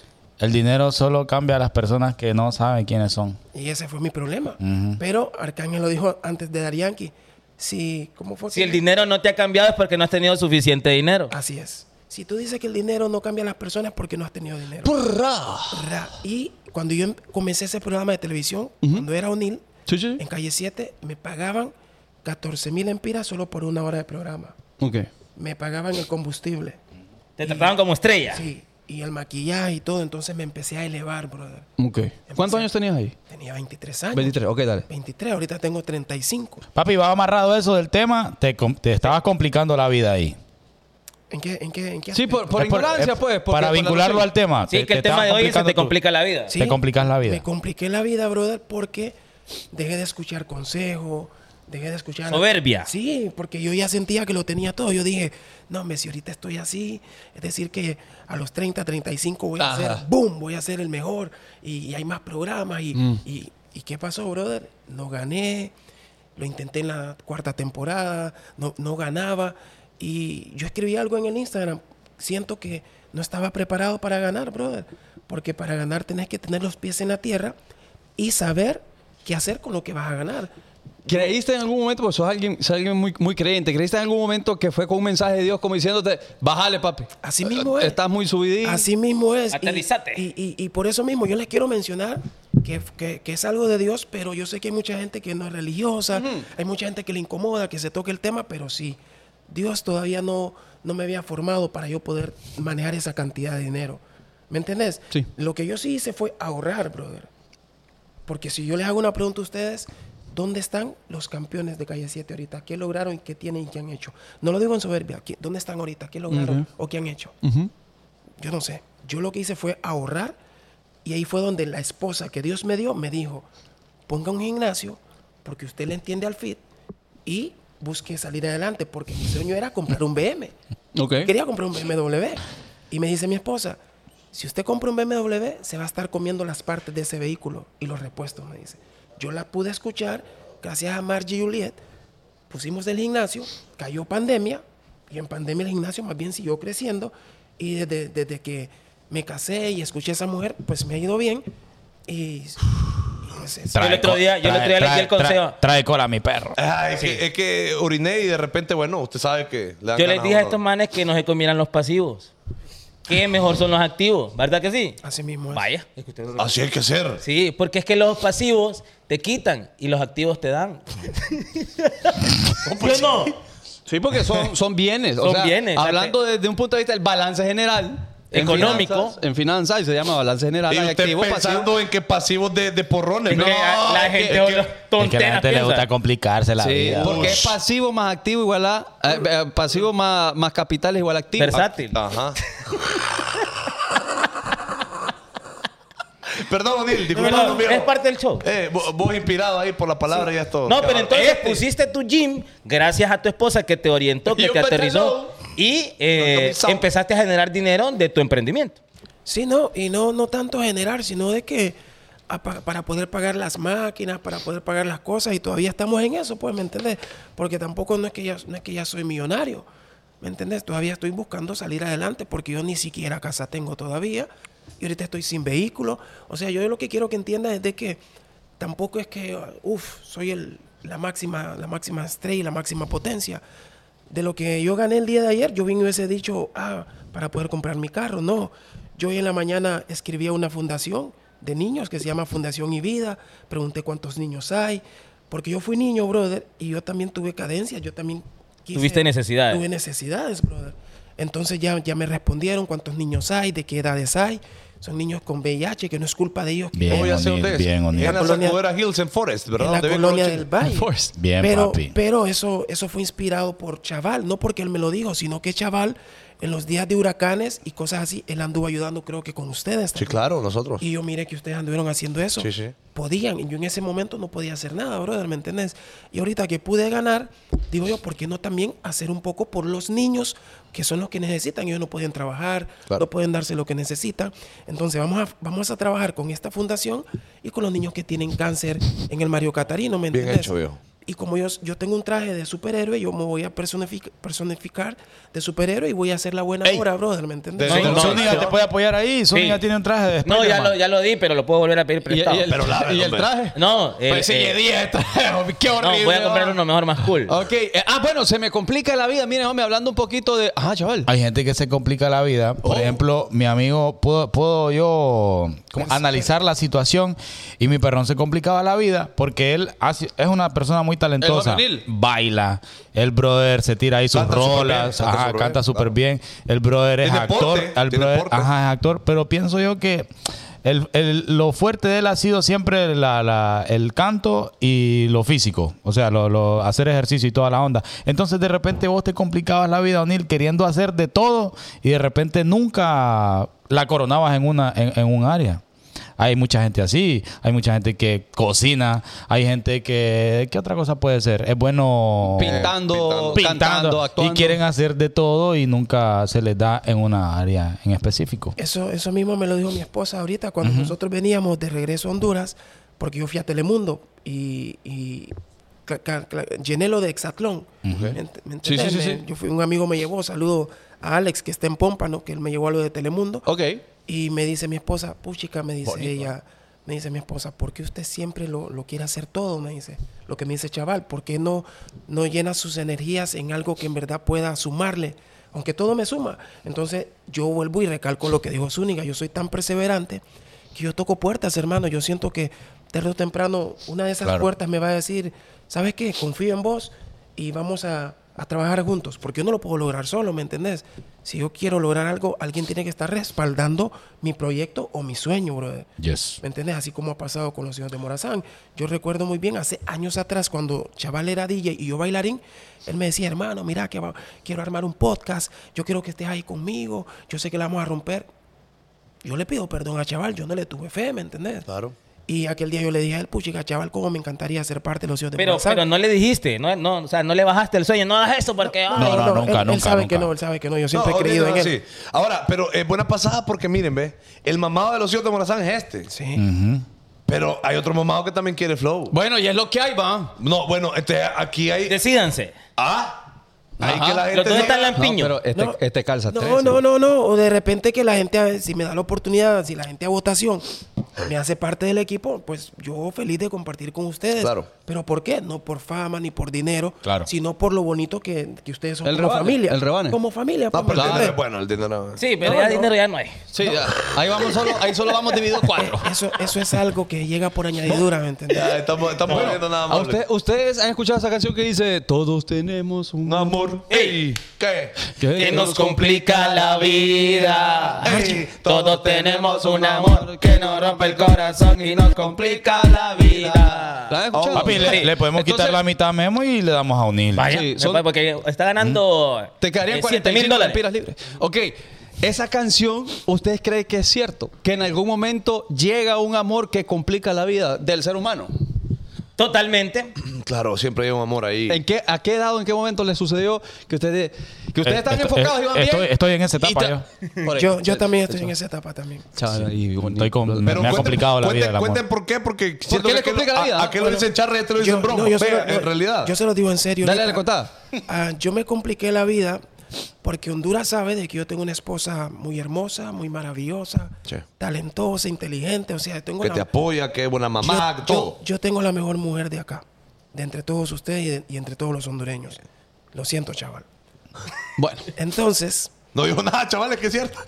[SPEAKER 7] El dinero solo cambia a las personas que no saben quiénes son.
[SPEAKER 8] Y ese fue mi problema. Pero Arcángel lo dijo antes de Darianki. Si, ¿cómo fue
[SPEAKER 3] Si
[SPEAKER 8] que-
[SPEAKER 3] el dinero no te ha cambiado es porque no has tenido suficiente dinero.
[SPEAKER 8] Así es. Si tú dices que el dinero no cambia a las personas porque no has tenido dinero. Ra. Y cuando yo em- comencé ese programa de televisión, cuando era UNIL,
[SPEAKER 5] Sí, sí.
[SPEAKER 8] en calle 7, me pagaban 14 mil empiras solo por una hora de programa.
[SPEAKER 5] Ok.
[SPEAKER 8] Me pagaban el combustible.
[SPEAKER 3] Te trataban como estrella.
[SPEAKER 8] Sí. Y el maquillaje y todo. Entonces me empecé a elevar, brother.
[SPEAKER 5] Ok. ¿Cuántos años tenías ahí?
[SPEAKER 8] Tenía 23 años.
[SPEAKER 5] 23. Ok, dale.
[SPEAKER 8] 23. Ahorita tengo 35.
[SPEAKER 7] Papi, va amarrado eso del tema. Te, com- te estabas complicando la vida ahí.
[SPEAKER 8] ¿En qué? ¿En qué? ¿En qué?
[SPEAKER 5] Sí, por, por
[SPEAKER 7] Es por-
[SPEAKER 5] ignorancia, pues.
[SPEAKER 7] es
[SPEAKER 5] porque
[SPEAKER 7] Para
[SPEAKER 5] por la
[SPEAKER 7] vincularlo
[SPEAKER 5] noción.
[SPEAKER 7] al tema.
[SPEAKER 3] Sí,
[SPEAKER 7] Ah, te-
[SPEAKER 3] que el
[SPEAKER 7] te
[SPEAKER 3] tema
[SPEAKER 7] estabas
[SPEAKER 3] de hoy se
[SPEAKER 7] complicando
[SPEAKER 3] te
[SPEAKER 7] tú.
[SPEAKER 3] complica la vida.
[SPEAKER 8] Sí,
[SPEAKER 7] Te complicas la vida.
[SPEAKER 8] Me compliqué la vida, brother, porque dejé de escuchar consejo, dejé de escuchar...
[SPEAKER 3] Soberbia.
[SPEAKER 8] Sí, porque yo ya sentía que lo tenía todo. Yo dije, no, hombre, si ahorita estoy así, es decir que a los 30, 35 voy a
[SPEAKER 5] Ajá.
[SPEAKER 8] ser, boom, voy a ser el mejor y, y hay más programas. Y, y- ¿y qué pasó, brother? No gané, lo intenté en la cuarta temporada, no, no ganaba. Y yo escribí algo en el Instagram. Siento que no estaba preparado para ganar, brother. Porque para ganar tenés que tener los pies en la tierra y saber qué hacer con lo que vas a ganar.
[SPEAKER 5] ¿Creíste en algún momento, pues sos alguien, sos alguien muy, muy creyente, creíste en algún momento que fue con un mensaje de Dios como diciéndote, bájale, papi?
[SPEAKER 8] Así mismo es.
[SPEAKER 5] Estás muy subidito.
[SPEAKER 8] Así mismo es. Y-
[SPEAKER 3] Aterrizate.
[SPEAKER 8] Y, y- y por eso mismo yo les quiero mencionar que, que- que es algo de Dios, pero yo sé que hay mucha gente que no es religiosa, hay mucha gente que le incomoda que se toque el tema, pero sí, Dios todavía no, no me había formado para yo poder manejar esa cantidad de dinero. ¿Me entendés?
[SPEAKER 5] Sí.
[SPEAKER 8] Lo que yo sí hice fue ahorrar, brother. Porque si yo les hago una pregunta a ustedes, ¿dónde están los campeones de Calle 7 ahorita? ¿Qué lograron, qué tienen y qué han hecho? No lo digo en soberbia. ¿qué- ¿Dónde están ahorita? ¿Qué lograron o qué han hecho? Yo no sé. Yo lo que hice fue ahorrar y ahí fue donde la esposa que Dios me dio me dijo, ponga un gimnasio porque usted le entiende al fit y busque salir adelante porque mi sueño era comprar un BM.
[SPEAKER 5] Ok.
[SPEAKER 8] Quería comprar un BMW. Y me dice mi esposa, si usted compra un BMW, se va a estar comiendo las partes de ese vehículo y los repuestos, me dice. Yo la pude escuchar gracias a Margie Juliet. Pusimos el gimnasio, cayó pandemia y en pandemia el gimnasio más bien siguió creciendo y desde, desde que me casé y escuché a esa mujer, pues me ha ido bien y... y pues es-
[SPEAKER 3] Trae- el otro día- yo el otro día le di el consejo.
[SPEAKER 7] Trae, cola a mi perro.
[SPEAKER 4] Ah, es, que, es que oriné y de repente, bueno, usted sabe que le dan
[SPEAKER 3] Yo les
[SPEAKER 4] ganas
[SPEAKER 3] dije a
[SPEAKER 4] uno.
[SPEAKER 3] estos manes que no se comieran los pasivos. Que mejor son los activos, ¿verdad que sí?
[SPEAKER 8] Así mismo
[SPEAKER 4] Pues.
[SPEAKER 8] es.
[SPEAKER 3] Vaya.
[SPEAKER 4] Así hay que ser.
[SPEAKER 3] Sí, porque es que los pasivos te quitan y los activos te dan. Yo no.
[SPEAKER 5] Sí, porque son, son bienes. o
[SPEAKER 3] Son
[SPEAKER 5] sea,
[SPEAKER 3] bienes,
[SPEAKER 5] Hablando desde un punto de vista del balance general. en
[SPEAKER 3] Económico.
[SPEAKER 5] finanzas- En finanzas, y se llama balance general.
[SPEAKER 4] Y
[SPEAKER 5] hay
[SPEAKER 4] usted
[SPEAKER 5] activo, pasivo.
[SPEAKER 4] pensando en que pasivos de, de porrones.
[SPEAKER 3] Es que a la
[SPEAKER 4] es
[SPEAKER 3] gente
[SPEAKER 4] que-
[SPEAKER 3] habla
[SPEAKER 7] Es que a la
[SPEAKER 3] tonteras
[SPEAKER 7] gente le
[SPEAKER 3] piensa.
[SPEAKER 7] gusta complicarse la
[SPEAKER 5] Sí,
[SPEAKER 7] vida.
[SPEAKER 5] porque es pasivo más activo igual a... eh, eh, pasivo más, más capital es igual a activo.
[SPEAKER 3] Versátil.
[SPEAKER 7] Ah,
[SPEAKER 4] Ajá. Perdón, Daniel, disculpa,
[SPEAKER 3] Pero
[SPEAKER 4] amigo.
[SPEAKER 3] es parte del show.
[SPEAKER 4] Eh, vo- vos, inspirado ahí por la palabra y esto.
[SPEAKER 3] No, pero
[SPEAKER 4] Cabal.
[SPEAKER 3] entonces
[SPEAKER 4] Este.
[SPEAKER 3] pusiste tu gym gracias a tu esposa que te orientó, que
[SPEAKER 4] Yo
[SPEAKER 3] te
[SPEAKER 4] me
[SPEAKER 3] aterrizó y eh,
[SPEAKER 4] Yo me salgo.
[SPEAKER 3] empezaste a generar dinero de tu emprendimiento.
[SPEAKER 8] Sí, no, y no, no tanto generar, sino de que a pa- para poder pagar las máquinas, para poder pagar las cosas, y todavía estamos en eso, pues, ¿me entendés? Porque tampoco no es que ya, no es que ya soy millonario, ¿me entendés? Todavía estoy buscando salir adelante porque yo ni siquiera casa tengo todavía, y ahorita estoy sin vehículo. O sea, yo lo que quiero que entiendas es de que tampoco es que, uff, soy el, la, máxima, la máxima estrella y la máxima potencia. De lo que yo gané el día de ayer, yo bien hubiese dicho, ah, para poder comprar mi carro. No, yo hoy en la mañana escribí a una fundación de niños que se llama Fundación y Vida. Pregunté cuántos niños hay, porque yo fui niño, brother, y yo también tuve cadencia, yo también quise-
[SPEAKER 3] Tuviste necesidades.
[SPEAKER 8] Tuve necesidades, brother. Entonces ya, ya me respondieron cuántos niños hay, de qué edades hay. Son niños con VIH, que no es culpa de ellos.
[SPEAKER 7] Bien,
[SPEAKER 4] voy a hacer
[SPEAKER 7] O'Neal,
[SPEAKER 4] ustedes?
[SPEAKER 7] bien, O'Neal.
[SPEAKER 4] En la
[SPEAKER 8] Colonia-
[SPEAKER 4] Sacudera Hills and Forest, ¿verdad?
[SPEAKER 8] en la
[SPEAKER 4] Donde viven
[SPEAKER 8] colonia
[SPEAKER 4] los
[SPEAKER 8] del
[SPEAKER 4] chicos.
[SPEAKER 8] Valle.
[SPEAKER 5] Forest.
[SPEAKER 7] Bien,
[SPEAKER 8] pero,
[SPEAKER 7] papi.
[SPEAKER 8] Pero eso, eso fue inspirado por Chaval, no porque él me lo dijo, sino que Chaval, en los días de huracanes y cosas así, él anduvo ayudando, creo que con ustedes.
[SPEAKER 4] Sí,
[SPEAKER 8] también.
[SPEAKER 4] claro, nosotros.
[SPEAKER 8] Y yo miré que ustedes anduvieron haciendo eso.
[SPEAKER 4] Sí, sí.
[SPEAKER 8] Podían, y yo en ese momento no podía hacer nada, brother, ¿me entendés? Y ahorita que pude ganar, digo yo, ¿por qué no también hacer un poco por los niños que son los que necesitan? Ellos no pueden trabajar,
[SPEAKER 4] Claro.
[SPEAKER 8] no pueden darse lo que necesitan. Entonces vamos a, vamos a trabajar con esta fundación y con los niños que tienen cáncer en el Mario Catarino, ¿me
[SPEAKER 4] Bien
[SPEAKER 8] entendés?
[SPEAKER 4] hecho, viejo.
[SPEAKER 8] Y como yo, yo tengo un traje de superhéroe, yo me voy a personific- personificar de superhéroe y voy a hacer la buena
[SPEAKER 7] Ey.
[SPEAKER 8] obra, brother, ¿me entendés?
[SPEAKER 7] No,
[SPEAKER 3] Sí, no,
[SPEAKER 7] Zúñiga
[SPEAKER 3] no.
[SPEAKER 7] te puede apoyar ahí. Zúñiga tiene un traje de
[SPEAKER 3] No, ya
[SPEAKER 7] Spider-Man.
[SPEAKER 3] lo, ya lo di, pero lo puedo volver a pedir
[SPEAKER 5] Ah, ¿Y,
[SPEAKER 3] prestado.
[SPEAKER 5] y el,
[SPEAKER 3] Pero-
[SPEAKER 5] y el traje?
[SPEAKER 3] no, el-
[SPEAKER 5] Pues sí,
[SPEAKER 3] eh,
[SPEAKER 5] 10 trajes. Qué
[SPEAKER 3] no,
[SPEAKER 5] horrible.
[SPEAKER 3] voy a comprar
[SPEAKER 5] va.
[SPEAKER 3] uno mejor, más cool.
[SPEAKER 5] Ok. eh, ah, bueno, se me complica la vida. Miren, hombre, hablando un poquito de. Ah, chaval.
[SPEAKER 7] Hay gente que se complica la vida. Por ejemplo, mi amigo, puedo, puedo yo como analizar la situación y mi perrón se complicaba la vida porque él hace- es una persona muy talentosa.
[SPEAKER 5] El O'Neal.
[SPEAKER 7] Baila. El brother se tira ahí sus
[SPEAKER 4] Canta súper
[SPEAKER 7] rolas.
[SPEAKER 4] bien, canta
[SPEAKER 7] ajá,
[SPEAKER 4] súper
[SPEAKER 7] canta
[SPEAKER 4] bien,
[SPEAKER 7] súper
[SPEAKER 4] claro.
[SPEAKER 7] bien. El brother es
[SPEAKER 4] Tiene
[SPEAKER 7] actor.
[SPEAKER 4] porte,
[SPEAKER 7] el
[SPEAKER 4] tiene
[SPEAKER 7] brother-
[SPEAKER 4] porte.
[SPEAKER 7] ajá, es actor. Pero pienso yo que el- el- lo fuerte de él ha sido siempre la- la- el canto y lo físico. O sea, lo, lo- hacer ejercicio y toda la onda. Entonces, de repente, vos te complicabas la vida, O'Neill, queriendo hacer de todo y de repente nunca la coronabas en, una, en, en un área. Hay mucha gente así, hay mucha gente que cocina, hay gente que... ¿Qué otra cosa puede ser? Es bueno
[SPEAKER 5] Eh, Pintando,
[SPEAKER 7] pintando,
[SPEAKER 5] cantando, actuando.
[SPEAKER 7] y quieren hacer de todo y nunca se les da en una área en específico.
[SPEAKER 8] Eso, eso mismo me lo dijo mi esposa ahorita cuando nosotros veníamos de regreso a Honduras, porque yo fui a Telemundo y, y ca- ca- cla- llené lo de Exatlón. ¿Me ent- me
[SPEAKER 5] Sí, sí,
[SPEAKER 8] entendés?
[SPEAKER 5] sí,
[SPEAKER 8] Me-
[SPEAKER 5] sí.
[SPEAKER 8] Yo fui, un amigo me llevó, saludo a Alex que está en Pómpano, que él me llevó a lo de Telemundo.
[SPEAKER 5] Ok.
[SPEAKER 8] Y me dice mi esposa, puchica, me dice ella, me dice mi esposa, ¿por qué usted siempre lo, lo quiere hacer todo? Me dice, lo que me dice chaval, ¿por qué no, no llena sus energías en algo que en verdad pueda sumarle? Aunque todo me suma. Entonces yo vuelvo y recalco lo que dijo Zúñiga, yo soy tan perseverante que yo toco puertas, hermano, yo siento que tarde o temprano una de esas
[SPEAKER 7] Claro.
[SPEAKER 8] puertas me va a decir, ¿sabes qué? Confío en vos y vamos a, a trabajar juntos, porque yo no lo puedo lograr solo, ¿me entendés? Si yo quiero lograr algo, alguien tiene que estar respaldando mi proyecto o mi sueño, brother.
[SPEAKER 7] Yes.
[SPEAKER 8] ¿Me entendés? Así como ha pasado con los señores de Morazán. Yo recuerdo muy bien, hace años atrás, cuando Chaval era DJ y yo bailarín, él me decía, hermano, mira, que va- quiero armar un podcast, yo quiero que estés ahí conmigo, yo sé que la vamos a romper. Yo le pido perdón a Chaval, yo no le tuve fe, ¿me entendés?
[SPEAKER 4] Claro.
[SPEAKER 8] Y aquel día yo le dije a él, puchica, Chaval, cómo me encantaría ser parte de los señores de
[SPEAKER 3] Pero,
[SPEAKER 8] Morazán.
[SPEAKER 3] pero no le dijiste, no, no, o sea, no le bajaste el sueño, no hagas eso porque... ay,
[SPEAKER 7] no,
[SPEAKER 8] él-
[SPEAKER 7] nunca,
[SPEAKER 8] él,
[SPEAKER 7] nunca,
[SPEAKER 8] sabe que
[SPEAKER 7] nunca.
[SPEAKER 8] no, él sabe que no. Yo siempre
[SPEAKER 4] No,
[SPEAKER 8] he creído en
[SPEAKER 4] ahorita
[SPEAKER 8] él.
[SPEAKER 4] es así. Ahora, pero es buena pasada porque miren, ve, el mamado de los hijos de Morazán es este.
[SPEAKER 8] Sí.
[SPEAKER 7] Mm.
[SPEAKER 4] Pero hay otro mamado que también quiere flow.
[SPEAKER 5] Bueno, y es lo que hay, va.
[SPEAKER 4] No, bueno, este, aquí hay.
[SPEAKER 3] Decídanse.
[SPEAKER 4] Ah, ahí
[SPEAKER 5] Ajá.
[SPEAKER 4] que la
[SPEAKER 3] ¿Los
[SPEAKER 4] gente.
[SPEAKER 3] dos
[SPEAKER 4] diga-
[SPEAKER 3] están lampiños?
[SPEAKER 5] pero este,
[SPEAKER 8] No.
[SPEAKER 5] este calza
[SPEAKER 8] No,
[SPEAKER 5] 13.
[SPEAKER 8] no, no, no. O de repente que la gente, a ver, si me da la oportunidad, si la gente a votación me hace parte del equipo, pues yo feliz de compartir con ustedes.
[SPEAKER 4] Claro.
[SPEAKER 8] Pero ¿por qué? No por fama ni por dinero,
[SPEAKER 7] Claro.
[SPEAKER 8] sino por lo bonito que, que ustedes son
[SPEAKER 5] El
[SPEAKER 8] como
[SPEAKER 5] rebane,
[SPEAKER 8] familia.
[SPEAKER 5] el rebane.
[SPEAKER 8] Como familia.
[SPEAKER 4] No,
[SPEAKER 8] pues,
[SPEAKER 4] pero
[SPEAKER 8] ¿me
[SPEAKER 4] el
[SPEAKER 8] entiendes?
[SPEAKER 4] dinero es bueno, el dinero.
[SPEAKER 3] Sí, pero
[SPEAKER 8] No,
[SPEAKER 3] ya
[SPEAKER 8] no.
[SPEAKER 3] dinero ya no hay.
[SPEAKER 5] Sí, ya. ahí vamos solo, ahí solo vamos dividido cuatro.
[SPEAKER 8] eso, eso es algo que llega por añadidura, ¿me entiendes?
[SPEAKER 4] Ya, estamos estamos viendo nada
[SPEAKER 5] ¿A
[SPEAKER 4] más.
[SPEAKER 5] usted- ¿Ustedes han escuchado esa canción que dice Todos tenemos un
[SPEAKER 4] Un amor. ¡Ey! ¿Qué?
[SPEAKER 3] Que nos complica la vida.
[SPEAKER 4] Ey,
[SPEAKER 3] Todos tenemos un amor que nos rompe el corazón y nos complica la vida.
[SPEAKER 5] ¿La han escuchado?
[SPEAKER 7] Papi, le,
[SPEAKER 3] Sí.
[SPEAKER 7] le podemos
[SPEAKER 5] Entonces-
[SPEAKER 7] quitar la mitad a Memo y le damos a O'Neill.
[SPEAKER 3] Vaya,
[SPEAKER 5] Sí,
[SPEAKER 3] me
[SPEAKER 5] son-
[SPEAKER 3] fue porque está ganando
[SPEAKER 5] Te quedarían
[SPEAKER 3] eh, 7,000
[SPEAKER 5] 45 lempiras libres. Ok, esa canción, ¿ustedes creen que es cierto? Que en algún momento llega un amor que complica la vida del ser humano.
[SPEAKER 3] Totalmente.
[SPEAKER 8] Mm,
[SPEAKER 4] Claro, siempre hay un amor ahí.
[SPEAKER 5] ¿En qué, ¿A qué edad o en qué momento les sucedió que ustedes, que ustedes
[SPEAKER 7] Eh,
[SPEAKER 5] están
[SPEAKER 7] esto-
[SPEAKER 5] enfocados y van bien?
[SPEAKER 7] estoy- estoy en esa
[SPEAKER 5] Y
[SPEAKER 7] etapa
[SPEAKER 5] ta-
[SPEAKER 7] yo.
[SPEAKER 5] Por ahí.
[SPEAKER 8] Yo, yo también estoy en esa etapa también.
[SPEAKER 5] Chaval, y-
[SPEAKER 7] Estoy con-
[SPEAKER 4] Pero
[SPEAKER 7] me ha
[SPEAKER 4] cuenten-
[SPEAKER 7] complicado la vida
[SPEAKER 4] cuenten-
[SPEAKER 7] el amor.
[SPEAKER 4] Cuenten por qué, porque.
[SPEAKER 5] qué le complica la vida?
[SPEAKER 4] Aquel lo dicen charre, este lo dicen broma.
[SPEAKER 8] no, yo se lo-
[SPEAKER 4] Vea,
[SPEAKER 8] yo-
[SPEAKER 4] en realidad.
[SPEAKER 8] Yo se lo digo en serio.
[SPEAKER 5] Dale,
[SPEAKER 8] neta.
[SPEAKER 5] dale, contá.
[SPEAKER 8] Ah, yo me compliqué la vida porque Honduras sabe de que yo tengo una esposa muy hermosa, muy maravillosa,
[SPEAKER 4] Sí.
[SPEAKER 8] talentosa, inteligente. O sea, tengo
[SPEAKER 4] Que
[SPEAKER 8] la-
[SPEAKER 4] te apoya, que es buena mamá,
[SPEAKER 8] yo,
[SPEAKER 4] todo.
[SPEAKER 8] yo- yo tengo la mejor mujer de acá, de entre todos ustedes y, de- y entre todos los hondureños. Lo siento, chaval.
[SPEAKER 5] Bueno,
[SPEAKER 8] Entonces,
[SPEAKER 4] No digo nada, chavales, que es cierto.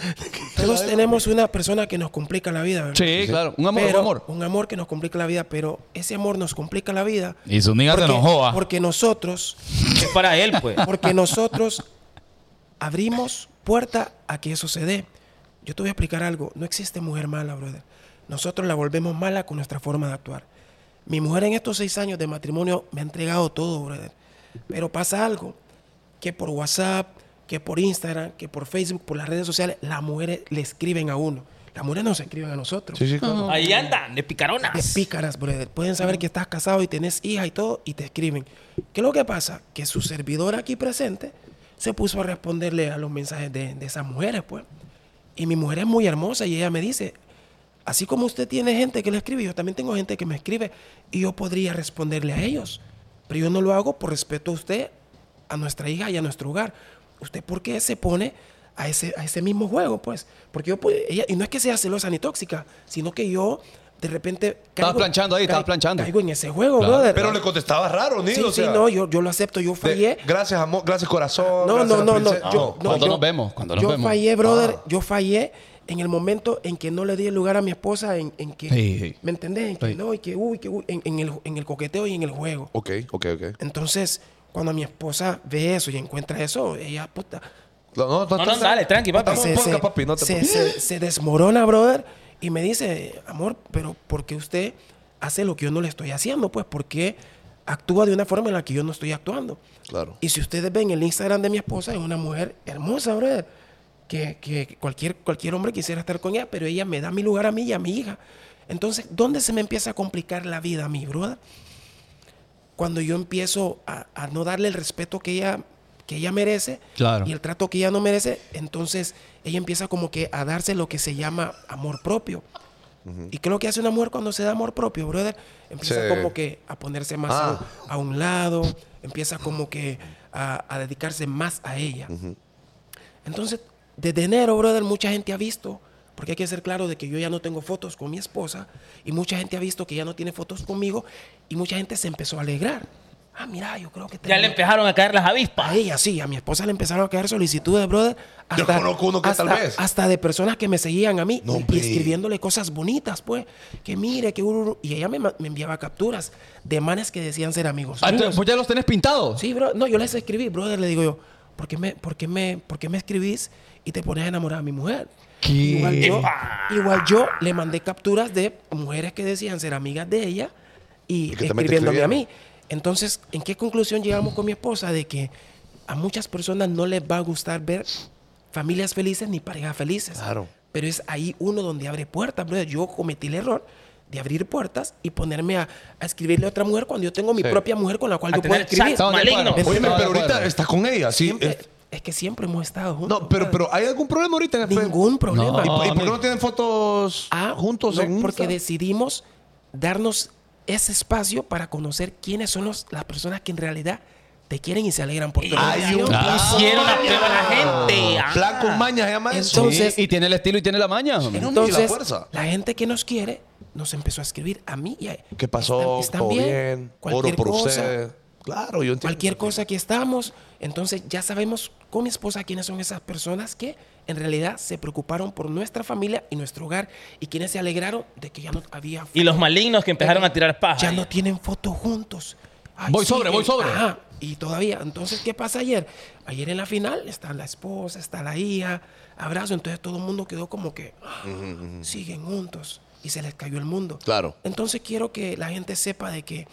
[SPEAKER 8] todos tenemos una persona que nos complica la vida. ¿verdad?
[SPEAKER 5] sí, claro, un amor,
[SPEAKER 8] Pero-
[SPEAKER 5] un amor.
[SPEAKER 8] Un amor que nos complica la vida, pero ese amor nos complica la vida.
[SPEAKER 7] Y Zúñiga se
[SPEAKER 8] porque-
[SPEAKER 7] enojó, ah.
[SPEAKER 8] Porque nosotros
[SPEAKER 3] Es para él, pues.
[SPEAKER 8] Porque nosotros abrimos puerta a que eso se dé. Yo te voy a explicar algo. No existe mujer mala, brother. Nosotros la volvemos mala con nuestra forma de actuar. Mi mujer en estos seis años de matrimonio me ha entregado todo, brother. Pero pasa algo. Que por WhatsApp, que por Instagram, que por Facebook, por las redes sociales, las mujeres le escriben a uno. Las mujeres no se escriben a nosotros.
[SPEAKER 4] Sí, sí, claro.
[SPEAKER 3] Ahí andan, de picaronas.
[SPEAKER 8] Es pícaras, brother. Pueden saber que estás casado y tenés hija y todo, y te escriben. ¿Qué es lo que pasa? Que su servidor aquí presente se puso a responderle a los mensajes de, de esas mujeres, pues. Y mi mujer es muy hermosa y ella me dice, así como usted tiene gente que le escribe, yo también tengo gente que me escribe y yo podría responderle a ellos. Pero yo no lo hago por respeto a usted, a nuestra hija y a nuestro hogar. ¿Usted por qué se pone a ese, a ese mismo juego, pues? Porque yo, pues, ella, y no es que sea celosa ni tóxica, sino que yo de repente...
[SPEAKER 5] Estabas planchando ahí, estabas
[SPEAKER 8] cai-
[SPEAKER 5] planchando.
[SPEAKER 8] Caigo en ese juego,
[SPEAKER 5] Claro.
[SPEAKER 8] brother.
[SPEAKER 4] Pero le contestaba raro, Nilo.
[SPEAKER 8] Sí,
[SPEAKER 4] o sea,
[SPEAKER 8] sí, no, yo, yo lo acepto, yo
[SPEAKER 4] de-
[SPEAKER 8] fallé.
[SPEAKER 4] gracias, amor. Gracias, corazón.
[SPEAKER 8] No,
[SPEAKER 4] gracias, Ah.
[SPEAKER 8] no, no, no.
[SPEAKER 4] princesa.
[SPEAKER 8] Yo, no,
[SPEAKER 5] Ah, cuando
[SPEAKER 8] yo-
[SPEAKER 5] nos vemos, cuando nos
[SPEAKER 8] yo
[SPEAKER 5] vemos.
[SPEAKER 8] fallé, brother. Yo fallé en el momento en que no le di el lugar a mi esposa, en, en que.
[SPEAKER 5] Sí, sí.
[SPEAKER 8] ¿Me entendés? En que
[SPEAKER 5] Sí.
[SPEAKER 8] no, y que uy, que uy, en, en el, en el coqueteo y en el juego.
[SPEAKER 4] Ok, ok, ok.
[SPEAKER 8] Entonces, cuando mi esposa ve eso y encuentra eso, ella, puta.
[SPEAKER 4] No, Ah, no,
[SPEAKER 3] No, no, dale, tranqui, papi.
[SPEAKER 4] Estamos en podcast, papi. No te
[SPEAKER 8] se- se- se desmorona, brother, y me dice, amor, pero ¿por qué usted hace lo que yo no le estoy haciendo? Pues, ¿por qué actúa de una forma en la que yo no estoy actuando?
[SPEAKER 4] Claro.
[SPEAKER 8] Y si ustedes ven el Instagram de mi esposa, es una mujer hermosa, brother. Que, que cualquier, cualquier hombre quisiera estar con ella, pero ella me da mi lugar a mí y a mi hija. Entonces, ¿dónde se me empieza a complicar la vida a mí, brother? Cuando yo empiezo a, a no darle el respeto que ella, que ella merece
[SPEAKER 5] Claro.
[SPEAKER 8] y el trato que ella no merece, entonces ella empieza como que a darse lo que se llama amor propio. ¿Y qué es lo que hace una mujer cuando se da amor propio, brother? Empieza
[SPEAKER 4] Se-
[SPEAKER 8] como que a ponerse más
[SPEAKER 4] Ah.
[SPEAKER 8] a, a un lado, empieza como que a, a dedicarse más a ella. Entonces, desde enero, brother, mucha gente ha visto, porque hay que ser claro de que yo ya no tengo fotos con mi esposa, y mucha gente ha visto que ya no tiene fotos conmigo, y mucha gente se empezó a alegrar. Ah, mira, yo creo que...
[SPEAKER 3] Ya le
[SPEAKER 8] tengo-
[SPEAKER 3] empezaron a caer las avispas.
[SPEAKER 8] a ella sí, a mi esposa le empezaron a caer solicitudes, brother.
[SPEAKER 4] Yo conozco uno que
[SPEAKER 8] hasta-
[SPEAKER 4] tal vez.
[SPEAKER 8] Hasta de personas que me seguían a mí
[SPEAKER 4] No,
[SPEAKER 8] y- y,
[SPEAKER 4] hombre.
[SPEAKER 8] escribiéndole cosas bonitas, pues. Que mire, que... ururu. Y ella me, ma- me enviaba capturas de manes que decían ser amigos.
[SPEAKER 5] Ah,
[SPEAKER 8] míos.
[SPEAKER 5] entonces, pues ya los tenés pintados.
[SPEAKER 8] Sí, bro. No, yo les escribí, brother, le digo yo, ¿por qué me, por qué me, por qué me escribís y te pones a enamorar a mi mujer? Igual yo, igual yo le mandé capturas de mujeres que decían ser amigas de ella y,
[SPEAKER 4] Y que también te
[SPEAKER 8] escribiéndome a
[SPEAKER 4] escribieron.
[SPEAKER 8] mí. Entonces, ¿en qué conclusión llegamos con mi esposa? De que a muchas personas no les va a gustar ver familias felices ni parejas felices.
[SPEAKER 4] Claro.
[SPEAKER 8] Pero es ahí uno donde abre puertas, brother. Yo cometí el error de abrir puertas y ponerme a, a escribirle a otra mujer cuando yo tengo mi
[SPEAKER 4] Sí.
[SPEAKER 8] propia mujer con la cual
[SPEAKER 3] A
[SPEAKER 8] yo puedo
[SPEAKER 3] tener
[SPEAKER 8] escribir.
[SPEAKER 3] chats
[SPEAKER 5] Estamos de
[SPEAKER 3] malignos.
[SPEAKER 5] acuerdo.
[SPEAKER 4] Oye,
[SPEAKER 5] Estamos de
[SPEAKER 4] pero ahorita
[SPEAKER 5] acuerdo.
[SPEAKER 4] estás con ella, sí.
[SPEAKER 8] Siempre-
[SPEAKER 4] es-
[SPEAKER 8] Eh, es que siempre hemos estado juntos.
[SPEAKER 4] No, pero,
[SPEAKER 8] brother.
[SPEAKER 4] pero ¿hay algún problema ahorita en el Facebook?
[SPEAKER 8] Ningún problema.
[SPEAKER 4] ¿Y,
[SPEAKER 5] No,
[SPEAKER 4] por- y por qué
[SPEAKER 5] amigo.
[SPEAKER 4] no tienen fotos
[SPEAKER 8] Ah,
[SPEAKER 4] juntos
[SPEAKER 8] no,
[SPEAKER 4] en
[SPEAKER 8] Porque
[SPEAKER 4] Insta?
[SPEAKER 8] decidimos darnos ese espacio para conocer quiénes son los- las personas que en realidad te quieren y se alegran por tu
[SPEAKER 4] Hay un
[SPEAKER 8] relación.
[SPEAKER 4] plan con
[SPEAKER 3] Hicieron la
[SPEAKER 4] maña.
[SPEAKER 3] prueba a la gente. Ah.
[SPEAKER 4] Plan con Ah. maña se llama eso.
[SPEAKER 8] Entonces-
[SPEAKER 5] Sí, y tiene el estilo y tiene la maña.
[SPEAKER 4] Era un- y la
[SPEAKER 8] Entonces,
[SPEAKER 4] fuerza.
[SPEAKER 8] la gente que nos quiere nos empezó a escribir a mí y a
[SPEAKER 4] ¿Qué pasó?
[SPEAKER 8] ¿Están- están
[SPEAKER 4] ¿Todo
[SPEAKER 8] bien?
[SPEAKER 4] bien?
[SPEAKER 8] Cualquier
[SPEAKER 4] Oro por
[SPEAKER 8] cosa.
[SPEAKER 4] usted. Claro, yo entiendo.
[SPEAKER 8] cualquier cosa que estamos. Entonces ya sabemos con mi esposa quiénes son esas personas que en realidad se preocuparon por nuestra familia y nuestro hogar y quienes se alegraron de que ya no había
[SPEAKER 3] Y los malignos que empezaron a tirar paja.
[SPEAKER 8] Eh, Ya no tienen fotos juntos. Ay, eh,
[SPEAKER 5] Voy sobre, voy sobre.
[SPEAKER 8] Ajá. Y todavía, entonces, ¿qué pasa ayer? Ayer en la final está la esposa, está la hija, abrazo. Entonces todo el mundo quedó como que ah, siguen juntos y se les cayó el mundo.
[SPEAKER 4] Claro.
[SPEAKER 8] Entonces quiero que la gente sepa de que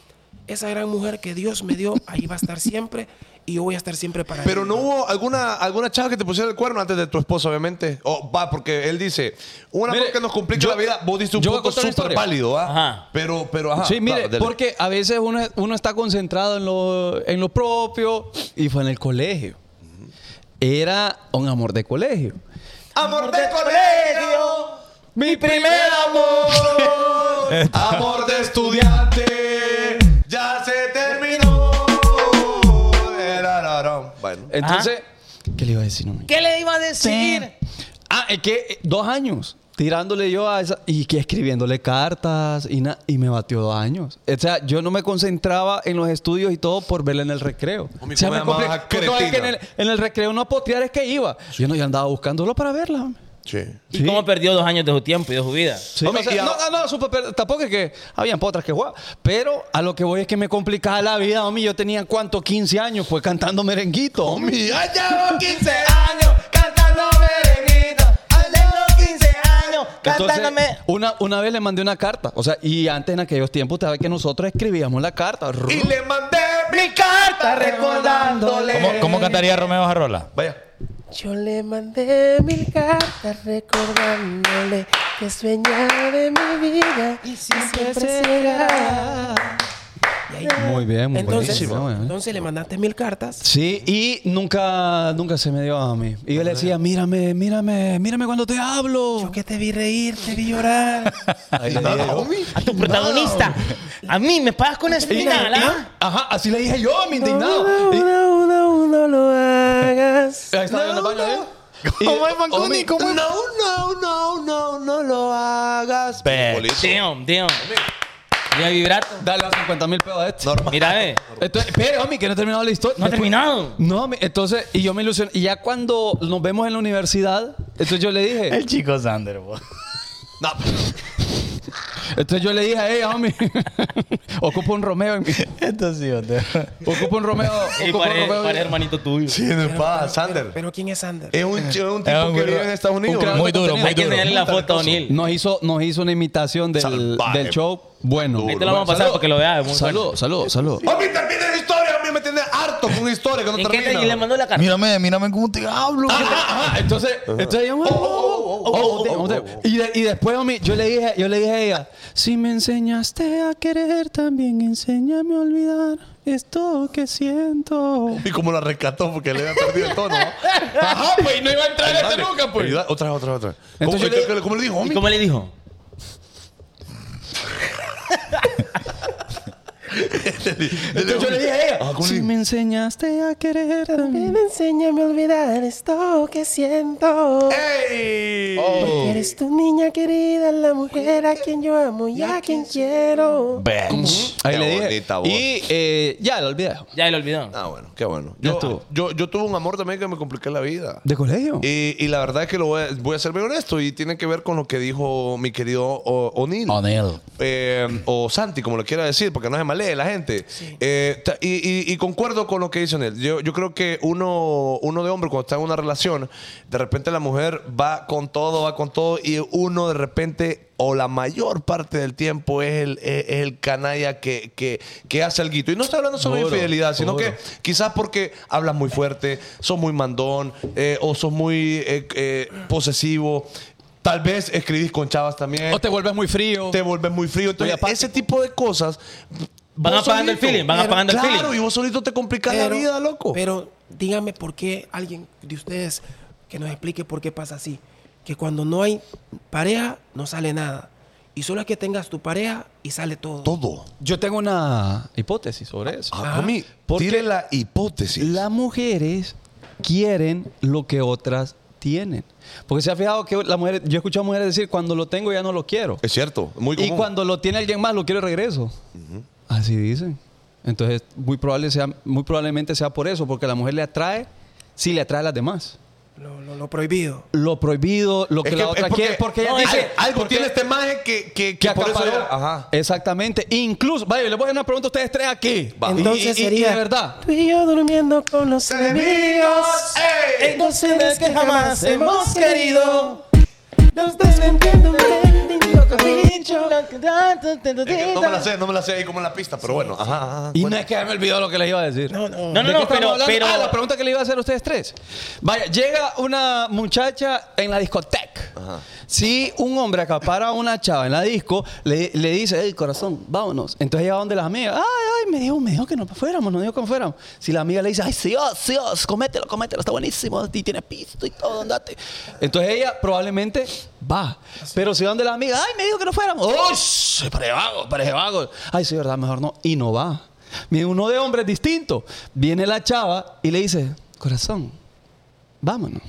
[SPEAKER 8] esa gran mujer que Dios me dio, ahí va a estar siempre y yo voy a estar siempre para
[SPEAKER 4] Pero
[SPEAKER 8] ella.
[SPEAKER 4] no hubo alguna, alguna chava que te pusiera el cuerno antes de tu esposo, obviamente. O va, porque él dice, una
[SPEAKER 5] Mire,
[SPEAKER 4] cosa que nos complica
[SPEAKER 5] yo-
[SPEAKER 4] la vida, vos diste un
[SPEAKER 5] yo voy a
[SPEAKER 4] punto
[SPEAKER 5] contar una
[SPEAKER 4] súper
[SPEAKER 5] historia.
[SPEAKER 4] válido, ¿ah?
[SPEAKER 3] Ajá.
[SPEAKER 4] Pero, pero,
[SPEAKER 8] ah,
[SPEAKER 4] ajá.
[SPEAKER 5] sí, mire,
[SPEAKER 7] ah,
[SPEAKER 4] claro, dale.
[SPEAKER 5] porque a veces uno, uno está concentrado en lo, en lo propio y fue en el colegio. Era un amor de colegio.
[SPEAKER 4] Amor de colegio,
[SPEAKER 5] Mi
[SPEAKER 4] primer amor. Amor de estudiante, ya se terminó. Bueno.
[SPEAKER 5] Entonces,
[SPEAKER 8] Ah.
[SPEAKER 5] ¿qué le iba a decir? No, me-
[SPEAKER 3] ¿Qué le iba a decir?
[SPEAKER 5] Ah, es que eh, dos años tirándole yo a esa y que escribiéndole cartas y, na- y me batió dos años. O sea, yo no me concentraba en los estudios y todo por verla en el recreo.
[SPEAKER 4] Homie,
[SPEAKER 5] o sea,
[SPEAKER 4] ¿cómo
[SPEAKER 5] me
[SPEAKER 4] llamabas
[SPEAKER 5] compli-
[SPEAKER 4] a
[SPEAKER 5] Tú sabes que en el,
[SPEAKER 4] cretina?
[SPEAKER 5] en el recreo no a potear es que iba. Yo no, yo andaba buscándolo para verla. homie.
[SPEAKER 4] Sí.
[SPEAKER 3] ¿Y
[SPEAKER 5] Sí.
[SPEAKER 3] cómo perdió dos años de su tiempo y de su vida?
[SPEAKER 5] Sí,
[SPEAKER 4] Homie,
[SPEAKER 5] o sea,
[SPEAKER 4] y a-
[SPEAKER 5] no, no, no, supe, pero tampoco es que habían potras que jugaban. Pero a lo que voy es que me complicaba la vida, homie. Yo tenía cuánto, 15 años, fue cantando merenguito, homie.
[SPEAKER 4] Ya llevo 15 años cantando merenguita. Al de los 15
[SPEAKER 3] cantándome.
[SPEAKER 5] una, una vez le mandé una carta. O sea, y antes en aquellos tiempos, usted sabe que nosotros escribíamos la carta.
[SPEAKER 4] Y le mandé mi
[SPEAKER 3] Carta recordándole.
[SPEAKER 7] ¿Cómo, cómo cantaría Romeo Jarrola?
[SPEAKER 4] Vaya.
[SPEAKER 8] Yo le mandé mil cartas recordándole que sueña de mi vida y siempre será. Y ahí-
[SPEAKER 5] Muy bien, muy
[SPEAKER 8] Entonces,
[SPEAKER 5] buenísimo, ¿eh?
[SPEAKER 8] entonces le mandaste mil cartas.
[SPEAKER 5] Sí, y nunca, nunca se me dio a mí. Y yo le decía, mírame, mírame, mírame cuando te hablo.
[SPEAKER 8] Yo que te vi reír, te vi llorar.
[SPEAKER 5] Ahí le dije yo.
[SPEAKER 3] A tu protagonista. A mí me pagas con ah? espina,
[SPEAKER 5] ¿eh?
[SPEAKER 3] ¿la?
[SPEAKER 5] Ajá, así le dije yo, mi indignado. Y-
[SPEAKER 8] No, no, no lo hagas.
[SPEAKER 5] ahí estaba yo en la baña, ¿eh? Y- Omi,
[SPEAKER 4] No, no, no, no, no lo hagas.
[SPEAKER 7] Pe-
[SPEAKER 3] Damn, damn. Ya vibrato.
[SPEAKER 5] Dale los 50 mil pesos a este.
[SPEAKER 3] Mira, ve.
[SPEAKER 5] Entonces, espere, homie, que no he terminado la historia.
[SPEAKER 3] No ha terminado.
[SPEAKER 5] No, mi- entonces, y yo me ilusioné. Y ya cuando nos vemos en la universidad, entonces yo le dije,
[SPEAKER 7] El chico Sander, po.
[SPEAKER 4] No,
[SPEAKER 5] entonces yo le dije a ella, homie, ocupo un Romeo en mi.
[SPEAKER 7] Esto sí, hotel.
[SPEAKER 5] Ocupo un Romeo.
[SPEAKER 3] Y
[SPEAKER 5] ocupo un
[SPEAKER 3] parece
[SPEAKER 5] Romeo.
[SPEAKER 3] hermanito tuyo.
[SPEAKER 4] sí, no es para Sander. Eh.
[SPEAKER 8] Pero ¿quién es Sander?
[SPEAKER 4] Es un, es un
[SPEAKER 7] Es
[SPEAKER 4] tipo
[SPEAKER 7] un
[SPEAKER 4] que
[SPEAKER 7] güey-
[SPEAKER 4] vive en Estados
[SPEAKER 5] un
[SPEAKER 4] Unidos.
[SPEAKER 5] crack
[SPEAKER 7] Muy
[SPEAKER 5] de
[SPEAKER 7] duro,
[SPEAKER 5] contenido.
[SPEAKER 7] muy
[SPEAKER 3] Hay que
[SPEAKER 7] duro.
[SPEAKER 3] enseñarle la foto a O'Neill.
[SPEAKER 5] Nos hizo, nos hizo una imitación del,
[SPEAKER 4] Salvaje.
[SPEAKER 5] del show. Bueno.
[SPEAKER 3] Ahí te la vamos a pasar para que lo veas. muy
[SPEAKER 5] Salud, salud, salud.
[SPEAKER 4] Homie, termina la historia. Homie, me tiene harto con una historia que no
[SPEAKER 3] bueno. ¿En qué te- y le
[SPEAKER 4] termina.
[SPEAKER 3] mandó la carta?
[SPEAKER 7] Mírame, mírame cómo te hablo.
[SPEAKER 5] Ajá, entonces, entonces yo, oh, oh, oh, oh, y, de- y después homie, yo le dije, yo le dije a ella, si me enseñaste a querer, también enséñame a olvidar esto que siento.
[SPEAKER 4] Y como la rescató porque le había perdido el tono.
[SPEAKER 5] Ajá, pues no iba a entrar pues.
[SPEAKER 4] Dale, ayuda- Otra, otra, otra. ¿Cómo,
[SPEAKER 5] Entonces yo le-
[SPEAKER 4] cómo- cómo le dijo,
[SPEAKER 3] ¿Y
[SPEAKER 4] homie?
[SPEAKER 3] cómo le dijo?
[SPEAKER 5] Entonces yo le dije a ella,
[SPEAKER 4] Ah, ¿cómo le
[SPEAKER 5] si
[SPEAKER 4] dijo?
[SPEAKER 5] me enseñaste a querer, también.
[SPEAKER 8] Ven, enséñame a olvidar esto que siento.
[SPEAKER 4] ¡Ey!
[SPEAKER 8] Porque eres tu niña querida, la mujer a quien yo amo y a quien quiero.
[SPEAKER 7] Bench.
[SPEAKER 5] Ahí
[SPEAKER 4] Qué
[SPEAKER 5] le dije.
[SPEAKER 4] bonita voz.
[SPEAKER 5] Y eh, ya, lo olvidé.
[SPEAKER 3] Ya lo olvidó.
[SPEAKER 4] Ah, bueno, qué bueno.
[SPEAKER 5] Ya
[SPEAKER 4] Yo,
[SPEAKER 5] estuvo.
[SPEAKER 4] yo, yo tuve un amor también que me compliqué la vida.
[SPEAKER 5] ¿De colegio?
[SPEAKER 4] Y, y la verdad es que lo voy a, voy a ser bien honesto y tiene que ver con lo que dijo mi querido O- O'Neill.
[SPEAKER 7] O'Neill.
[SPEAKER 4] Eh, o Santi, como lo quiera decir, porque no se malee la gente. Eh, ta- y, y- y concuerdo con lo que dice él. Yo, yo creo que uno, uno de hombre, cuando está en una relación, de repente la mujer va con todo, va con todo, y uno de repente, o la mayor parte del tiempo, es el, es- es el canalla que, que, que hace algo. Y no estoy hablando solo de
[SPEAKER 5] Duro,
[SPEAKER 4] infidelidad, sino
[SPEAKER 5] duro.
[SPEAKER 4] que quizás porque hablas muy fuerte, sos muy mandón, eh, o sos muy eh, eh, posesivo. Tal vez escribís con chavas también
[SPEAKER 5] o te vuelves muy frío.
[SPEAKER 4] te vuelves muy frío. Entonces,
[SPEAKER 5] Muy apático.
[SPEAKER 4] ese tipo de cosas.
[SPEAKER 3] Van
[SPEAKER 4] vos
[SPEAKER 3] apagando el
[SPEAKER 4] solito-
[SPEAKER 3] feeling, van apagando el
[SPEAKER 4] claro,
[SPEAKER 3] feeling.
[SPEAKER 4] y vos solito te complicas la vida, loco.
[SPEAKER 8] Pero dígame por qué alguien de ustedes que nos explique por qué pasa así. Que cuando no hay pareja, no sale nada. Y solo es que tengas tu pareja y sale todo.
[SPEAKER 4] Todo.
[SPEAKER 5] Yo tengo una hipótesis sobre eso.
[SPEAKER 4] A mí,
[SPEAKER 5] Porque-
[SPEAKER 4] tire la hipótesis.
[SPEAKER 5] Las mujeres quieren lo que otras tienen. Porque se ha fijado que la mujer, yo he escuchado mujeres decir, cuando lo tengo ya no lo quiero.
[SPEAKER 4] Es cierto, muy
[SPEAKER 5] Y
[SPEAKER 4] común.
[SPEAKER 5] cuando lo tiene alguien más, lo quiero de regreso. Así dicen. Entonces, muy, probable sea, muy probablemente sea por eso, porque la mujer le atrae, sí le atrae a las demás.
[SPEAKER 8] Lo, lo- lo prohibido.
[SPEAKER 5] Lo prohibido, lo que,
[SPEAKER 4] Es que-
[SPEAKER 5] la otra
[SPEAKER 4] es porque-
[SPEAKER 5] quiere. Porque ella
[SPEAKER 3] no, es
[SPEAKER 5] dice,
[SPEAKER 3] que-
[SPEAKER 4] Algo
[SPEAKER 5] porque-
[SPEAKER 4] tiene este maje que, que, que
[SPEAKER 5] que
[SPEAKER 4] por eso. Ah,
[SPEAKER 5] acapara.
[SPEAKER 4] Ajá.
[SPEAKER 5] Exactamente. Incluso, vaya, les voy a hacer una pregunta a ustedes tres aquí.
[SPEAKER 4] Va.
[SPEAKER 5] Y-
[SPEAKER 8] Entonces
[SPEAKER 5] Ah, y- y-
[SPEAKER 8] sería.
[SPEAKER 5] y de verdad.
[SPEAKER 8] Tú y yo durmiendo con los enemigos.
[SPEAKER 4] ¡Ey!
[SPEAKER 8] Dos seres que jamás hemos querido. Los
[SPEAKER 4] Eh, No me la sé, no me la sé ahí como en la pista, pero bueno. Ajá, ajá.
[SPEAKER 5] Y no es que me olvidó lo que les iba a decir.
[SPEAKER 8] No, no.
[SPEAKER 3] No, no,
[SPEAKER 5] ¿De qué
[SPEAKER 3] no,
[SPEAKER 5] estamos
[SPEAKER 3] pero,
[SPEAKER 5] hablando?
[SPEAKER 3] pero
[SPEAKER 5] Ah, la pregunta que le iba a hacer a ustedes tres. Vaya, llega una muchacha en la discoteca. Si un hombre acapara a una chava en la disco, le, le dice, hey, corazón, vámonos. Entonces ella va donde las amigas. Ay, ay, me dijo, me dijo que no fuéramos, no dijo que no fuéramos. Si la amiga le dice, ay, sí, oh, sí, oh, comételo, comételo, está buenísimo, y tiene pisto y todo, andate. Entonces ella probablemente va. Pero si va donde las amigas, ay, me dijo que no fuéramos. ¡Uy! Parece vago, parece vago. Ay, sí, verdad, mejor no. Y no va. Mire, uno de hombres distinto. Viene la chava y le dice, corazón, vámonos.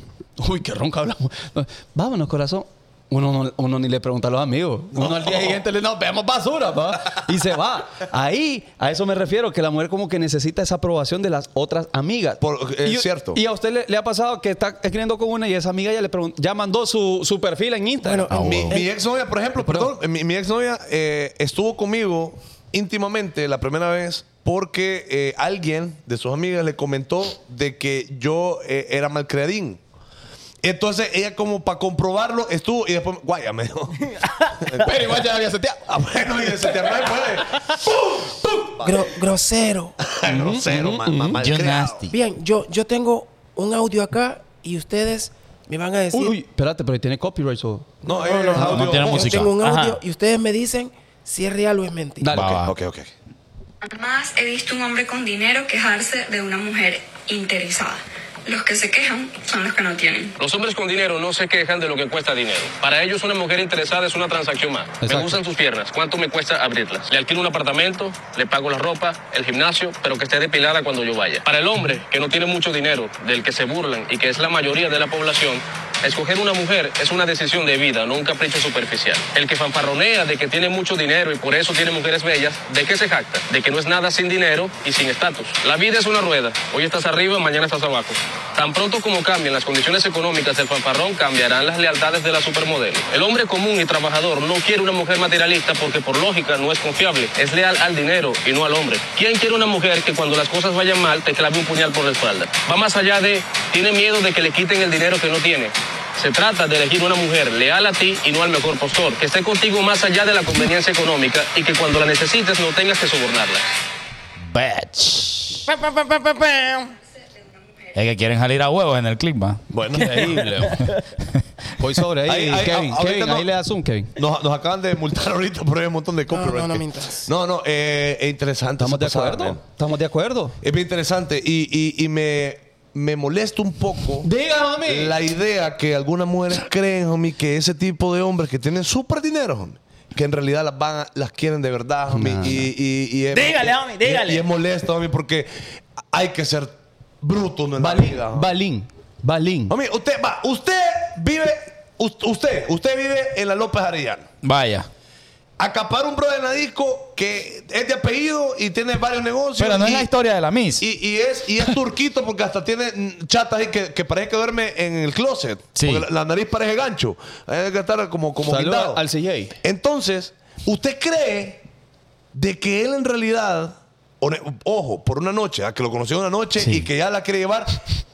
[SPEAKER 5] Uy, qué ronca hablamos. No, Vámonos, corazón. Uno, no- uno ni le pregunta a los amigos. Uno al día siguiente le nos vemos basura, pa". Y se va. Ahí, a eso me refiero, que la mujer como que necesita esa aprobación de las otras amigas.
[SPEAKER 4] Por- es
[SPEAKER 5] Y-
[SPEAKER 4] cierto.
[SPEAKER 5] Y a usted le, le ha pasado que está escribiendo con una y esa amiga ya le preguntó, ya mandó su, su perfil en Instagram. Ah.
[SPEAKER 8] Bueno,
[SPEAKER 4] Mi, mi exnovia, por ejemplo, perdón, mi, mi exnovia eh, estuvo conmigo íntimamente la primera vez porque eh, alguien de sus amigas le comentó de que yo eh, era malcriadín. Entonces ella como para comprobarlo estuvo y después, guaya, me dijo.
[SPEAKER 2] Pero igual ya había seteado.
[SPEAKER 4] Ah, bueno, y se te
[SPEAKER 8] Gro- grosero.
[SPEAKER 4] Grosero, ma- ma- malcriado.
[SPEAKER 8] Bien, yo, yo tengo un audio acá y ustedes me van a decir.
[SPEAKER 9] Uy, uy, espérate, pero tiene copyright. so-
[SPEAKER 4] No, eh, audio.
[SPEAKER 7] tiene
[SPEAKER 8] yo
[SPEAKER 7] música.
[SPEAKER 8] tengo un
[SPEAKER 3] Ajá.
[SPEAKER 8] audio y ustedes me dicen si es real o es mentira.
[SPEAKER 9] Dale,
[SPEAKER 7] Va,
[SPEAKER 9] ok.
[SPEAKER 7] va.
[SPEAKER 4] Ok, ok.
[SPEAKER 10] Más he visto un hombre con dinero quejarse de una mujer interesada. Los que se quejan son los que no tienen.
[SPEAKER 11] Los hombres con dinero no se quejan de lo que cuesta dinero. Para ellos una mujer interesada es una transacción más.
[SPEAKER 9] Exacto.
[SPEAKER 11] Me gustan tus piernas, ¿cuánto me cuesta abrirlas? Le alquilo un apartamento, le pago la ropa, el gimnasio, pero que esté depilada cuando yo vaya. Para el hombre que no tiene mucho dinero, del que se burlan y que es la mayoría de la población, escoger una mujer es una decisión de vida, no un capricho superficial. El que fanfarronea de que tiene mucho dinero y por eso tiene mujeres bellas, ¿de qué se jacta? De que no es nada sin dinero y sin estatus. La vida es una rueda. Hoy estás arriba, mañana estás abajo. Tan pronto como cambien las condiciones económicas del fanfarrón, cambiarán las lealtades de la supermodelo. El hombre común y trabajador no quiere una mujer materialista porque por lógica no es confiable. Es leal al dinero y no al hombre. ¿Quién quiere una mujer que cuando las cosas vayan mal te clave un puñal por la espalda? Va más allá de, tiene miedo de que le quiten el dinero que no tiene. Se trata de elegir una mujer leal a ti y no al mejor postor, que esté contigo más allá de la conveniencia económica y que cuando la necesites no tengas que sobornarla.
[SPEAKER 7] Batch. Es que quieren salir a huevos en el clip, va.
[SPEAKER 4] Bueno,
[SPEAKER 5] Increíble. Voy sobre ahí,
[SPEAKER 4] Ahí, ahí,
[SPEAKER 5] Kevin.
[SPEAKER 4] a- ahorita
[SPEAKER 5] Kevin,
[SPEAKER 4] no-
[SPEAKER 5] ahí le das un Kevin.
[SPEAKER 4] Nos, nos acaban de multar ahorita por hay un montón de copyright.
[SPEAKER 8] no, no mientas.
[SPEAKER 4] No, no, eh, es interesante.
[SPEAKER 9] ¿Estamos de
[SPEAKER 4] esa pasada,
[SPEAKER 9] acuerdo?
[SPEAKER 4] man.
[SPEAKER 9] ¿Estamos de acuerdo?
[SPEAKER 4] Es bien interesante y, y- y me, me molesta un poco
[SPEAKER 9] Dígame a mí.
[SPEAKER 4] la idea que algunas mujeres creen, homie, que ese tipo de hombres que tienen súper dinero, homie, que en realidad las van a- las quieren de verdad, homie. y, y- y es,
[SPEAKER 3] Dígale, homie,
[SPEAKER 4] y-
[SPEAKER 3] dígale.
[SPEAKER 4] Y, es molesto, homie, porque hay que ser bruto en la
[SPEAKER 9] Balín,
[SPEAKER 4] vida. homie.
[SPEAKER 9] Balín, Balín.
[SPEAKER 4] Homie, usted va, usted vive, us- usted, usted vive en la López Arellano.
[SPEAKER 7] Vaya.
[SPEAKER 4] Acapar un brother en la disco que es de apellido y tiene varios negocios.
[SPEAKER 7] Pero no es
[SPEAKER 4] y-
[SPEAKER 7] la historia de la Miss.
[SPEAKER 4] y, y es, y es turquito porque hasta tiene mm, chatas ahí que, que parece que duerme en el closet.
[SPEAKER 7] Sí.
[SPEAKER 4] Porque la, la nariz parece gancho. Hay que estar como, como
[SPEAKER 9] Saluda
[SPEAKER 4] guindado.
[SPEAKER 9] al CJ.
[SPEAKER 4] Entonces, ¿usted cree de que él en realidad, one- ojo, por una noche, ah, que lo conoció una noche
[SPEAKER 7] Sí.
[SPEAKER 4] y que ya la quiere llevar,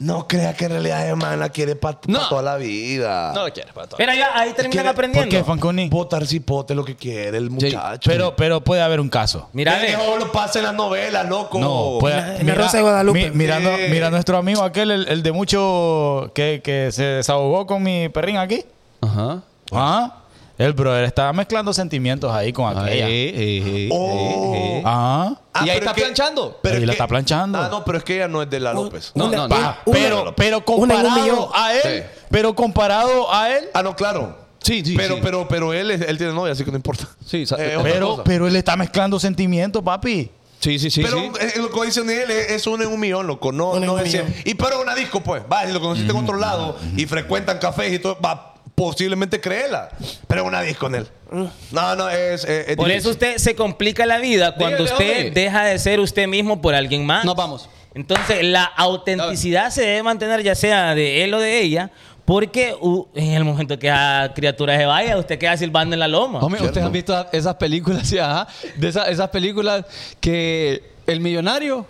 [SPEAKER 4] no crea que en realidad además la quiere para
[SPEAKER 9] No.
[SPEAKER 4] toda la vida?
[SPEAKER 9] No lo quieres para todo.
[SPEAKER 3] Mira, ya, ahí terminan
[SPEAKER 4] ¿Quiere-
[SPEAKER 7] ¿Por qué,
[SPEAKER 3] aprendiendo.
[SPEAKER 7] Fanconi?
[SPEAKER 4] Botar cipote lo que quiere el muchacho.
[SPEAKER 7] Pero, pero puede haber un caso.
[SPEAKER 3] Mira, ve.
[SPEAKER 4] Dejo lo pasa en las novelas, loco.
[SPEAKER 7] No,
[SPEAKER 8] la-
[SPEAKER 9] pues,
[SPEAKER 7] puede,
[SPEAKER 8] la Rosa de Guadalupe.
[SPEAKER 7] mirando,
[SPEAKER 4] Sí.
[SPEAKER 7] mira nuestro amigo aquel, el, el de mucho que, que se desahogó con mi perrín aquí.
[SPEAKER 9] Ajá.
[SPEAKER 7] Ah, el brother estaba mezclando sentimientos ahí con aquella.
[SPEAKER 9] Ahí, eh, eh,
[SPEAKER 4] Oh.
[SPEAKER 9] eh, eh.
[SPEAKER 7] Ah,
[SPEAKER 4] Ah,
[SPEAKER 9] Y ahí
[SPEAKER 4] pero
[SPEAKER 9] está
[SPEAKER 4] es que-
[SPEAKER 9] planchando.
[SPEAKER 4] pero
[SPEAKER 7] Ahí
[SPEAKER 4] es
[SPEAKER 7] la
[SPEAKER 4] que-
[SPEAKER 7] está planchando.
[SPEAKER 4] Ah, no, pero es que ella no es de la López.
[SPEAKER 9] No,
[SPEAKER 8] Una-
[SPEAKER 9] no, no.
[SPEAKER 8] una-
[SPEAKER 7] pa, Ah, pero, pero
[SPEAKER 8] una en un millón.
[SPEAKER 7] comparado a él,
[SPEAKER 4] Sí.
[SPEAKER 7] pero comparado a él,
[SPEAKER 4] Ah, no, claro.
[SPEAKER 9] Sí, sí,
[SPEAKER 4] Pero,
[SPEAKER 9] sí.
[SPEAKER 4] pero, pero él, es- él tiene novia, así que no importa.
[SPEAKER 9] Sí, sa-
[SPEAKER 4] Eh, otra
[SPEAKER 7] pero,
[SPEAKER 4] cosa.
[SPEAKER 7] pero él está mezclando sentimientos, papi.
[SPEAKER 9] Sí, sí, sí.
[SPEAKER 4] Pero
[SPEAKER 9] sí.
[SPEAKER 4] eh, lo que dice Nel es, es uno en un millón, loco. No,
[SPEAKER 8] Uno en
[SPEAKER 4] no
[SPEAKER 8] un
[SPEAKER 4] es cien.
[SPEAKER 8] millón.
[SPEAKER 4] Y pero una disco, pues. Va, si lo conociste en otro
[SPEAKER 9] Mm,
[SPEAKER 4] lado y frecuentan cafés y todo, va, posiblemente créela. Pero una disco, Nel.
[SPEAKER 8] Mm.
[SPEAKER 4] No, no, es. eh, es- es
[SPEAKER 3] Por
[SPEAKER 4] difícil.
[SPEAKER 3] eso usted se complica la vida cuando
[SPEAKER 9] Dígale,
[SPEAKER 3] usted
[SPEAKER 9] hombre.
[SPEAKER 3] deja de ser usted mismo por alguien más.
[SPEAKER 9] Nos vamos.
[SPEAKER 3] Entonces, la autenticidad se debe mantener, ya sea de él o de ella, porque u- en el momento que la criatura se vaya, usted queda silbando en la loma.
[SPEAKER 9] Hombre, ustedes han visto esas películas, sí, ajá, de esas, esas películas que el millonario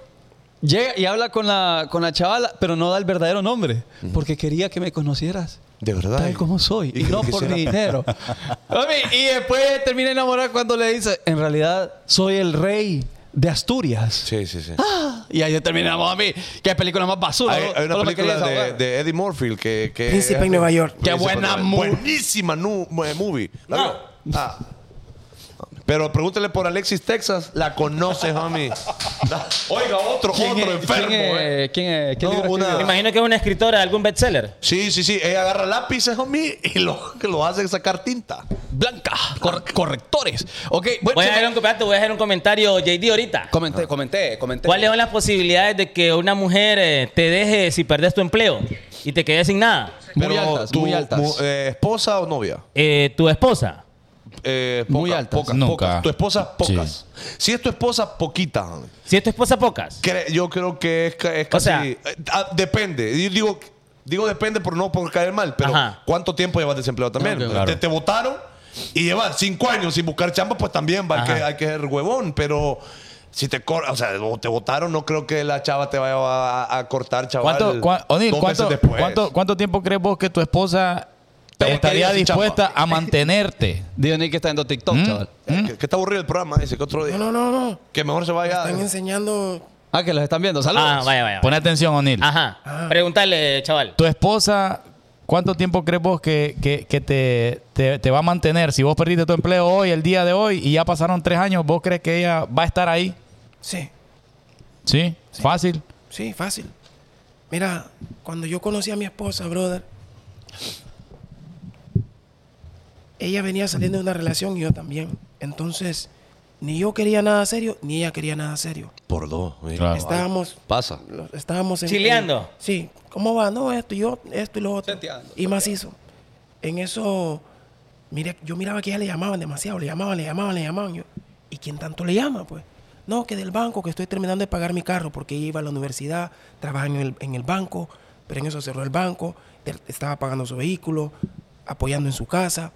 [SPEAKER 9] llega y habla con la, con la chavala, pero no da el verdadero nombre, porque quería que me conocieras.
[SPEAKER 4] De verdad.
[SPEAKER 9] Tal como soy, y,
[SPEAKER 4] que
[SPEAKER 9] no
[SPEAKER 4] lo
[SPEAKER 9] por
[SPEAKER 4] quisiera.
[SPEAKER 9] mi dinero. Hombre, y después termina enamorada cuando le dice, en realidad soy el rey de Asturias.
[SPEAKER 4] Sí, sí, sí.
[SPEAKER 9] Ah, Y ahí terminamos a mí. Qué película más basura.
[SPEAKER 4] Hay,
[SPEAKER 9] ¿no?
[SPEAKER 4] hay una
[SPEAKER 9] Solo me
[SPEAKER 4] película
[SPEAKER 9] quería
[SPEAKER 4] de,
[SPEAKER 9] desahogar.
[SPEAKER 4] de Eddie Murphy que. que
[SPEAKER 8] Príncipe en Nueva York.
[SPEAKER 9] Qué
[SPEAKER 4] Príncipe
[SPEAKER 9] buena
[SPEAKER 4] en Nueva York.
[SPEAKER 9] mu-
[SPEAKER 4] Buenísima nu- mu- eh, movie. ¿La
[SPEAKER 3] No.
[SPEAKER 4] vio? Ah. Pero pregúntele por Alexis Texas. La conoces, homie. Oiga, otro,
[SPEAKER 9] ¿Quién
[SPEAKER 4] otro
[SPEAKER 9] es-
[SPEAKER 4] enfermo.
[SPEAKER 9] ¿Quién
[SPEAKER 4] eh.
[SPEAKER 9] es? ¿Quién es? ¿Qué
[SPEAKER 4] No,
[SPEAKER 9] libro
[SPEAKER 4] una-
[SPEAKER 9] escribió?
[SPEAKER 3] Me imagino que es una escritora de algún bestseller.
[SPEAKER 4] Sí, sí, sí. Ella agarra lápices, homie, y lo, lo hace sacar tinta.
[SPEAKER 9] Blanca. Cor-
[SPEAKER 4] Ah.
[SPEAKER 9] correctores. Ok, bueno,
[SPEAKER 3] Voy a
[SPEAKER 9] se-
[SPEAKER 3] hacer un, espérate, voy a hacer un comentario, JD, ahorita.
[SPEAKER 9] Comenté, comenté, comenté.
[SPEAKER 3] ¿Cuáles son las posibilidades de que una mujer eh, te deje si perdes tu empleo y te quedes sin nada?
[SPEAKER 9] Muy
[SPEAKER 4] Pero
[SPEAKER 9] altas,
[SPEAKER 4] tu
[SPEAKER 9] muy altas.
[SPEAKER 4] mu- eh, ¿Esposa o novia?
[SPEAKER 3] Eh, tu esposa.
[SPEAKER 4] Eh,
[SPEAKER 9] Muy
[SPEAKER 4] pocas,
[SPEAKER 9] altas.
[SPEAKER 4] Pocas,
[SPEAKER 7] Nunca.
[SPEAKER 4] pocas. Tu esposa,
[SPEAKER 7] Sí.
[SPEAKER 4] pocas. Si es tu esposa, poquitas, homie.
[SPEAKER 3] Si es tu esposa, pocas.
[SPEAKER 4] Cre- yo creo que es, ca- es
[SPEAKER 3] O
[SPEAKER 4] casi.
[SPEAKER 3] sea-
[SPEAKER 4] eh, ah, depende. Yo digo, digo depende por no por caer mal, pero
[SPEAKER 3] Ajá.
[SPEAKER 4] ¿cuánto tiempo llevas desempleado también?
[SPEAKER 9] Ok,
[SPEAKER 7] claro.
[SPEAKER 4] Te, te votaron y llevas cinco años sin buscar chamba, pues también va, hay, que,
[SPEAKER 3] Ajá.
[SPEAKER 4] hay que ser huevón, pero. Si te cor- o sea, o te votaron, no creo que la chava te vaya a, a cortar, chaval.
[SPEAKER 7] ¿Cuánto, cua- Onil,
[SPEAKER 4] dos
[SPEAKER 7] ¿cuánto,
[SPEAKER 4] meses después.
[SPEAKER 7] cuánto- cuánto tiempo crees vos que tu esposa estaría
[SPEAKER 4] quedas sin
[SPEAKER 7] dispuesta a mantenerte? ¿Mm?
[SPEAKER 9] Dios, que está viendo TikTok,
[SPEAKER 3] ¿Mm?
[SPEAKER 9] chaval.
[SPEAKER 4] Que, que está aburrido el programa, dice que otro día.
[SPEAKER 8] No, no, no.
[SPEAKER 4] Que mejor se vaya.
[SPEAKER 8] Están enseñando.
[SPEAKER 9] Ah, que los están viendo. Saludos.
[SPEAKER 3] Ah, vaya, vaya.
[SPEAKER 7] Pon atención, Onil.
[SPEAKER 4] Ah,
[SPEAKER 3] Ajá.
[SPEAKER 7] Ah.
[SPEAKER 3] Pregúntale, chaval.
[SPEAKER 7] Tu esposa, ¿cuánto tiempo crees vos que, que- que te, te- te va a mantener? Si vos perdiste tu empleo hoy, el día de hoy, y ya pasaron tres años, ¿vos crees que ella va a estar ahí?
[SPEAKER 8] Sí,
[SPEAKER 7] ¿Sí? Fácil.
[SPEAKER 8] sí, fácil. Mira, cuando yo conocí a mi esposa, brother, ella venía saliendo de una relación y yo también. Entonces, ni yo quería nada serio, ni ella quería nada serio.
[SPEAKER 4] Por dos. mira.
[SPEAKER 8] Estábamos-
[SPEAKER 4] Pasa.
[SPEAKER 8] Estábamos en.
[SPEAKER 3] Chileando.
[SPEAKER 8] en- sí, ¿cómo va? No, esto y yo, esto y lo otro. Y macizo. En eso, mire, yo miraba que ya le llamaban demasiado, le llamaban, le llamaban, le llamaban. Yo, ¿Y quién tanto le llama? Pues, no, que del banco, que estoy terminando de pagar mi carro porque ella iba a la universidad, trabajaba en el, en el banco, pero en eso cerró el banco, te- estaba pagando su vehículo, apoyando en su casa.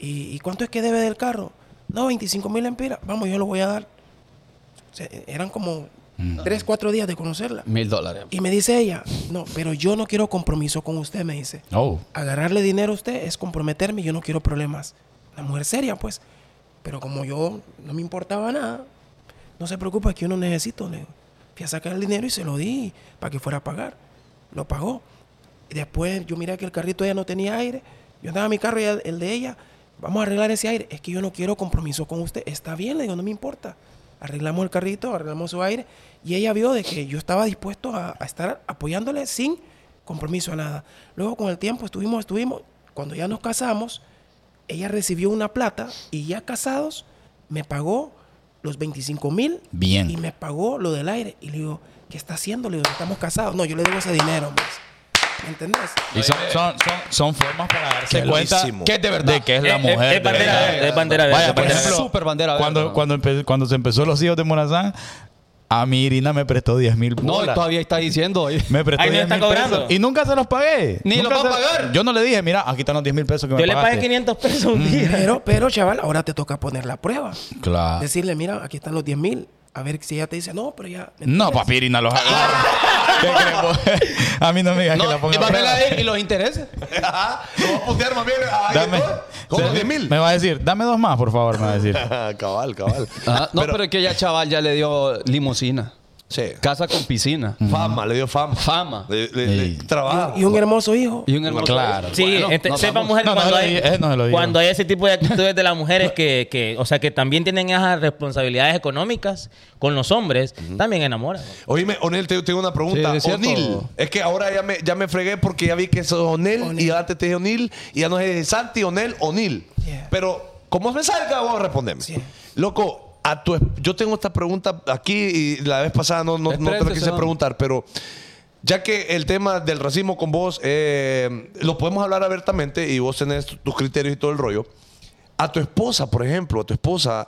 [SPEAKER 8] ¿Y, y cuánto es que debe del carro? No, 25 mil empiras. Vamos, yo lo voy a dar. O sea, eran como tres, cuatro días de conocerla.
[SPEAKER 9] Mil dólares.
[SPEAKER 8] Y me dice ella, no, pero yo no quiero compromiso con usted, me dice.
[SPEAKER 7] Oh.
[SPEAKER 8] Agarrarle dinero a usted es comprometerme, yo no quiero problemas. La mujer seria, pues. Pero como yo no me importaba nada, no se preocupa que yo no necesito. Le digo. fui a sacar el dinero y se lo di para que fuera a pagar. Lo pagó. Y después yo miré que el carrito ya no tenía aire. Yo andaba en mi carro y el, el de ella, vamos a arreglar ese aire. Es que yo no quiero compromiso con usted. Está bien, le digo, no me importa. Arreglamos el carrito, arreglamos su aire. Y ella vio de que yo estaba dispuesto a, a estar apoyándole sin compromiso a nada. Luego con el tiempo estuvimos, estuvimos. Cuando ya nos casamos, ella recibió una plata y ya casados me pagó los 25 mil
[SPEAKER 7] Bien.
[SPEAKER 8] y me pagó lo del aire. Y le digo, ¿qué está haciendo? Le digo, estamos casados. No, yo le debo ese dinero. pues. ¿Me entendés?
[SPEAKER 7] Y son, son- son- son formas para darse
[SPEAKER 9] Qué
[SPEAKER 7] cuenta
[SPEAKER 9] buenísimo. Que es de verdad.
[SPEAKER 7] que
[SPEAKER 3] Eh,
[SPEAKER 7] es la
[SPEAKER 9] Es-
[SPEAKER 7] mujer.
[SPEAKER 9] es- es
[SPEAKER 7] de
[SPEAKER 9] bandera
[SPEAKER 7] verdad.
[SPEAKER 9] verde, es bandera verde,
[SPEAKER 7] Vaya, por
[SPEAKER 9] bandera
[SPEAKER 7] ejemplo,
[SPEAKER 9] verde. Súper bandera verde,
[SPEAKER 7] Cuando,
[SPEAKER 9] hermano.
[SPEAKER 7] cuando, empe- cuando se empezó Los Hijos de Morazán, a mi Irina me prestó 10 mil
[SPEAKER 9] No, y todavía está diciendo. oye.
[SPEAKER 7] Me prestó
[SPEAKER 9] Ahí me
[SPEAKER 7] 10
[SPEAKER 9] está
[SPEAKER 7] mil pesos.
[SPEAKER 9] cobrando.
[SPEAKER 7] Y nunca se los pagué.
[SPEAKER 9] Ni
[SPEAKER 7] Nunca
[SPEAKER 9] los va a
[SPEAKER 7] se- Yo no le dije, mira, aquí están los 10 mil pesos que me
[SPEAKER 3] Yo le pagué
[SPEAKER 7] pagaste. Mm.
[SPEAKER 3] 500 pesos un día.
[SPEAKER 8] Pero, pero, chaval, ahora te toca poner la prueba.
[SPEAKER 7] Claro.
[SPEAKER 8] Decirle, mira, aquí están los 10 mil. A ver si ella te dice, no, pero ya.
[SPEAKER 7] No, papi, Irina los ¿Qué crees, vos? A mí no me digas que la
[SPEAKER 9] Y
[SPEAKER 7] ponga a
[SPEAKER 9] papel
[SPEAKER 7] prueba.
[SPEAKER 9] a él y los intereses.
[SPEAKER 4] Ajá. Lo va a putear más bien. Ay,
[SPEAKER 7] Dame.
[SPEAKER 4] ¿Cómo? ¿10
[SPEAKER 7] se-
[SPEAKER 4] mil?
[SPEAKER 7] Me va a decir, dame dos más, por favor, me va a decir.
[SPEAKER 4] cabal, cabal.
[SPEAKER 9] Ajá. Ah, No, pero, es que ya chaval ya le dio limusina.
[SPEAKER 4] Sí.
[SPEAKER 9] Casa con piscina.
[SPEAKER 4] Fama, le dio fama.
[SPEAKER 9] Fama.
[SPEAKER 4] Le, le- le- trabajo.
[SPEAKER 8] Y un hermoso hijo.
[SPEAKER 9] Y un hermoso.
[SPEAKER 7] Claro.
[SPEAKER 3] Sí,
[SPEAKER 9] Bueno,
[SPEAKER 3] este-
[SPEAKER 9] no,
[SPEAKER 3] sepa
[SPEAKER 9] vamos.
[SPEAKER 3] mujer
[SPEAKER 7] No, no
[SPEAKER 3] cuando,
[SPEAKER 7] se lo
[SPEAKER 3] hay,
[SPEAKER 7] digo, eh, no se lo digo.
[SPEAKER 3] cuando hay ese tipo de actitudes de las mujeres que, que, o sea, que también tienen esas responsabilidades económicas con los hombres, también enamoran.
[SPEAKER 4] Oíme, Onel, te, tengo una pregunta.
[SPEAKER 9] Sí, es cierto.
[SPEAKER 4] Onil, es que ahora ya me, ya me fregué porque ya vi que eso es Onel, y antes te dije Onil y ya no es Santi, Onel, Onil.
[SPEAKER 8] Yeah.
[SPEAKER 4] Pero, como me salga, vos respondeme.
[SPEAKER 8] Sí.
[SPEAKER 4] Loco, a tu, esp- yo tengo esta pregunta aquí y la vez pasada no, no, no te la
[SPEAKER 9] Exprésese,
[SPEAKER 4] quise
[SPEAKER 9] hombre.
[SPEAKER 4] preguntar, pero ya que el tema del racismo con vos eh, lo podemos hablar abiertamente y vos tenés tus criterios y todo el rollo. A tu esposa, por ejemplo, a tu esposa,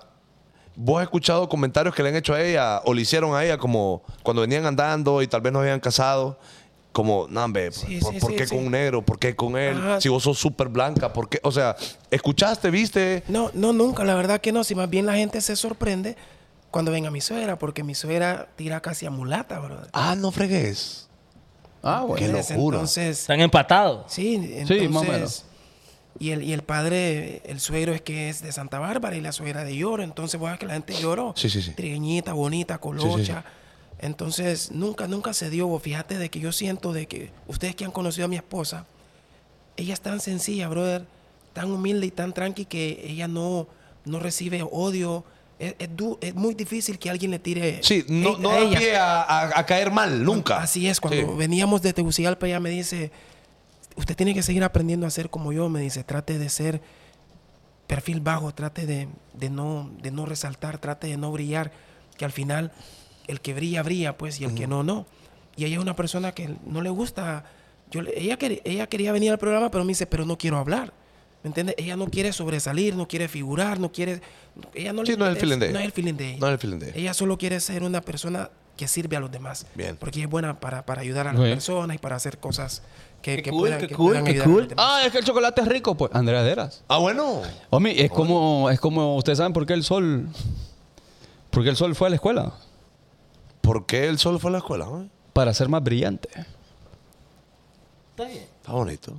[SPEAKER 4] ¿Vos has escuchado comentarios que le han hecho a ella o le hicieron a ella como cuando venían andando y tal vez no habían casado? Como, no, hombre,
[SPEAKER 8] Sí,
[SPEAKER 4] ¿por,
[SPEAKER 8] sí,
[SPEAKER 4] por
[SPEAKER 8] sí,
[SPEAKER 4] qué
[SPEAKER 8] sí.
[SPEAKER 4] con un negro? ¿Por qué con él?
[SPEAKER 8] Ajá.
[SPEAKER 4] Si vos sos súper blanca, ¿por qué? O sea, ¿escuchaste, viste?
[SPEAKER 8] No, no, nunca, la verdad que no. Si más bien la gente se sorprende cuando venga mi suegra, porque mi suegra tira casi a mulata, brother.
[SPEAKER 4] Ah, no fregues.
[SPEAKER 9] Ah,
[SPEAKER 4] Qué
[SPEAKER 9] bueno.
[SPEAKER 8] ¿Entiendes?
[SPEAKER 4] locura.
[SPEAKER 8] Entonces,
[SPEAKER 3] Están empatados.
[SPEAKER 8] sí,
[SPEAKER 9] Sí, más o
[SPEAKER 8] entonces.
[SPEAKER 9] menos.
[SPEAKER 8] Y el, y el padre, el suegro es que es de Santa Bárbara y la suegra de lloro. Entonces, vos sabés que la gente lloró.
[SPEAKER 4] Sí, sí, sí.
[SPEAKER 8] Trigueñita, bonita, colocha. Entonces, nunca, nunca se dio. vos. Fíjate de que yo siento de que ustedes que han conocido a mi esposa, ella es tan sencilla, brother, tan humilde y tan tranqui que ella no, no recibe odio. Es, es du- es muy difícil que alguien le tire.
[SPEAKER 4] Sí, no,
[SPEAKER 8] hate
[SPEAKER 4] no
[SPEAKER 8] a
[SPEAKER 4] da
[SPEAKER 8] E ella.
[SPEAKER 4] pie a, a- a caer mal, nunca.
[SPEAKER 8] Así es, cuando
[SPEAKER 4] Sí.
[SPEAKER 8] veníamos de Tegucigalpa, ella me dice, usted tiene que seguir aprendiendo a ser como yo, me dice, trate de ser perfil bajo, trate de, de no, de no resaltar, trate de no brillar, que al final el que brilla, brilla, pues, y el que no, no. Y ella es una persona que no le gusta, yo, le- ella, quer- ella quería venir al programa, pero me dice, pero no quiero hablar. ¿Me entiendes? Ella no quiere sobresalir, no quiere figurar, no quiere... Ella no,
[SPEAKER 4] Sí,
[SPEAKER 8] le
[SPEAKER 4] no es el feeling de
[SPEAKER 8] No
[SPEAKER 4] ella.
[SPEAKER 8] es el feeling de ella.
[SPEAKER 4] No es el feeling de ella.
[SPEAKER 8] Ella solo quiere ser una persona que sirve a los demás.
[SPEAKER 4] Bien.
[SPEAKER 8] Porque ella es buena para, para ayudar a las
[SPEAKER 7] Ok.
[SPEAKER 8] personas y para hacer cosas que, que
[SPEAKER 9] cool,
[SPEAKER 8] puedan,
[SPEAKER 9] qué
[SPEAKER 8] que
[SPEAKER 9] cool,
[SPEAKER 8] puedan
[SPEAKER 9] qué
[SPEAKER 8] ayudar a los demás.
[SPEAKER 9] Ah, es que el chocolate es rico, pues. Andreaderas.
[SPEAKER 4] Ah, bueno.
[SPEAKER 9] Homie, es como, es como, ustedes saben por qué el sol.
[SPEAKER 5] Porque el sol fue a la escuela.
[SPEAKER 4] ¿Por qué el sol fue a la escuela? eh?
[SPEAKER 5] Para ser más brillante.
[SPEAKER 3] Está bien.
[SPEAKER 4] Está bonito.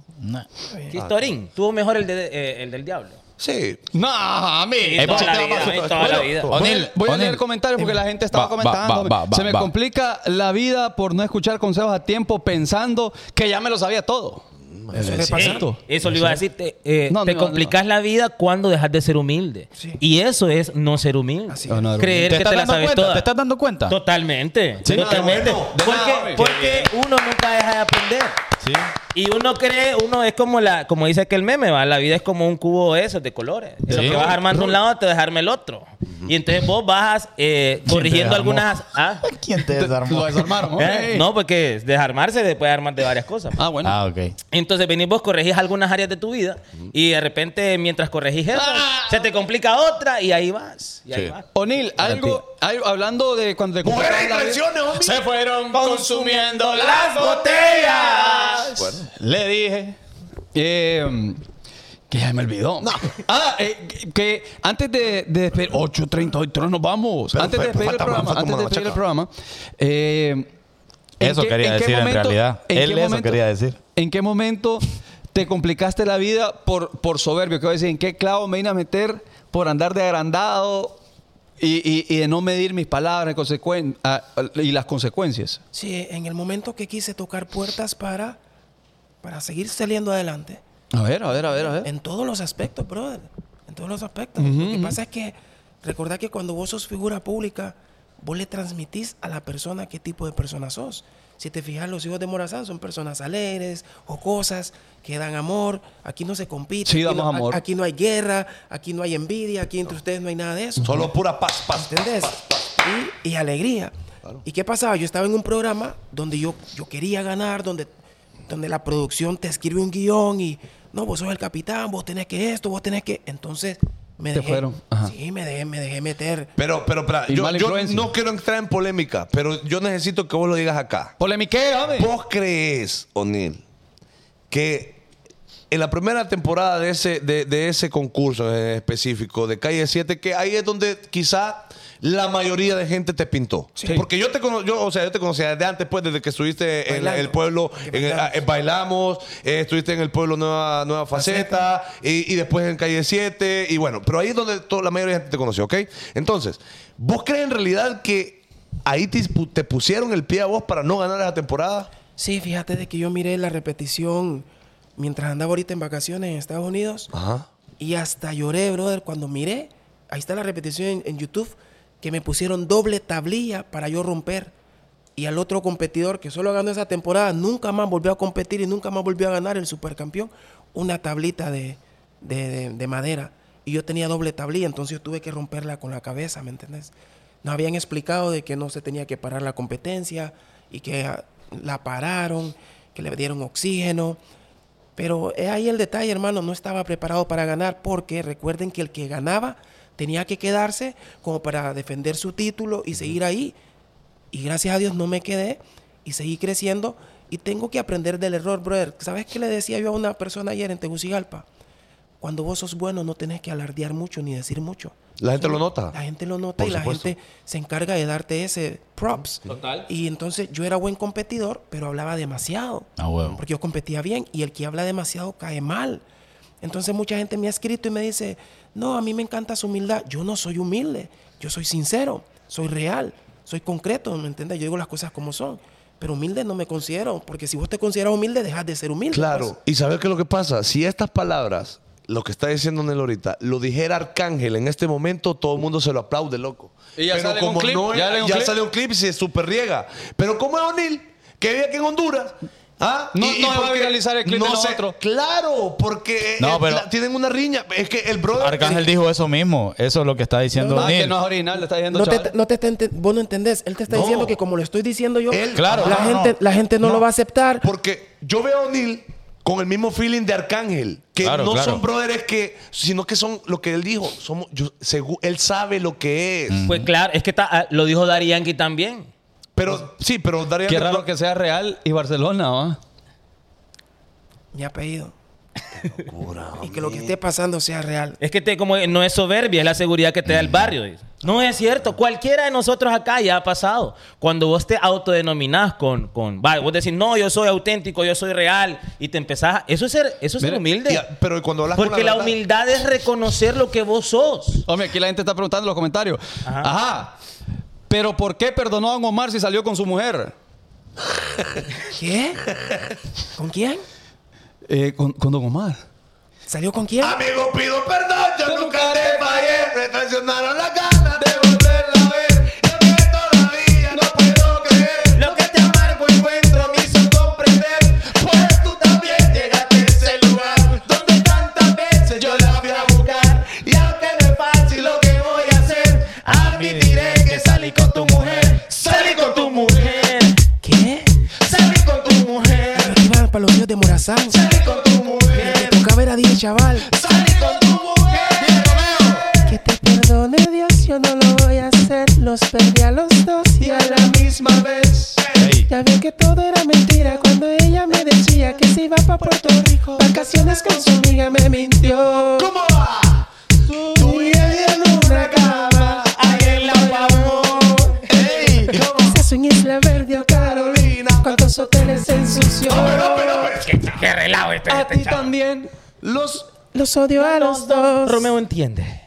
[SPEAKER 3] Quistorín, tuvo mejor el, de- eh, el del diablo.
[SPEAKER 4] Sí.
[SPEAKER 5] No, a mí.
[SPEAKER 3] Sí, toda la vida, a mí toda la vida.
[SPEAKER 5] Voy a- voy a leer
[SPEAKER 3] O'Neal.
[SPEAKER 5] comentarios porque la gente estaba
[SPEAKER 7] Va, va,
[SPEAKER 5] comentando.
[SPEAKER 7] va, va,
[SPEAKER 5] Se me
[SPEAKER 7] va.
[SPEAKER 5] complica la vida por no escuchar consejos a tiempo pensando que ya me lo sabía todo.
[SPEAKER 7] Mm,
[SPEAKER 3] Eso,
[SPEAKER 5] es cierto.
[SPEAKER 3] eso le iba a decir. Te, eh,
[SPEAKER 5] No,
[SPEAKER 3] te
[SPEAKER 5] no,
[SPEAKER 3] complicas la vida cuando dejas de ser humilde. Y eso es no ser humilde. Creer
[SPEAKER 7] ¿Te
[SPEAKER 3] que
[SPEAKER 7] estás
[SPEAKER 3] te la
[SPEAKER 7] dando
[SPEAKER 3] sabes
[SPEAKER 7] cuenta?
[SPEAKER 3] toda.
[SPEAKER 7] ¿Te estás dando cuenta?
[SPEAKER 3] Totalmente. totalmente. porque porque uno nunca deja de aprender. Y uno cree, uno es como la, como dice aquel meme, ¿va? la vida es como un cubo de esos de colores. En
[SPEAKER 7] Sí.
[SPEAKER 3] lo que vas armando un lado, te dejarme el otro. Y entonces vos vas eh, corrigiendo
[SPEAKER 7] desarmó?
[SPEAKER 3] algunas. ¿Ah?
[SPEAKER 7] ¿Quién te desarmó?
[SPEAKER 3] Lo
[SPEAKER 5] desarmaron,
[SPEAKER 3] ¿Eh? No, porque desarmarse después de armar de varias cosas.
[SPEAKER 5] Ah, bueno.
[SPEAKER 7] Ah, ok.
[SPEAKER 3] Entonces venís vos, corregís algunas áreas de tu vida y de repente mientras corregís eso, se te complica otra y ahí vas. Y ahí
[SPEAKER 5] Sí.
[SPEAKER 3] vas.
[SPEAKER 5] O'Neill, algo, algo- hablando de cuando te complicaba la vida-
[SPEAKER 7] Se fueron consumiendo
[SPEAKER 3] las botellas.
[SPEAKER 5] Le dije eh, que ya me olvidó. Ah, eh, que- que antes de, de despedir. 8.30, hoy nos vamos. antes de
[SPEAKER 7] pero,
[SPEAKER 5] despedir el
[SPEAKER 7] falta,
[SPEAKER 5] programa.
[SPEAKER 7] falta
[SPEAKER 5] Antes
[SPEAKER 7] como
[SPEAKER 5] de
[SPEAKER 7] la
[SPEAKER 5] despedir el
[SPEAKER 7] machaca.
[SPEAKER 5] programa. eh, ¿en
[SPEAKER 7] Eso
[SPEAKER 5] qué-
[SPEAKER 7] quería
[SPEAKER 5] qué
[SPEAKER 7] decir en realidad. Él
[SPEAKER 5] qué
[SPEAKER 7] eso quería decir.
[SPEAKER 5] ¿En qué momento te complicaste la vida por, por soberbio? Quiero decir, ¿en qué clavo me vine a meter por andar de agrandado y, y- y de no medir mis palabras consecuen- ah, y las consecuencias?
[SPEAKER 8] Sí, en el momento que quise tocar puertas para, para seguir saliendo adelante.
[SPEAKER 5] A ver, a ver, a ver, a ver.
[SPEAKER 8] En todos los aspectos, brother. En todos los aspectos.
[SPEAKER 5] Ujú,
[SPEAKER 8] Lo que
[SPEAKER 5] ujú.
[SPEAKER 8] pasa es que recordad que cuando vos sos figura pública, vos le transmitís a la persona qué tipo de persona sos. Si te fijas, los hijos de Morazán son personas alegres, jocosas, que dan amor. Aquí no se compite.
[SPEAKER 5] Sí,
[SPEAKER 8] aquí
[SPEAKER 5] damos
[SPEAKER 8] no- a-
[SPEAKER 5] amor.
[SPEAKER 8] Aquí no hay guerra, aquí no hay envidia, aquí entre ustedes no hay nada de eso.
[SPEAKER 4] Solo pura paz, paz.
[SPEAKER 8] ¿Entendés? Y, y alegría. ¿Y qué pasaba? Yo estaba en un programa donde yo, yo quería ganar, donde, donde la producción te escribe un guión y no, vos sos el capitán, vos tenés que esto, vos tenés que. Entonces me
[SPEAKER 5] Te
[SPEAKER 8] dejé.
[SPEAKER 5] fueron, ajá.
[SPEAKER 8] Sí, me dejé, me dejé meter.
[SPEAKER 4] Pero, pero, espera,
[SPEAKER 5] Y
[SPEAKER 4] yo,
[SPEAKER 5] mala
[SPEAKER 4] yo
[SPEAKER 5] influencia.
[SPEAKER 4] no quiero entrar en polémica, pero yo necesito que vos lo digas acá.
[SPEAKER 5] Polemiqueo,
[SPEAKER 4] ¿Vos crees, O'Neill, que en la primera temporada de ese, de, de ese concurso en específico de Calle 7, que ahí es donde quizá la mayoría de gente te pintó? Porque yo te, cono- yo, o sea, yo te conocía desde antes, pues, desde que estuviste en
[SPEAKER 8] Bailando.
[SPEAKER 4] el pueblo, en el- eh, bailamos, eh, estuviste en el pueblo Nueva, nueva Faceta, y, y después en Calle 7, y bueno, pero ahí es donde to- la mayoría de gente te conoció, ¿ok? Entonces, ¿vos crees en realidad que ahí te, pu- te pusieron el pie a vos para no ganar esa temporada?
[SPEAKER 8] Sí, fíjate de que yo miré la repetición mientras andaba ahorita en vacaciones en Estados Unidos
[SPEAKER 4] Ajá.
[SPEAKER 8] y hasta lloré, brother, cuando miré. Ahí está la repetición en, en YouTube que me pusieron doble tablilla para yo romper. Y al otro competidor que solo ganó esa temporada, nunca más volvió a competir y nunca más volvió a ganar el supercampeón, una tablita de, de- de- de madera. Y yo tenía doble tablilla, entonces yo tuve que romperla con la cabeza, ¿me entendés? Nos habían explicado de que no se tenía que parar la competencia y que ah, la pararon, que le dieron oxígeno. Pero es ahí el detalle, hermano, no estaba preparado para ganar porque recuerden que el que ganaba tenía que quedarse como para defender su título y seguir ahí. Y gracias a Dios no me quedé y seguí creciendo y tengo que aprender del error, brother. ¿Sabes qué le decía yo a una persona ayer en Tegucigalpa? Cuando vos sos bueno no tenés que alardear mucho ni decir mucho.
[SPEAKER 4] La gente lo nota.
[SPEAKER 8] La gente lo nota
[SPEAKER 4] Por
[SPEAKER 8] y la
[SPEAKER 4] supuesto.
[SPEAKER 8] gente se encarga de darte ese props.
[SPEAKER 3] Total.
[SPEAKER 8] Y entonces yo era buen competidor, pero hablaba demasiado.
[SPEAKER 7] Ah, huevo.
[SPEAKER 8] Porque yo competía bien y el que habla demasiado cae mal. Entonces mucha gente me ha escrito y me dice, no, a mí me encanta su humildad. Yo no soy humilde, yo soy sincero, soy real, soy concreto, ¿me entiendes? Yo digo las cosas como son. Pero humilde no me considero, porque si vos te consideras humilde, dejas de ser humilde.
[SPEAKER 4] Claro, y saber qué es lo que pasa. Si estas palabras, lo que está diciendo Nel ahorita, lo dijera Arcángel en este momento, todo el mundo se lo aplaude, loco.
[SPEAKER 5] Y ya
[SPEAKER 4] Pero
[SPEAKER 5] sale en un
[SPEAKER 4] como
[SPEAKER 5] clip,
[SPEAKER 4] no es-
[SPEAKER 5] ya sale en
[SPEAKER 4] ya,
[SPEAKER 5] un clip.
[SPEAKER 4] sale un clip y se super riega. Pero como es O'Neill, que vive aquí en Honduras. ¿ah?
[SPEAKER 5] No- no
[SPEAKER 4] por
[SPEAKER 5] va a
[SPEAKER 4] qué
[SPEAKER 5] viralizar el clip de
[SPEAKER 4] sé-
[SPEAKER 5] nosotros.
[SPEAKER 4] claro, porque
[SPEAKER 7] No,
[SPEAKER 4] eh,
[SPEAKER 7] pero-
[SPEAKER 4] la- tienen una riña. Es que el brother.
[SPEAKER 7] Arcángel dijo eso mismo. Eso es lo que está diciendo
[SPEAKER 5] Ah, que
[SPEAKER 7] O'Neal.
[SPEAKER 5] no es original, le está diciendo
[SPEAKER 8] No te,
[SPEAKER 5] chaval.
[SPEAKER 8] no te está ente- vos no entendés. Él te está
[SPEAKER 4] No.
[SPEAKER 8] diciendo que como lo estoy diciendo yo,
[SPEAKER 4] Él-
[SPEAKER 7] Claro,
[SPEAKER 8] la,
[SPEAKER 7] no,
[SPEAKER 8] gente,
[SPEAKER 7] no.
[SPEAKER 8] la gente no,
[SPEAKER 4] No.
[SPEAKER 8] lo va a aceptar.
[SPEAKER 4] Porque yo veo a O'Neill con el mismo feeling de Arcángel. Que
[SPEAKER 7] Claro,
[SPEAKER 4] no
[SPEAKER 7] claro.
[SPEAKER 4] son brothers que. Sino que son lo que él dijo. Somos, yo- segu- él sabe lo que es.
[SPEAKER 7] Mm.
[SPEAKER 3] Pues claro, es que ta- ah, lo dijo Dari Yankee también.
[SPEAKER 4] Pero sí, pero Darío.
[SPEAKER 5] Qué raro que sea Real y Barcelona, ¿va?
[SPEAKER 8] Mi apellido. y que lo que esté pasando sea real.
[SPEAKER 3] Es que te, como no es soberbia, es la seguridad que te da el barrio. dice. No es cierto. Cualquiera de nosotros acá ya ha pasado. Cuando vos te autodenominás con... con va, vos decís, no, yo soy auténtico, yo soy real. Y te empezás... a- Eso es ser, eso es ser
[SPEAKER 5] Mira,
[SPEAKER 3] humilde.
[SPEAKER 5] ya,
[SPEAKER 4] ah, pero cuando hablas con
[SPEAKER 3] Porque
[SPEAKER 5] la
[SPEAKER 3] la,
[SPEAKER 5] verdad-
[SPEAKER 3] humildad es reconocer lo que vos sos.
[SPEAKER 5] Hombre, aquí la gente está preguntando en los comentarios. Ajá. Pero ¿por qué perdonó a Don Omar si salió con su mujer?
[SPEAKER 8] ¿Qué? ¿Con quién?
[SPEAKER 5] Eh, con, con Don Omar.
[SPEAKER 8] ¿Salió con quién?
[SPEAKER 4] Amigo, pido perdón, yo nunca te fallé. Me traicionaron las ganas de volverla a ver. Yo que todavía no puedo creer. Lo que te amargo encuentro me hizo comprender. Pues tú también llegaste a ese lugar donde tantas veces yo la voy a buscar. Y aunque no es fácil lo que voy a hacer, admitiré que salí con tu mujer. Salí con tu mujer.
[SPEAKER 8] ¿Qué?
[SPEAKER 4] Salí con tu mujer.
[SPEAKER 8] Iban para los ríos de Morazán.
[SPEAKER 4] Salí con tu mujer.
[SPEAKER 8] Tocaba ver a 10 chaval.
[SPEAKER 4] Salí con tu mujer.
[SPEAKER 8] Que te perdone Dios, yo no lo voy a hacer. Los perdí a los dos y a la
[SPEAKER 4] misma vez.
[SPEAKER 7] Ah,
[SPEAKER 8] Ya vi que todo era mentira cuando ella me decía que se iba para Puerto Rico. Vacaciones con su amiga me mintió.
[SPEAKER 4] ¿Cómo va?
[SPEAKER 8] Tú y ella en una cama, ahí en la Pavón. Ey, ¿cómo? Se hace en Isla Verde o Carolina. ¿Cuántos hoteles se ensució?
[SPEAKER 3] Qué, qué relajo este.
[SPEAKER 8] A ti también los, los odio a los dos.
[SPEAKER 3] Romeo entiende.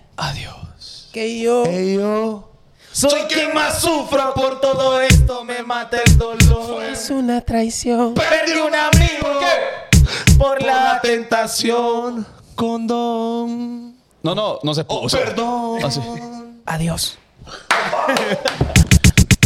[SPEAKER 8] Que yo,
[SPEAKER 4] Soy quien más sufro por todo esto, me mata el dolor.
[SPEAKER 8] es una traición.
[SPEAKER 4] Perdí un amigo por la tentación. Condón.
[SPEAKER 5] No, no, no se puso.
[SPEAKER 4] Oh, perdón.
[SPEAKER 5] Así.
[SPEAKER 8] Adiós.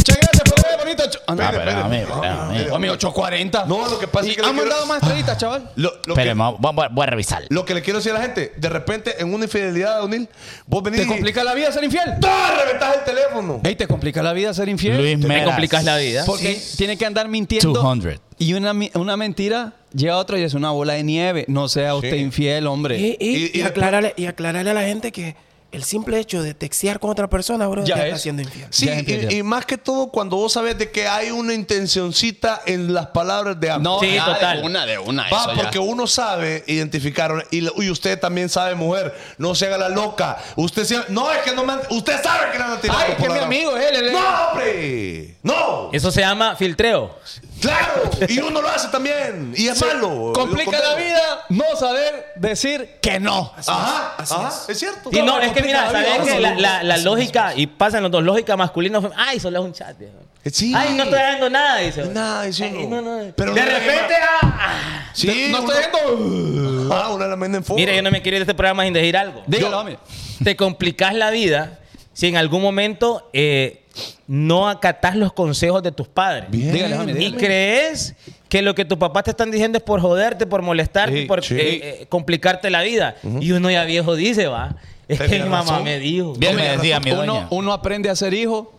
[SPEAKER 5] Che, gracias por ver, bonito. cho- Ah, no,
[SPEAKER 7] Ah,
[SPEAKER 5] espere.
[SPEAKER 7] pero, amigo, amigo.
[SPEAKER 5] Amigo, 840.
[SPEAKER 4] No, lo que pasa es que. le
[SPEAKER 5] Han
[SPEAKER 4] quiero- Ah.
[SPEAKER 5] mandado más estrellitas, chaval.
[SPEAKER 4] Lo, lo
[SPEAKER 7] Espere,
[SPEAKER 4] que,
[SPEAKER 7] ma- voy, voy- voy a revisar.
[SPEAKER 4] lo que le quiero decir a la gente, de repente en una infidelidad, Donil, vos venís
[SPEAKER 5] ¿Te complica la vida ser infiel?
[SPEAKER 4] y ¡Ah! reventás el teléfono.
[SPEAKER 5] Ey, ¿te complica la vida ser infiel?
[SPEAKER 7] Luis
[SPEAKER 3] Me
[SPEAKER 7] Meras.
[SPEAKER 3] complicas la vida.
[SPEAKER 5] Porque tiene que andar mintiendo.
[SPEAKER 7] 200.
[SPEAKER 5] Y una, mi- una mentira llega a otra y es una bola de nieve. No sea usted infiel, hombre.
[SPEAKER 8] Y, y-
[SPEAKER 4] Y- y
[SPEAKER 8] y
[SPEAKER 4] después-
[SPEAKER 8] aclararle, y aclararle a la gente que el simple hecho de textear con otra persona, bro,
[SPEAKER 5] Ya
[SPEAKER 8] ya,
[SPEAKER 5] es.
[SPEAKER 8] está siendo infiel.
[SPEAKER 4] Sí,
[SPEAKER 5] Ya entiendo.
[SPEAKER 4] y, y más que todo cuando vos sabés de que hay una intencioncita en las palabras de ambos.
[SPEAKER 5] No,
[SPEAKER 3] Sí,
[SPEAKER 5] ya, de
[SPEAKER 3] total.
[SPEAKER 5] una, de una.
[SPEAKER 4] Va,
[SPEAKER 5] eso ya.
[SPEAKER 4] porque uno sabe identificar y, lo- y usted también sabe, mujer, no se haga la loca. Usted se- no es que no me han- usted sabe que no me han tirado.
[SPEAKER 5] Ay, que
[SPEAKER 4] por
[SPEAKER 5] mi
[SPEAKER 4] la-
[SPEAKER 5] amigo es él, él es-
[SPEAKER 4] No, hombre. No.
[SPEAKER 3] Eso se llama filtreo.
[SPEAKER 4] Claro, y uno lo hace también y es malo.
[SPEAKER 5] Complica
[SPEAKER 4] Lo
[SPEAKER 5] la
[SPEAKER 4] conté-
[SPEAKER 5] vida no saber decir que no.
[SPEAKER 4] Ajá, ajá, es cierto.
[SPEAKER 3] Y no, es que mira,
[SPEAKER 5] complicado,
[SPEAKER 3] ¿sabes
[SPEAKER 5] ¿no?
[SPEAKER 3] que La, la- la lógica, y pasan los dos, lógica masculina, fem- ay, solo es un chat. viejo.
[SPEAKER 4] Eh, Sí.
[SPEAKER 3] Ay, no estoy dando nada, dice.
[SPEAKER 4] Nada, sí,
[SPEAKER 3] Ay,
[SPEAKER 4] no.
[SPEAKER 3] no, no.
[SPEAKER 4] Pero
[SPEAKER 3] de
[SPEAKER 4] no le-
[SPEAKER 3] repente, ah, ah.
[SPEAKER 4] Sí,
[SPEAKER 5] No estoy viendo.
[SPEAKER 4] uno- Ah, una la manda en fuego.
[SPEAKER 3] Mira, yo no me quiero ir de este programa sin decir algo.
[SPEAKER 5] Dígalo, hombre.
[SPEAKER 3] Te complicas la vida si en algún momento eh, no acatás los consejos de tus padres.
[SPEAKER 4] Bien.
[SPEAKER 5] Dígale, hombre,
[SPEAKER 3] Y
[SPEAKER 5] dígale.
[SPEAKER 3] crees que lo que tus papás te están diciendo es por joderte, por molestarte,
[SPEAKER 5] Sí,
[SPEAKER 3] por
[SPEAKER 5] sí.
[SPEAKER 3] eh, eh, complicarte la vida. Y uno ya viejo dice, va. Es que mi
[SPEAKER 4] Tenía
[SPEAKER 3] mamá
[SPEAKER 4] razón.
[SPEAKER 3] me dijo.
[SPEAKER 7] Bien me decía mi
[SPEAKER 5] Uno,
[SPEAKER 7] doña.
[SPEAKER 5] uno aprende a ser hijo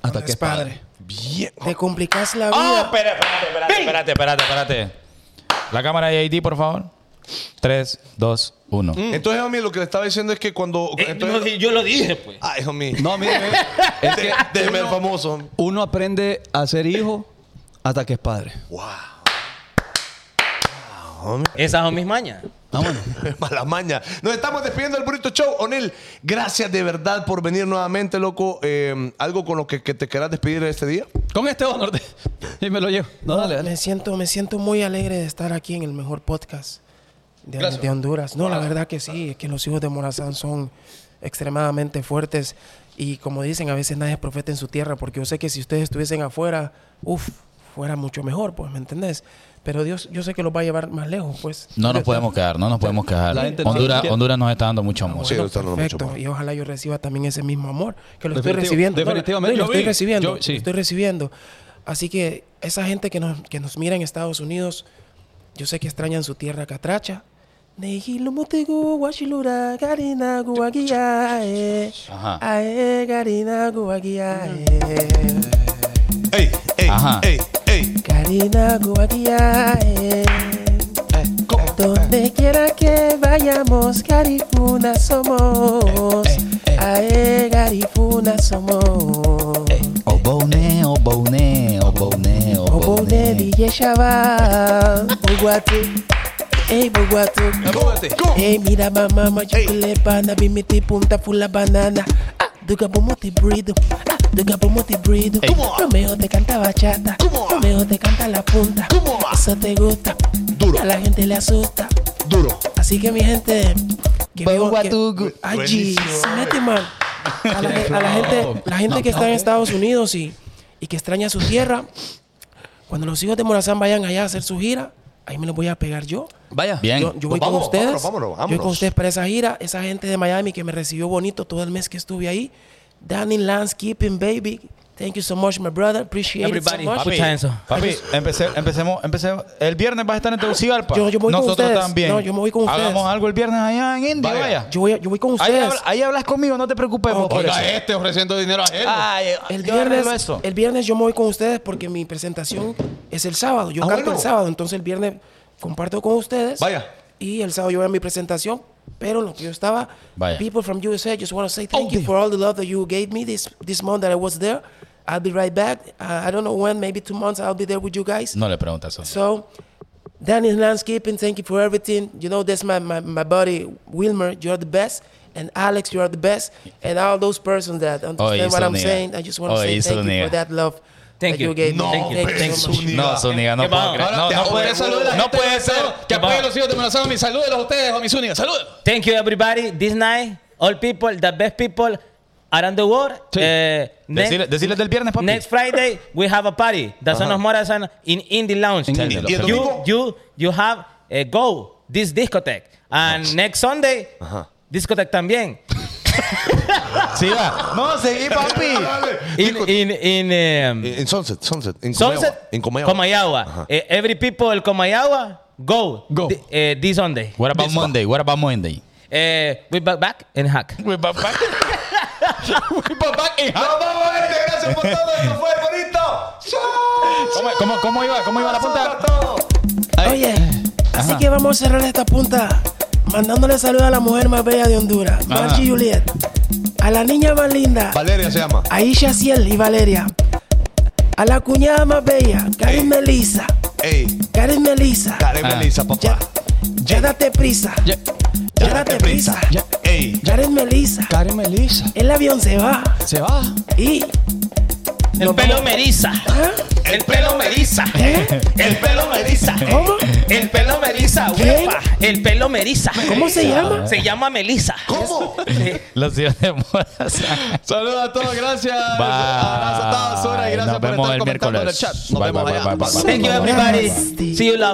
[SPEAKER 5] hasta que es padre.
[SPEAKER 4] Bien.
[SPEAKER 8] Te complicas
[SPEAKER 7] Ah,
[SPEAKER 8] la vida.
[SPEAKER 7] espera, espérate, espérate, espérate, espérate, espérate. La cámara de ID, por favor. 3, 2, 1.
[SPEAKER 8] Mm.
[SPEAKER 4] Entonces, homie, lo que le estaba diciendo es que cuando.
[SPEAKER 3] Eh,
[SPEAKER 4] entonces-
[SPEAKER 3] no, yo lo dije, pues.
[SPEAKER 4] Ay, homie. este,
[SPEAKER 5] No, mire, mire, es que
[SPEAKER 4] Déjeme el
[SPEAKER 5] uno-
[SPEAKER 4] famoso.
[SPEAKER 5] uno aprende a ser hijo hasta que es padre.
[SPEAKER 3] Esas son mis mañas.
[SPEAKER 5] Ah, bueno.
[SPEAKER 4] Mala maña. Nos estamos despidiendo del Burrito Show. Onel, gracias de verdad por venir nuevamente, loco. Eh, ¿Algo con lo que, que te querás despedir este día?
[SPEAKER 5] Con este honor de- y me lo llevo. No, dale, dale.
[SPEAKER 8] Me siento, me siento muy alegre de estar aquí en el mejor podcast de,
[SPEAKER 5] Gracias.
[SPEAKER 8] de Honduras. No, la verdad que sí, es que los hijos de Morazán son extremadamente fuertes y como dicen, a veces nadie es profeta en su tierra, porque yo sé que si ustedes estuviesen afuera, uff, fuera mucho mejor, pues, ¿me entendés? Pero Dios, yo sé que los va a llevar más lejos, pues.
[SPEAKER 7] No nos podemos quedar, no nos podemos quedar.
[SPEAKER 5] La gente no-
[SPEAKER 7] Honduras, Honduras nos está dando mucho amor.
[SPEAKER 4] Sí,
[SPEAKER 8] Bueno,
[SPEAKER 4] está dando mucho
[SPEAKER 8] perfecto.
[SPEAKER 4] amor.
[SPEAKER 8] Y ojalá yo reciba también ese mismo amor que lo estoy
[SPEAKER 5] Definitivo-
[SPEAKER 8] recibiendo. No,
[SPEAKER 5] definitivamente.
[SPEAKER 8] no,
[SPEAKER 5] Yo
[SPEAKER 8] lo estoy
[SPEAKER 5] vi,
[SPEAKER 8] recibiendo.
[SPEAKER 5] yo- sí.
[SPEAKER 8] Lo estoy recibiendo. Así que esa gente que nos, que nos mira en Estados Unidos, yo sé que extrañan su tierra catracha. Neihilumotigu, guachilura, garina, guaguiae.
[SPEAKER 7] Ajá.
[SPEAKER 8] Ae, garina, eh. guaguiae.
[SPEAKER 4] ¡Ey! ¡Ey!
[SPEAKER 7] Ajá.
[SPEAKER 4] ¡Ey! ¡Ey!
[SPEAKER 8] Karina Guaguiae. Donde quiera que vayamos, Garifuna somos. Ae, Garifuna somos.
[SPEAKER 7] Obone, obone, obone,
[SPEAKER 8] oh, Obone
[SPEAKER 7] obone.
[SPEAKER 8] DJ Chaval. Buguatu. Ey, Buguatu. Ey, mira mamá, machucule pana, bimiti punta, fula banana. Ah, do campo multibrido, ah, do campo multibrido.
[SPEAKER 12] Ey. ¿Cómo va?
[SPEAKER 8] Romeo te canta bachata, Romeo te canta la punta. Eso te gusta, duro. A la gente le asusta, duro. Así que mi gente, que vivo que, allí,
[SPEAKER 12] Buenísimo,
[SPEAKER 8] se mete man. A la, a la gente, la gente que está en Estados Unidos y, y que extraña su tierra, cuando los hijos de Morazán vayan allá a hacer su gira, ahí me los voy a pegar yo.
[SPEAKER 5] Vaya.
[SPEAKER 7] Bien.
[SPEAKER 8] Yo, yo voy
[SPEAKER 7] Pues
[SPEAKER 8] con
[SPEAKER 7] vámonos, vámonos,
[SPEAKER 8] ustedes.
[SPEAKER 7] vámonos,
[SPEAKER 8] Yo voy
[SPEAKER 7] vámonos.
[SPEAKER 8] con ustedes para esa gira. Esa gente de Miami que me recibió bonito todo el mes que estuve ahí. Danny Landscaping, baby. Thank you so much, my brother. Appreciate
[SPEAKER 3] Everybody,
[SPEAKER 8] it so much.
[SPEAKER 7] Papi, Papi, empecé- empecemos, empecemos. El viernes vas a estar en Tegucigalpa.
[SPEAKER 8] Yo- yo voy con
[SPEAKER 7] Nosotros
[SPEAKER 8] ustedes.
[SPEAKER 7] también.
[SPEAKER 8] No, yo me voy con ustedes.
[SPEAKER 7] Hagamos algo el viernes allá en India,
[SPEAKER 8] Vaya.
[SPEAKER 7] vaya.
[SPEAKER 8] Yo voy, yo voy con
[SPEAKER 7] Ahí,
[SPEAKER 8] ustedes. Oh.
[SPEAKER 7] habla- Ah, ahí hablas conmigo, no te preocupes. vos, por eso.
[SPEAKER 2] este ofreciendo dinero a él.
[SPEAKER 7] Ay,
[SPEAKER 8] el
[SPEAKER 7] eh, yo arreglo
[SPEAKER 8] viernes,
[SPEAKER 7] eso.
[SPEAKER 8] el viernes yo me voy con ustedes porque mi presentación es el sábado. Yo
[SPEAKER 7] Ah,
[SPEAKER 8] canto
[SPEAKER 7] bueno.
[SPEAKER 8] el sábado, entonces el viernes comparto con ustedes.
[SPEAKER 7] Vaya.
[SPEAKER 8] Y el sábado yo voy a mi presentación, pero lo que yo estaba,
[SPEAKER 7] Vaya. Oh,
[SPEAKER 8] people from USA, just want to say thank you for all the love that you gave me this this month that I was there. I'll be right back. Uh, I don't know when, maybe two months. I'll be there with you guys.
[SPEAKER 7] No le preguntas eso.
[SPEAKER 8] So, Danny Landscaping, thank you for everything. You know, that's my, my, my buddy, Wilmer, you're the best. And Alex, you are the best. And all those persons that understand
[SPEAKER 7] Oye,
[SPEAKER 8] what I'm
[SPEAKER 7] Zúñiga.
[SPEAKER 8] saying, I just want to
[SPEAKER 7] Oye,
[SPEAKER 8] say thank you
[SPEAKER 7] Zúñiga.
[SPEAKER 8] for that love
[SPEAKER 3] Thank
[SPEAKER 8] that you,
[SPEAKER 3] you.
[SPEAKER 8] gave
[SPEAKER 3] No,
[SPEAKER 8] me. Thank
[SPEAKER 3] hombre,
[SPEAKER 8] you so much.
[SPEAKER 7] No, Zúñiga, no
[SPEAKER 3] ¿Qué
[SPEAKER 7] puedo
[SPEAKER 3] vamos?
[SPEAKER 7] creer. No,
[SPEAKER 3] Ahora
[SPEAKER 7] no
[SPEAKER 3] te-
[SPEAKER 7] puede,
[SPEAKER 3] te saluda la
[SPEAKER 7] no
[SPEAKER 3] gente
[SPEAKER 7] puede
[SPEAKER 3] de
[SPEAKER 7] ser.
[SPEAKER 3] Venezuela.
[SPEAKER 7] Que
[SPEAKER 3] ¿Qué va?
[SPEAKER 7] apoyen los hijos de Morazán. Mis saludos a ustedes, a mis Zúñiga. Saludos.
[SPEAKER 3] Thank you everybody. This night, all people, the best people around the world. Eh, next-
[SPEAKER 7] Decirle- decirles del viernes, papi.
[SPEAKER 3] Next Friday we have a party. The son of Morazan in Indie Lounge.
[SPEAKER 7] Indie. ¿Y el
[SPEAKER 3] You
[SPEAKER 7] domingo?
[SPEAKER 3] you you have eh, go this discotheque and next Sunday discotheque también.
[SPEAKER 7] Sí, va. No, seguí, papi.
[SPEAKER 3] In in in, em,
[SPEAKER 4] Eh, En Sunset, Sunset. En
[SPEAKER 3] Sunset
[SPEAKER 4] Comayagua. En Comayagua.
[SPEAKER 3] Comayagua. Eh, every people Comayagua go go this Sunday.
[SPEAKER 7] What about Monday? What about Monday?
[SPEAKER 3] Eh, we back back and hack.
[SPEAKER 7] We back back.
[SPEAKER 4] Nos vamos, gente. Gracias por todo. Esto fue bonito. Chao.
[SPEAKER 7] ¿Cómo, cómo, cómo iba? ¿Cómo iba la punta?
[SPEAKER 8] Oye, así
[SPEAKER 7] Ajá.
[SPEAKER 8] que vamos a cerrar esta punta mandándole saludos a la mujer más bella de Honduras,
[SPEAKER 4] Ajá.
[SPEAKER 8] Marchi Juliet. A la niña más linda,
[SPEAKER 4] Valeria se llama.
[SPEAKER 8] a Isha Ciel y Valeria. A la cuñada más bella, Karen Melissa.
[SPEAKER 4] Ey,
[SPEAKER 8] Karen Melissa.
[SPEAKER 4] Karen Melissa, papá.
[SPEAKER 8] Ya date prisa. Ya, date prisa.
[SPEAKER 4] Ey.
[SPEAKER 8] Karen Melissa.
[SPEAKER 5] Karen Melissa.
[SPEAKER 8] El avión se va.
[SPEAKER 5] Se va.
[SPEAKER 8] Y. ¿ah?
[SPEAKER 3] El pelo me eriza. El pelo me eriza. El pelo me eriza.
[SPEAKER 8] ¿Cómo?
[SPEAKER 3] El pelo me eriza, huepa. El pelo me eriza.
[SPEAKER 8] ¿Cómo se llama?
[SPEAKER 3] Se llama Melissa. ¿Cómo?
[SPEAKER 7] Los hijos de Morazán.
[SPEAKER 5] Saludos a todos, gracias.
[SPEAKER 7] Bye.
[SPEAKER 5] Abrazo a todas horas y gracias
[SPEAKER 7] Nos
[SPEAKER 5] por
[SPEAKER 7] vemos
[SPEAKER 5] estar
[SPEAKER 7] el
[SPEAKER 5] comentando en el
[SPEAKER 7] miércoles.
[SPEAKER 5] chat. Nos
[SPEAKER 7] Bye,
[SPEAKER 5] vemos
[SPEAKER 7] bye,
[SPEAKER 5] allá.
[SPEAKER 7] bye, bye, bye.
[SPEAKER 3] Thank you everybody. See you love.